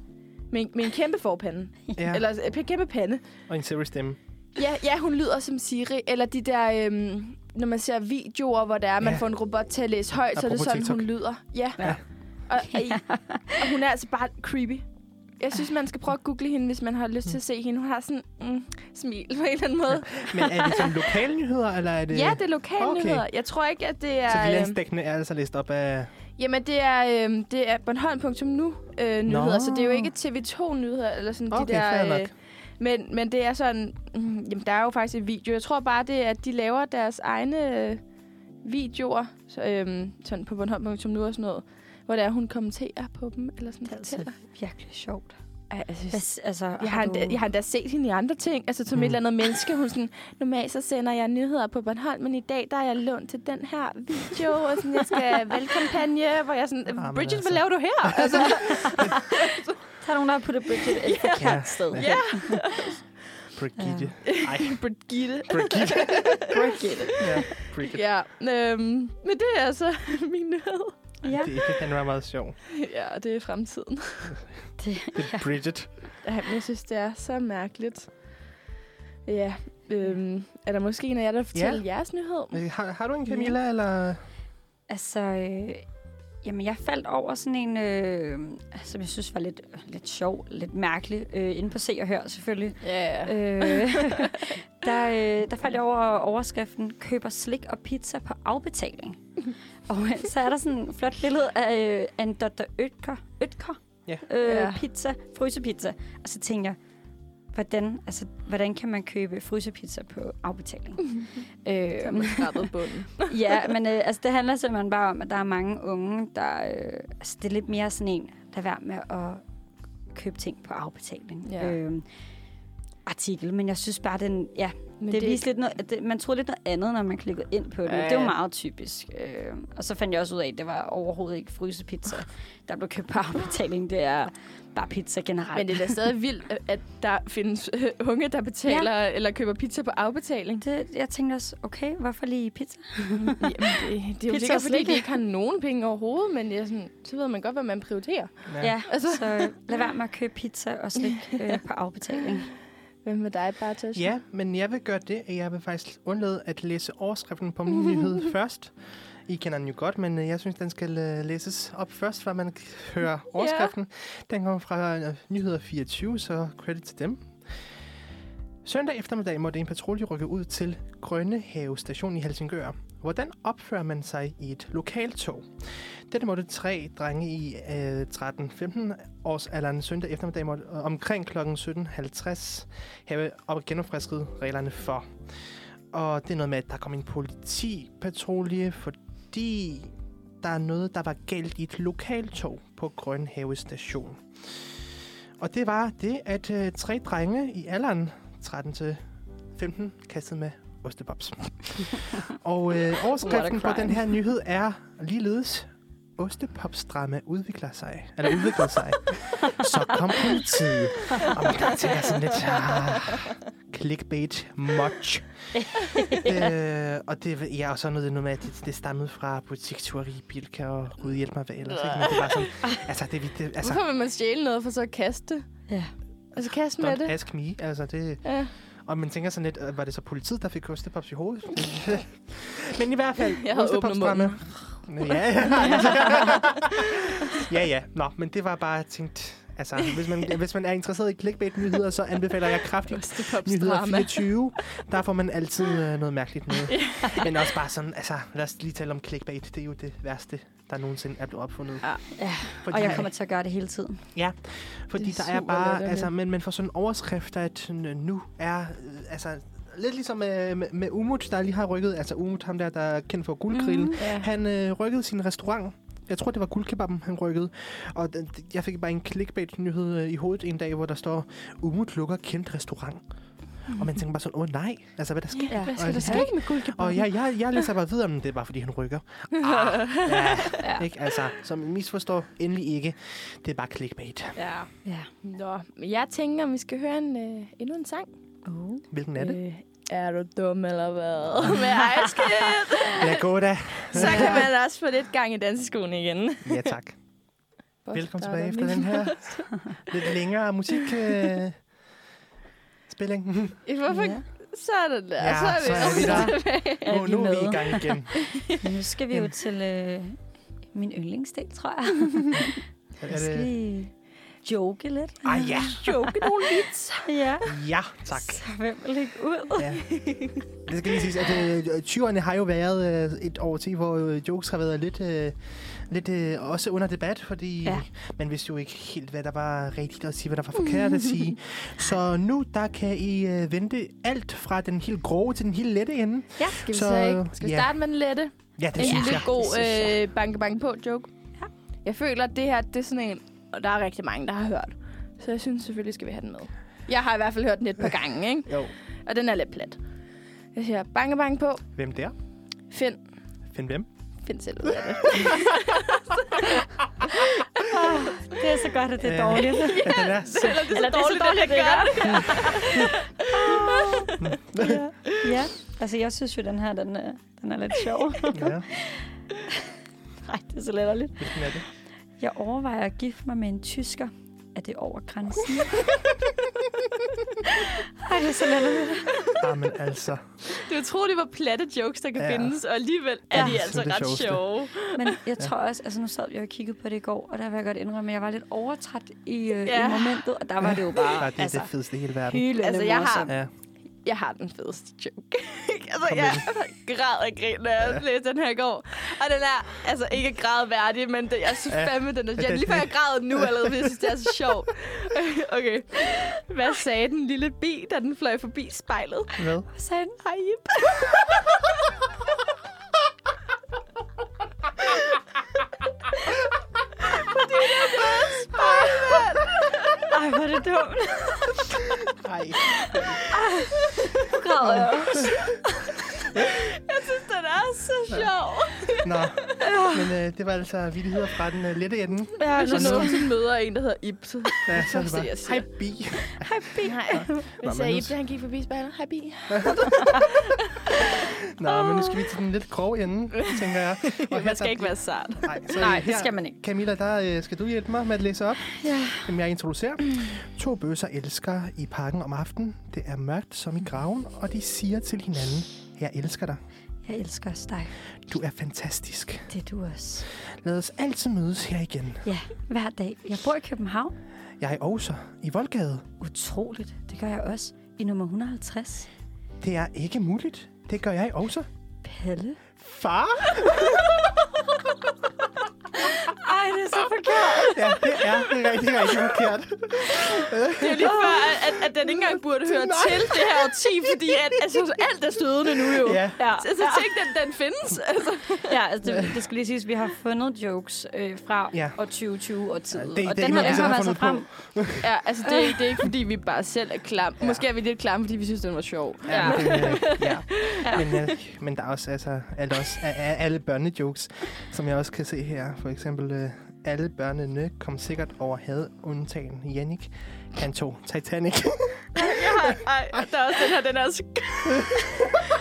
S1: Med, en- med en kæmpe forpande.
S3: Ja.
S1: Ja. Eller altså, en kæmpe pande.
S3: Og en seriøs stemme.
S1: Ja, ja, hun lyder som Siri. Eller de der... Øhm, når man ser videoer, hvor der er, man
S3: Ja.
S1: får en robot til at læse højt, så er det
S3: Apropos
S1: sådan,
S3: TikTok.
S1: hun lyder. Ja.
S2: Ja.
S1: Og, og, og hun er altså bare creepy. Jeg synes, man skal prøve at google hende, hvis man har lyst til at se hende. Hun har sådan mm, smil på en eller anden måde.
S3: Men er det som lokale nyheder, eller er det...
S1: Ja, det er lokale
S3: Okay.
S1: okay. nyheder. Jeg tror ikke, at det
S3: Så de
S1: er... Øh,
S3: landsdækkende er altså læst op af...
S1: jamen, det er, øh, det er Bornholm.nu øh, nyheder,
S3: Nå.
S1: så det er jo ikke TV2-nyheder eller sådan
S3: Okay,
S1: de
S3: fair
S1: der... øh,
S3: nok.
S1: men, men det er sådan... Mm, jamen, der er jo faktisk en video. Jeg tror bare, det er, at de laver deres egne øh, videoer så, øh, sådan på Bornholm.nu og sådan noget, hvor der hun kommenterer på dem eller sådan
S2: Det er altså virkelig sjovt.
S1: Ej, altså,
S2: Hvad, s- altså,
S1: Jeg har, endda, jeg har endda set hende i andre ting, altså som
S3: Mm.
S1: mm. et eller andet menneske. Hun sådan, normalt så sender jeg nyheder på Bornholm, men i dag der er jeg lånt til den her video, og sådan, jeg [LAUGHS] skal valgkampagne, hvor jeg sådan,
S3: men
S1: Bridget,
S3: altså."
S1: hvad laver du her? Altså, [LAUGHS]
S2: Der er nogen, der har puttet [LAUGHS] Bridget et forkert sted.
S3: Ja. Brigitte. Ej,
S1: Brigitte. [LAUGHS]
S3: Brigitte.
S2: Bridget.
S3: Ja, Brigitte.
S1: Ja, øhm, men det er altså [LAUGHS] min nyhed.
S2: Ja.
S3: Det, den var meget sjov.
S1: Ja, og det er fremtiden.
S3: Det er Bridget.
S1: Ej, men jeg synes, det er så mærkeligt. Ja, øhm, er der måske en af jer, der fortæller jeres nyhed?
S3: Øh, Har, har du en Camilla, eller...
S2: Altså, øh, Jamen, jeg faldt over sådan en, øh, som jeg synes var lidt, lidt sjov, lidt mærkelig, øh, inde på Se og Hør selvfølgelig.
S1: Ja.
S2: Øh, [LAUGHS] der, øh, der faldt jeg over overskriften, køber slik og pizza på
S1: [LAUGHS]
S2: afbetaling. og øh, så er der sådan et flot billede af øh, en Dr. Øtker, Øtker
S3: Ja.
S2: øh,
S1: Ja.
S2: pizza, frysepizza. Og så tænkte jeg, hvordan, altså, hvordan kan man købe frysepizza på
S1: [LAUGHS]
S2: afbetaling?
S1: Så har
S2: øh,
S1: man skrabet [LAUGHS] bunden.
S2: ja, men øh, altså, det handler simpelthen bare om, at der er mange unge, der... Øh, altså, det er lidt mere sådan en, der er værd med at købe ting på afbetaling.
S1: Ja.
S2: Øh, artikel, men jeg synes bare, den, ja,
S1: Men
S2: det, det viste lidt noget, at det, man troede lidt noget andet, når man klikkede ind på det.
S1: Ja,
S2: Ja, det var
S1: ja.
S2: meget typisk. Øh, og så fandt jeg også ud af, at det var overhovedet ikke
S1: [LAUGHS]
S2: frysepizza, der blev købt på afbetaling. Det er bare pizza generelt.
S1: Men det er da stadig vildt, at- at der findes øh, unge, der betaler ja. eller køber pizza på
S2: [LAUGHS]
S1: afbetaling.
S2: det, jeg tænkte også, okay, hvorfor lige pizza?
S1: Jamen, det, det er jo
S2: Pizza
S1: sikkert,
S2: og
S1: fordi
S2: slik.
S1: de ikke har nogen penge overhovedet, men jeg er sådan, så ved man godt, hvad man prioriterer.
S2: Ja, ja
S1: Altså.
S2: altså. så øh, lad være med at købe pizza
S1: [LAUGHS]
S2: og slik øh, på afbetaling.
S1: Hvem med dig, Bartosz?
S3: Ja, men jeg vil gøre det, at jeg vil faktisk undlade at læse overskriften på min nyhed først. I kender den jo godt, men øh, jeg synes, den skal øh, læses op først, før man k- hører overskriften. Den kommer fra øh, Nyheder 24, så credit til dem. Søndag eftermiddag måtte en patrulje rykke ud til Grønnehave station i Helsingør. Hvordan opfører man sig i et lokaltog? Dette måtte tre drenge i øh, 13-15 års alderen søndag eftermiddag måtte, øh, omkring kl. 17.50 have op- genopfrisket reglerne for. Og det er noget med, at der kom en politipatrulje, fordi der er noget, der var galt i et lokaltog på Grønhave station. Og det var det, at øh, tre drenge i alderen 13-15 kastede med ostebobs. og øh, overskriften på
S2: crime.
S3: den her nyhed er ligeledes, ostepopsdrama udvikler sig, eller udvikler sig. Så kom politiet. Og man kan tænke sådan lidt, ah, clickbait
S1: [LAUGHS]
S3: much. øh, og det, ja, og så noget, det er noget med, at det, det stammede fra butikstueri, Bilka og Gud hjælp mig, hvad ellers. Ikke? Men det var sådan, altså, det, vi- det, altså,
S1: Hvorfor vil man stjæle noget for så at kaste det?
S2: Ja.
S1: Altså kaste med
S3: don't
S1: det.
S3: ask me. Altså, det,
S1: Ja.
S3: og man tænker sådan lidt, øh, var det så politiet, der fik ostepops i hovedet? [LAUGHS] Men i hvert fald,
S1: Jeg havde åbnet
S3: ostepopsdrama. Ja, [LAUGHS] altså. ja, ja. Nå, men det var bare tænkt... Altså, hvis man, hvis man er interesseret i clickbait-nyheder, så anbefaler jeg kraftigt nyheder
S1: Ostepopsdrama.
S2: [LAUGHS]
S3: 24. Der får man altid øh, noget mærkeligt med. Men også bare sådan, altså, lad os lige tale om clickbait. Det er jo det værste, der nogensinde er blevet opfundet.
S1: Ja.
S2: Ja.
S3: Fordi,
S2: Og jeg kommer til at gøre det hele tiden.
S3: fordi
S1: Det er
S3: der er
S1: super
S3: bare,
S1: latterligt.
S3: altså, men, men for sådan en overskrift, at sådan, øh, nu er, øh, altså, lidt ligesom med, med, med Umut, der lige har rykket, altså Umut, ham der, der er kendt for guldgrillen,
S2: Mhm.
S3: mm.
S1: Ja.
S3: han øh, rykkede sin restaurant. Jeg tror, det var guldkebaben, han rykkede. Og den, d- jeg fik bare en clickbait-nyhed øh, i hovedet en dag, hvor der står, Umut lukker kendt restaurant. Og man tænker bare sådan, åh nej, altså hvad der sker?
S1: Ja.
S2: Ja.
S1: Hvad
S3: Og
S1: skal der
S3: det-
S1: ske med guldkebaben?
S3: Og jeg, jeg, jeg læser bare videre, om det er bare fordi, han [LAUGHS] rykker. Ah, ja, Ikke? Altså, så misforstår endelig ikke. Det er bare clickbait.
S1: Ja.
S2: Ja.
S1: Nå, men jeg tænker, om vi skal høre en, øh, endnu en sang.
S2: Uh.
S3: Hvilken er det?
S1: Øh, er du dum eller hvad? [LAUGHS] med Ice Kid.
S3: Ja, god da.
S1: Så kan man også få lidt gang i danseskolen igen.
S3: Ja, [LAUGHS] tak. Velkommen tilbage efter den [LAUGHS] her lidt længere musik... Øh, spilling.
S1: Hvorfor?
S2: Ja.
S1: Sådan der.
S3: Ja,
S1: så er vi,
S3: så er vi der. Nu, nu er vi i gang igen.
S2: Men [LAUGHS] nu skal vi jo til øh, min yndlingsdel, tror jeg.
S3: Er
S2: Jeg skal
S3: det...
S2: vi joke lidt.
S3: Ah, ja.
S1: [LAUGHS] joke nogle lidt.
S2: Ja.
S3: Ja, tak.
S2: Så hvem vil ikke ud?
S3: Ja. Det skal lige siges, at øh, 20'erne har jo været øh, et år til, hvor øh, jokes har været lidt, øh, lidt øh, også under debat, fordi ja.
S2: Ja.
S3: man vidste jo ikke helt, hvad der var rigtigt at sige, hvad der var forkert at sige. Så nu, der kan I øh, vente alt fra den helt grove til den helt lette ende.
S2: Ja.
S1: Skal vi
S3: Så,
S1: så, ikke? Skal vi
S3: ja.
S1: starte med den lette?
S3: Ja, det
S1: en
S3: synes
S1: lille
S3: jeg.
S1: god
S2: Det synes
S1: øh, banke-banke-på-joke.
S2: Ja.
S1: Jeg føler, at det her, det er sådan en, og der er rigtig mange, der har hørt. Så jeg synes selvfølgelig, skal vi have den med. Jeg har i hvert fald hørt den et par gange, ikke?
S3: Jo,
S1: Og den er lidt plat. Jeg siger, banke, banke på.
S3: hvem der?
S1: Find.
S3: Find hvem?
S1: Find selv ud af det.
S2: Det er så godt, at det
S3: Ja.
S2: er [LAUGHS] dårligt.
S3: Ja, den er så...
S2: Eller det er så dårligt, at det er godt. ja. ja. Altså, jeg synes jo, den her, den, er- den er lidt sjov.
S3: Ja.
S2: Nej, det er så latterligt.
S3: Hvilken er det?
S2: Jeg overvejer at gifte mig med en tysker. Er det over grænsen? [LAUGHS] Ej, det er så latterligt.
S3: Ah, men altså.
S1: Det er utroligt, hvor platte jokes, der kan
S3: Ja.
S1: ja. findes, og alligevel er ja.
S2: Ja.
S1: de
S3: Det er
S1: altså
S3: det
S1: ret
S3: sjoveste.
S1: sjove.
S2: Men jeg tror også, altså nu sad jeg og kiggede på det i går, og der vil jeg godt indrømme, at jeg var lidt overtræt i, øh, ja.
S1: Ja.
S2: i momentet, og der var det jo
S3: Nej,
S2: bare
S3: det er altså,
S2: altså,
S3: det fedeste i hele verden.
S2: hylende
S1: Altså, jeg har-
S2: morsomt.
S3: Ja.
S1: Jeg har den fedeste joke. [LAUGHS] altså, jeg [LAUGHS] græd af grin, da jeg læste den her i går. Og den er altså ikke grædværdig, men det, jeg synes
S3: Ja.
S1: fandme, den er
S3: Ja,
S1: sjov. Lige før jeg græd nu allerede, fordi jeg synes, det er så sjovt. [LAUGHS] okay. Hvad sagde den lille bi, da den fløj forbi spejlet?
S3: Hvad?
S2: Sagde den,
S1: Hej, Jip. Fordi det er blevet et spejl, mand.
S2: Ej, hvor er det dumt.
S3: Nej.
S2: Græder jeg også.
S1: Jeg synes, den er så sjov.
S3: Nå, men øh, det var altså vittigheder fra den øh, lette ende.
S1: Ja, Hvis jeg
S3: nu-
S1: nogensinde møder en, der hedder Ip, så
S3: Ja, så er det
S1: Første, jeg
S3: bare,
S1: siger.
S3: hej bi.
S1: Nej.
S3: Nå,
S1: Hvis
S3: men
S1: jeg
S3: nu-
S1: Ip, da han gik forbi spejlet. Hej, Bi.
S3: Nå, men nu skal vi til den lidt grove ende, tænker jeg. Og
S1: Man skal ikke være sart.
S3: Nej, så
S2: Nej,
S3: øh,
S2: det skal man ikke.
S3: Camilla, der øh, skal du hjælpe mig med at læse op.
S2: Ja.
S3: Jamen, jeg introducerer. To bøsser elsker i parken om aftenen. Det er mørkt som i graven, og de siger til hinanden, jeg elsker dig.
S2: Jeg elsker også dig.
S3: Du er fantastisk.
S2: Det er du også.
S3: Lad os altid mødes her igen.
S2: Ja, hver dag. Jeg bor i København.
S3: Jeg er også i Voldgade.
S2: Utroligt. Det gør jeg også. I nummer 150.
S3: Det er ikke muligt. Det gør jeg også.
S2: Pelle.
S3: Far?
S2: Ej, det er så forkert.
S3: Ja, det er rigtig, rigtig forkert.
S1: Det er lige før, at- at, at den ikke engang burde høre
S3: Nej.
S1: til det her årti, fordi at, altså, alt er stødende nu jo.
S3: Ja.
S2: Ja,
S1: Altså, tænk, den, den findes. Altså,
S2: ja altså, det, det skal lige siges, at vi har fundet jokes øh, fra
S3: Ja.
S2: ja. år 2020 og tid.
S3: Ja,
S2: Ja,
S3: det- det er
S2: og
S3: ikke
S2: den her,
S3: noget, vi
S2: den
S3: selv
S2: kom
S3: har
S2: altså
S3: fundet
S2: frem.
S3: på.
S1: ja, altså det, er- det er ikke, fordi vi bare selv er klam. Ja. Måske er vi lidt klamme, fordi vi synes, den var sjov.
S3: Ja.
S2: Ja.
S3: Men, øh, ja. Men, øh, men der er også, altså, alt også a- a- alle børnejokes, som jeg også kan se her. For eksempel, øh, alle børnene kom sikkert over had, undtagen Jannik. Han tog Titanic.
S1: [LAUGHS] Jeg har, ej, der er også [LAUGHS] den her, den er så... Ej,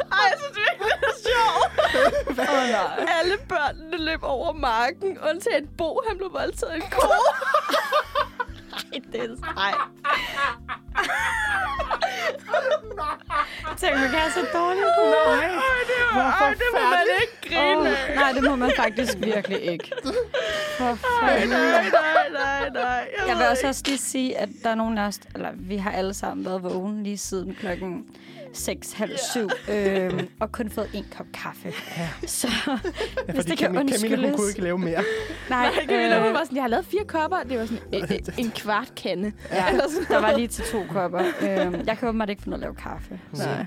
S1: jeg synes virkelig, den er sjov.
S2: Åh, nej.
S1: Alle børnene løb over marken, undtagen Bo, han blev voldtaget af en ko. [LAUGHS]
S2: Ej, det er... Ej. Tænk, man kan have så dårligt humør.
S3: Nej,
S1: Ej, det må man ikke grine af.
S2: Åh, nej, det må man faktisk virkelig ikke. For
S1: [LAUGHS]
S2: fanden.
S1: Nej, nej, nej, nej.
S2: Jeg vil
S1: ved
S2: også, også lige sige, at der er nogen af os, eller vi har alle sammen været vågne lige siden klokken 6, halv syv, øhm, og kun fået en kop kaffe. [LAUGHS] Så hvis det kan
S3: Camilla, Camilla, hun kunne
S2: undskyldes...
S3: ikke lave mere.
S2: Nej, øh,
S1: ikke. Øh. Camilla, hun var sådan, jeg har lavet fire kopper. Det var sådan "Øh, øh,
S2: [LAUGHS]
S1: en kvart kande.
S2: ja,
S1: Eller sådan.
S2: der var lige til to kopper. Øhm, jeg kan åbenbart ikke finde ud af at lave kaffe.
S1: Nej.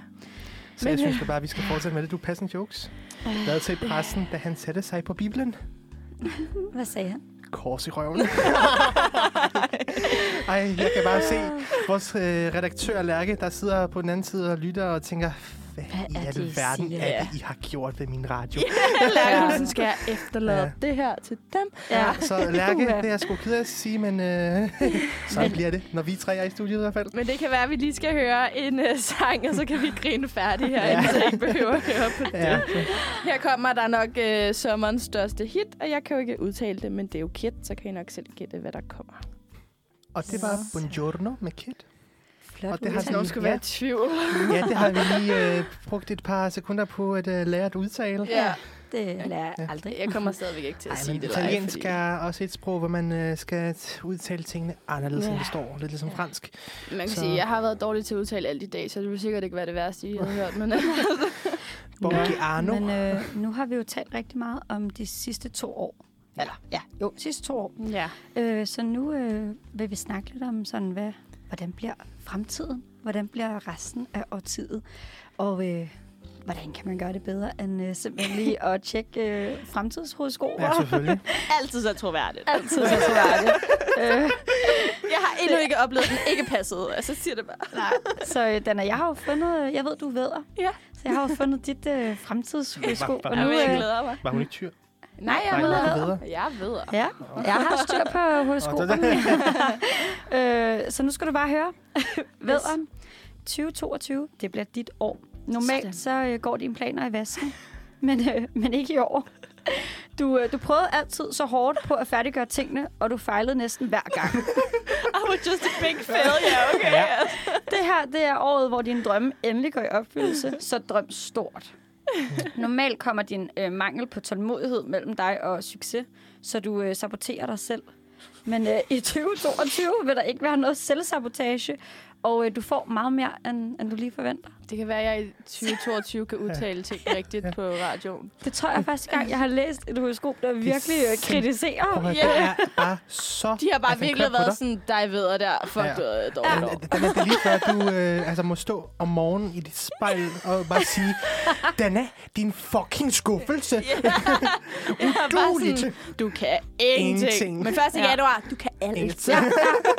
S3: Så jeg synes da bare, vi skal fortsætte med det. Du passer jokes. Hvad til pressen, da han satte sig på Bibelen?
S2: Hvad sagde han?
S3: Kors i røven. Ej, jeg kan bare se vores øh, redaktør Lærke, der sidder på den anden side og lytter og tænker, hvad,
S2: Hvad
S3: i
S2: er det, I
S3: alverden
S2: siger?"
S3: er det, I har gjort ved min radio?
S1: Lærke, sådan skal jeg efterlade
S3: Ja.
S1: ja. det her til dem.
S2: Ja.
S3: Så Lærke,
S2: Uha.
S3: det er jeg sgu ked af at sige, men øh, [LAUGHS] sådan bliver det, når vi tre er i studiet i hvert fald.
S1: Men det kan være, at vi lige skal høre en uh, sang, og så kan vi grine færdig her, ja. så jeg ikke behøver at høre på det.
S3: Ja,
S1: Her kommer der nok uh, sommerens største hit, og jeg kan jo ikke udtale det, men det er jo Kit, så kan I nok selv gætte, hvad der kommer.
S3: og det var Buongiorno med Kit.
S2: Flot
S3: Og det har
S2: udtale.
S3: sådan også- skulle være i
S1: tvivl.
S3: Ja, det har vi lige øh, brugt et par sekunder på at øh, lære at udtale.
S1: Ja.
S2: Det lærer jeg aldrig.
S1: Jeg kommer stadigvæk ikke til at
S3: Ej,
S1: sige
S3: men
S1: det
S3: italiensk
S1: live,
S3: er også et sprog, hvor man øh, skal t- udtale tingene anderledes, ja. end
S1: Ja.
S3: det står. Lidt ligesom fransk.
S1: fordi Man kan
S3: så-
S1: sige, jeg har været dårlig til at udtale alt i dag, så det vil sikkert ikke være det værste, I har hørt. Men
S3: Borgiano.
S2: Men øh, nu har vi jo talt rigtig meget om de sidste to år. Eller, ja, jo, sidste to år.
S1: [LAUGHS] ja.
S2: Øh, så nu øh, vil vi snakke lidt om, sådan, hvad, hvordan bliver fremtiden? Hvordan bliver resten af årtiet? Og øh, hvordan kan man gøre det bedre, end øh,
S3: [LAUGHS]
S2: simpelthen lige at tjekke øh, fremtidshoroskoper?
S3: Ja,
S1: [LAUGHS]
S3: selvfølgelig.
S1: Altid så troværdigt.
S2: Altid så svært.
S1: [LAUGHS]
S2: øh,
S1: Jeg har endnu ikke oplevet, den ikke passede. Altså, siger det bare.
S2: nej. [LAUGHS] Så øh, Dana, jeg har jo fundet, øh, jeg ved, du ved,
S1: Ja.
S2: så jeg har jo fundet dit
S3: [LAUGHS]
S2: øh, fremtidshoroskop.
S3: Var-
S2: og
S3: var-
S2: nu,
S1: Jamen, jeg
S2: øh,
S1: glæder mig.
S3: Var hun ikke tyr?
S1: Nej, jeg
S3: Nej,
S1: ved.
S3: du ved.
S1: Jeg ved.
S2: Ja, jeg har styr på horoskoperne. [LAUGHS] øh, så nu skal du bare høre. Ved om 2022, det bliver dit år.
S1: Sådan.
S2: Normalt så øh, går dine planer i vasken, [LAUGHS] men, øh, men ikke i år. Du, øh, du prøvede altid så hårdt på at færdiggøre tingene, og du fejlede næsten hver gang.
S1: I was just a big failure, okay?
S3: Ja.
S1: Ja.
S2: Det her her, det er året, hvor dine drømme endelig går i opfyldelse, så drøm stort. Normalt kommer din øh, mangel på tålmodighed mellem dig og succes, så du øh, saboterer dig selv. Men øh, i 2022 vil der ikke være noget selvsabotage, og øh, du får meget mere, end, end du lige forventer.
S1: Det kan være, at jeg i 2022 kan udtale ting rigtigt på radioen.
S2: Det tror jeg er første gang, jeg har læst et horoskop, der virkelig øh,
S3: sindssygt.
S2: kritiserer.
S3: Yeah.
S1: Ja.
S3: Det er bare så...
S1: De har bare
S3: altså,
S1: virkelig
S3: klap på
S1: været
S3: dig.
S1: sådan, dig ved og der, fuck,
S3: Ja.
S1: ja. du er
S3: Men,
S1: dårlig.
S3: øh, Den er det er lige før, du øh, altså, må stå om morgenen i dit spejl og bare
S1: [LAUGHS]
S3: sige, Dana, din fucking skuffelse.
S1: Bare
S3: Udueligt.
S1: sådan, du kan ingenting.
S3: Ingenting.
S1: ingenting. Men 1.
S2: Ja.
S1: januar, du kan alt.
S3: Ingenting.
S2: Det,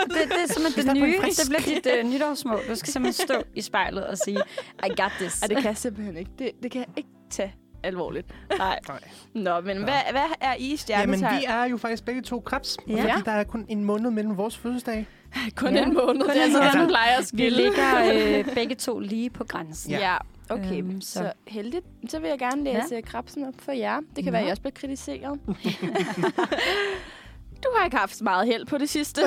S2: det er simpelthen
S3: starte
S2: det
S3: på en
S2: nye.
S3: frisk.
S2: Det bliver dit øh, nytårsmål. Du skal simpelthen stå i spejlet og sige, I got this.
S1: Og det kan jeg simpelthen ikke. Det, det kan jeg ikke tage alvorligt. Nej.
S3: Nej.
S1: Nå, men hvad, hvad er I
S3: Jamen,
S1: stjernetegn?
S3: vi er jo faktisk begge to krebs, ja.
S2: Ja.
S3: fordi der er kun en måned mellem
S1: [LAUGHS]
S3: vores fødselsdag.
S1: Kun
S2: Ja.
S1: en måned.
S2: Kun
S1: Det er
S2: en
S1: sådan,
S3: måned.
S1: den plejer at
S2: Vi
S1: skille.
S2: ligger
S1: [LAUGHS]
S2: øh, begge to lige på grænsen.
S1: Ja. ja. Okay,
S2: Øhm,
S1: øhm,
S2: så-
S1: så. så heldigt. Så vil jeg gerne læse ja. krabsen op for jer. Det kan
S2: Nå.
S1: være, at I også bliver kritiseret. [LAUGHS] du har ikke haft så meget held på det [LAUGHS] sidste.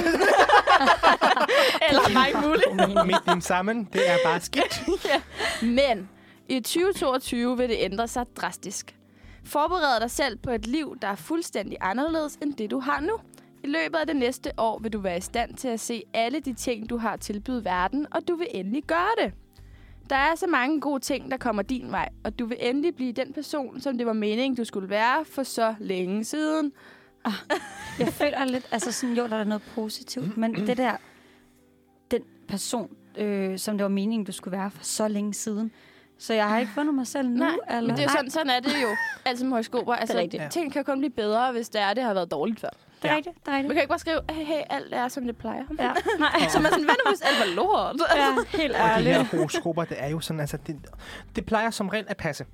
S1: Eller mig muligt.
S3: Midt dem sammen, det er bare skidt.
S1: Men i 2022 vil det ændre sig drastisk. Forbered dig selv på et liv, der er fuldstændig anderledes end det, du har nu. I løbet af det næste år vil du være i stand til at se alle de ting, du har tilbydet verden, og du vil endelig gøre det. Der er så mange gode ting, der kommer din vej, og du vil endelig blive den person, som det var meningen, du skulle være for så længe siden.
S2: Jeg føler lidt, altså sådan, jo, der er noget positivt, men det der, den person, øh, som det var meningen, du skulle være for så længe siden, så jeg har ikke fundet mig selv nu.
S1: Nej,
S2: eller?
S1: men det er sådan, sådan er det
S2: [LAUGHS]
S1: jo. Altså med højskoper. Altså,
S2: rigtigt.
S1: ting kan kun blive bedre, hvis det er, det har været dårligt før.
S2: Det er rigtigt, det er
S1: Man
S2: rigtigt.
S1: kan ikke bare skrive, hey, hey alt er, som det plejer.
S2: Ja,
S1: [LAUGHS]
S2: nej,
S1: Så man er sådan, hvad nu hvis alt var lort? [LAUGHS]
S2: ja, helt
S3: Og de
S2: ærligt.
S3: her horoskoper, det er jo sådan, altså, det, det plejer som regel at passe.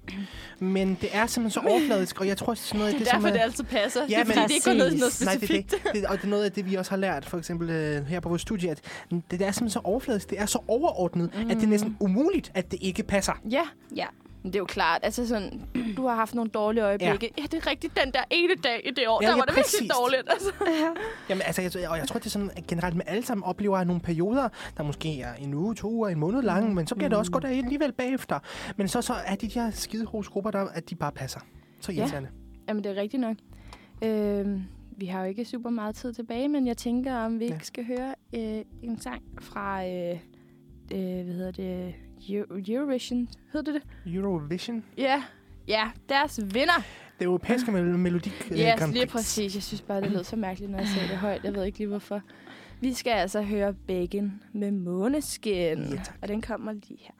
S3: Men det er simpelthen så overfladisk, og jeg tror, sådan noget af det,
S1: Det er
S3: som
S1: derfor,
S3: er...
S1: det altid passer.
S3: ligesom, øh, Ja,
S1: Ja, det
S3: men-
S1: er fordi, det ikke går ned i noget
S3: Nej, det er
S1: specifikt.
S3: det. det. Og det er noget af det, vi også har lært, for eksempel øh, her på vores studie, at det, det er simpelthen så overfladisk, det er så overordnet, mm. at det er næsten umuligt, at det ikke passer.
S1: Ja,
S2: Ja.
S1: men det er jo klart. Altså sådan, du har haft nogle dårlige øjeblikke. Ja, ja det er rigtigt. Den der ene dag i det år,
S3: Ja,
S1: ja, der
S3: ja,
S1: var det
S3: præcis.
S1: virkelig dårligt. Altså.
S3: Jamen, altså, jeg, og jeg tror, det er sådan, at generelt med alle sammen oplever jeg nogle perioder, der måske er en uge, to uger, en måned lange,
S1: Mm.
S3: men så bliver det også godt af alligevel bagefter. Men så, så er de der skide horoskoper, der, at de bare passer. Så irriterende.
S1: Jamen, det er rigtigt nok. Øhm, vi har jo ikke super meget tid tilbage, men jeg tænker, om vi
S3: Ja.
S1: ikke skal høre øh, en sang fra, øh, øh, hvad hedder det, Eu- Eurovision, hedder det det?
S3: Ja. Eurovision.
S1: Ja, ja, deres vinder.
S3: Det europæiske mel- melodi. øh,
S1: Ja,
S3: Grand
S1: yes, lige
S3: Prix.
S1: præcis. Jeg synes bare, det lød så mærkeligt, når jeg sagde det højt. Jeg ved ikke lige, hvorfor. Vi skal altså høre Bacon med Måneskin.
S3: Ja, tak.
S1: og den kommer lige her.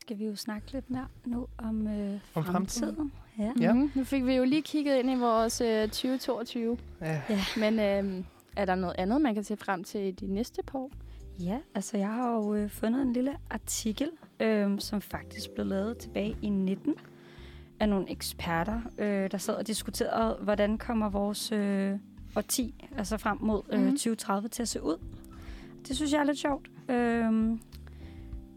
S2: Skal vi jo snakke lidt mere nu om, øh,
S3: Om fremtiden.
S2: fremtiden? Ja.
S3: Ja.
S1: Mm-hmm. Nu fik vi jo lige kigget ind i vores øh, 2022.
S3: Ja.
S1: Men øh, er der noget andet, man kan se frem til i de næste par år?
S2: Ja, altså jeg har jo øh, fundet en lille artikel, øh, som faktisk blev lavet tilbage i 19 af nogle eksperter, øh, der sad og diskuterede, hvordan kommer vores øh, årti, altså frem mod øh,
S1: Mhm.
S2: 2030, til at se ud. Det synes jeg er lidt sjovt. Øh,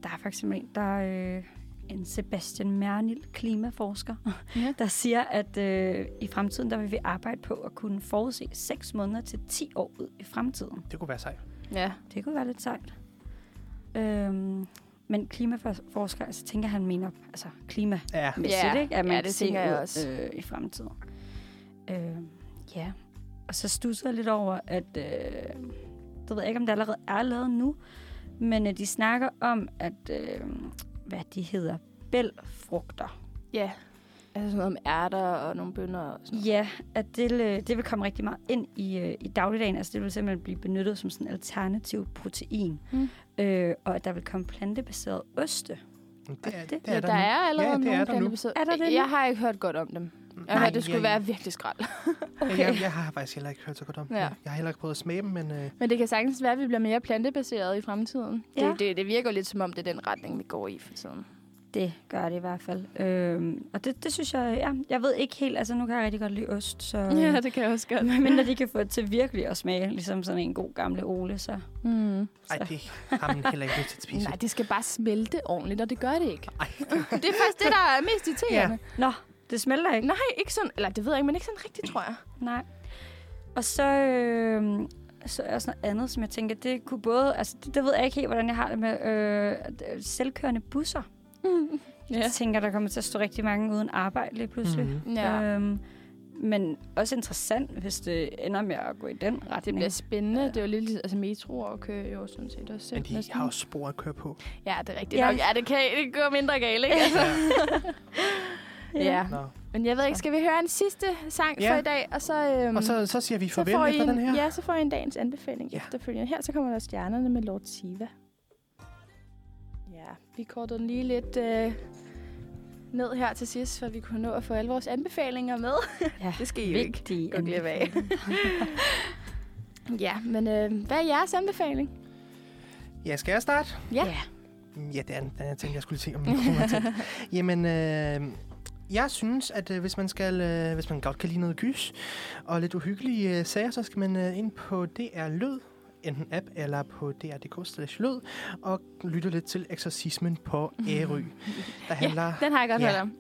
S2: der er for eksempel en, der er øh, en Sebastian Mernil, klimaforsker,
S1: Ja.
S2: [LAUGHS] der siger, at øh, i fremtiden, der vil vi arbejde på at kunne forudse 6 måneder til 10 år ud i fremtiden.
S3: Det kunne være sejt.
S1: Ja.
S2: Det kunne være lidt sejt. Øhm, men klimaforsker, altså tænker han mener, altså klimamæssigt,
S3: Ja.
S1: Ja,
S2: ikke? At man
S1: ja, det
S2: kan se
S1: tænker jeg
S2: ud,
S1: også.
S2: Øh, i fremtiden. Øh, ja, og så stusser jeg lidt over, at øh, det ved jeg ikke, om det allerede er lavet nu, men øh, de snakker om, at øh, hvad de hedder, bælfrugter.
S1: Ja. Altså sådan noget om ærter og nogle bønder og sådan
S2: Ja, at det, øh, det vil komme rigtig meget ind i, øh, i dagligdagen. Altså det vil simpelthen blive benyttet som sådan en alternativ protein.
S1: Mm.
S2: Øh, og at der vil komme plantebaserede oste.
S3: Det er,
S2: det-
S1: Ja, der, der
S3: nu.
S1: er allerede
S3: Ja, det er
S1: nogle
S3: der nu.
S1: plantebaserede-
S2: Er der det nu?
S1: Jeg har ikke hørt godt om dem. Jeg har
S3: Mm. Nej,
S1: hørt, det skulle
S3: ja, ja.
S1: være virkelig skrald.
S3: Okay. Jeg, jeg har faktisk heller ikke hørt så godt om det.
S1: Ja.
S3: Jeg har heller ikke prøvet at smage dem, men øh,
S1: Men det kan sagtens være, at vi bliver mere plantebaseret i fremtiden.
S2: Ja.
S1: Ja. Det, det, det virker lidt som om, det er den retning, vi går i for tiden.
S2: Det gør det i hvert fald. Øh, og det, det synes jeg, ja, jeg ved ikke helt, altså nu kan jeg rigtig godt lide ost, så... Ja.
S1: det kan jeg også godt.
S2: Men når de kan få det til virkelig at smage, ligesom sådan en god gamle Ole, så...
S1: Mm.
S3: ej, det har man heller ikke lyst til at spise.
S1: Nej, det skal bare smelte ordentligt, og det gør det ikke. det er faktisk det, der er mest irriterende. Ja.
S2: Nå, det smelter ikke.
S1: Nej, ikke sådan, eller det ved jeg ikke, men ikke sådan rigtigt, tror jeg.
S2: Nej. Og så øh, så også noget andet, som jeg tænker, det kunne både... Altså, det, det ved jeg ikke helt, hvordan jeg har det med øh, d- selvkørende busser.
S1: Mm. Ja.
S2: Jeg tænker, der kommer til at stå rigtig mange uden arbejde lige pludselig.
S3: Mhm.
S1: ja.
S2: Øhm, men også interessant, hvis det ender med at gå i den retning.
S1: Det bliver spændende. Det er jo lidt ligesom altså, metroer og kører jo sådan set også selv.
S3: Men de
S1: næsten.
S3: har jo spor at
S1: [LAUGHS]
S3: køre på.
S1: Ja, det er rigtigt
S2: Ja.
S1: ja. nok. Ja, det kan det går mindre galt, ikke? Altså. ja.
S3: Nå.
S1: Men jeg ved ikke, skal vi høre en sidste sang
S3: Ja.
S1: for i dag? Og så, øhm,
S3: Og så, så siger vi
S1: så
S3: farvel
S1: får I
S3: efter
S1: en,
S3: den her.
S1: Ja, så får I en dagens anbefaling
S3: Ja.
S1: ja. efterfølgende. Her så kommer der stjernerne med Lord Siva. Ja, vi kortede den lige lidt øh, ned her til sidst, for vi kunne nå at få alle vores anbefalinger med.
S2: Ja,
S1: det skal I jo ikke
S2: vigtige
S1: gå glip af. ja, men øh, hvad er jeres anbefaling?
S3: Ja, skal jeg starte?
S1: Ja.
S2: Ja.
S3: Ja, det er den, den jeg tænkte, jeg skulle lige se, om mikrofonen var tændt. Jamen, øh, jeg synes, at øh, hvis, man skal, øh, hvis man godt kan lide noget gys og lidt uhyggelige øh, sager, så skal man øh, ind på DR Lyd, enten app eller på dr.dk slash lyd, og lytte lidt til eksorcismen på Ærø, der handler
S1: Den har jeg godt
S3: Ja.
S1: hørt om.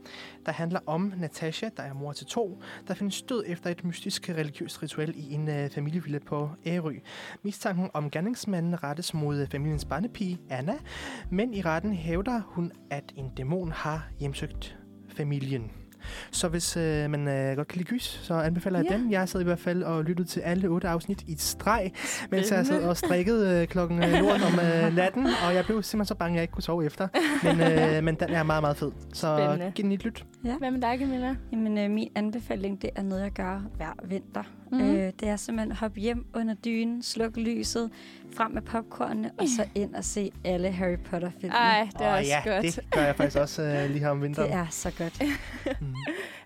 S3: der handler om Natasha, der er mor til to, der findes død efter et mystisk religiøst ritual i en øh, familievilla på Ærø. Mistanken om gerningsmanden rettes mod øh, familiens barnepige, Anna, men i retten hævder hun, at en dæmon har hjemsøgt familien. Så hvis øh, man øh, godt kan lide gys, så anbefaler jeg
S1: Ja.
S3: den. Jeg sad i hvert fald og lyttede til alle otte afsnit i et streg, mens jeg sad og strikkede øh, klokken øh, lort om
S1: [LAUGHS]
S3: øh, natten, og jeg blev simpelthen så bange, at jeg ikke kunne sove efter. Men, øh, men den er meget, meget fed. Så
S1: Spændende.
S3: giv den et lyt.
S1: Hvad med dig, Camilla?
S2: Jamen, øh, min anbefaling, det er noget, jeg gør hver vinter.
S1: Mhm.
S2: Mm-hmm. Øh, det er simpelthen at hoppe hjem under dynen, slukke lyset, frem med popcornene, og så ind og se alle Harry Potter-filmene.
S1: Ej, det er
S3: Åh,
S1: også
S3: ja,
S1: godt.
S3: det gør jeg faktisk også øh, lige her om
S1: [LAUGHS]
S3: vinteren.
S2: Det er så godt.
S3: Mm.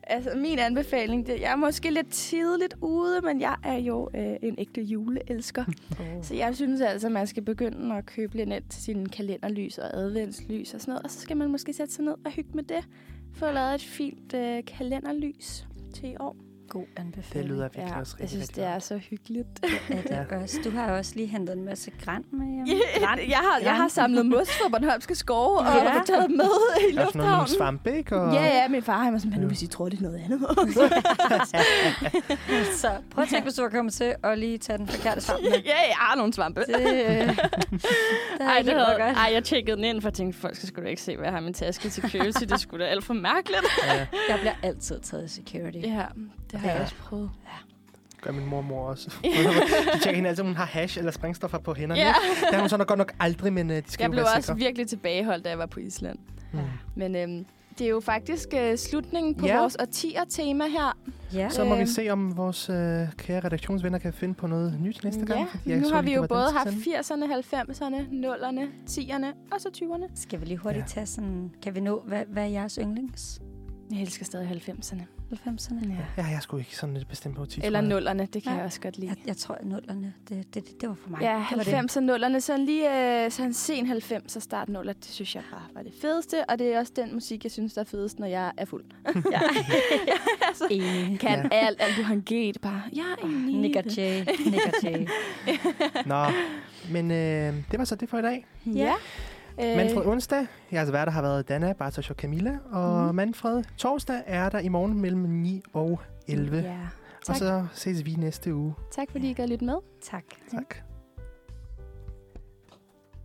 S1: Altså, min anbefaling, det, jeg er måske lidt tidligt ude, men jeg er jo øh, en ægte juleelsker. Så jeg synes altså, man skal begynde at købe lidt ind til sine kalenderlys og adventslys og sådan noget. Og så skal man måske sætte sig ned og hygge med det. Få lavet et fint øh, kalenderlys til i år.
S2: God
S3: Det
S2: anbefaling.
S3: lyder virkelig også rigtig,
S1: jeg synes,
S3: rigtig
S1: det er
S3: godt.
S1: så [LAUGHS] hyggeligt.
S2: Er det også. Du har jo også lige hentet en masse græn med hjem.
S1: jeg, har, jeg har samlet
S3: [LAUGHS]
S1: mos fra Bornholmske skove og
S2: Ja.
S1: ja. taget med i
S3: Der er sådan noget med nogle
S1: lufthavnen.
S3: svampe, ikke? Og
S1: Ja, ja, min far han var sådan, nu hvis I tror, det er noget
S3: [LAUGHS]
S1: andet. [LAUGHS]
S2: Så prøv at tænke, hvis du var kommet til at lige tage den forkerte sammen.
S1: [LAUGHS] ja, jeg har nogle svampe.
S2: Det, øh, det er
S1: Ej, det havde,
S2: godt.
S1: ej, jeg tjekkede den ind, for jeg tænkte, folk skal sgu da ikke se, hvad jeg har i min taske til Curity. det skulle da alt for mærkeligt.
S3: ja.
S2: Jeg bliver altid taget i security.
S1: [LAUGHS] Ja, det har
S3: Ja.
S1: jeg også prøvet.
S3: Gør min mormor
S1: [LAUGHS]
S3: også. de tjekker hende altid, om hun har hash eller sprængstoffer på hænderne.
S1: Ja.
S3: Ja. Det har hun så nok godt nok aldrig, men øh, de
S1: [LAUGHS]
S3: skal
S1: Jeg
S3: jo
S1: blev
S3: være
S1: også
S3: sikre.
S1: virkelig tilbageholdt, da jeg var på Island.
S3: Mm.
S1: Men øhm, det er jo faktisk øh, slutningen på
S3: Ja.
S1: vores årtier-tema her.
S2: Ja.
S3: Så må
S1: Øhm.
S3: vi se, om vores øh, kære redaktionsvenner kan finde på noget nyt næste gang. fordi jeg
S1: nu
S3: så
S1: har
S3: lige,
S1: vi
S3: det
S1: jo
S3: var den
S1: både haft
S3: sidste sende.
S1: 80'erne, 90'erne, 0'erne, 10'erne og så 20'erne.
S2: Skal vi lige hurtigt
S3: Ja.
S2: ja. tage sådan... Kan vi nå, hvad, hvad er jeres yndlings?
S1: Jeg elsker stadig 90'erne.
S2: 90'erne?
S1: Ja.
S3: Ja, jeg skulle ikke sådan lidt bestemt på 10.
S1: Eller 0'erne, det kan
S2: Ja.
S1: jeg også godt lide.
S2: Jeg, jeg tror, at nullerne, det, det, det, det var for mig.
S1: Ja,
S2: det var
S1: 90'erne, 0'erne, sådan lige øh, sådan sen 90'er start 0'er, det synes jeg bare var det fedeste, og det er også den musik, jeg synes, der er fedest, når jeg er [LAUGHS] fuld. ja. altså, Ah,
S2: Enig.
S1: kan ja. alt, alt du har gæt bare, jeg er enig.
S2: Nick og Jay. Nick og Jay.
S3: Nå, men øh, det var så det for i dag.
S1: Ja.
S3: Øh. Manfred onsdag, jeg altså værter har været Dana, Bartosz og Camilla. Og mm. Manfred torsdag er der i morgen mellem 9 og 11.
S1: Øh, Ja.
S3: Og
S1: Tak.
S3: så ses vi næste uge.
S1: Tak fordi I gad lytte med.
S2: Tak.
S3: Tak.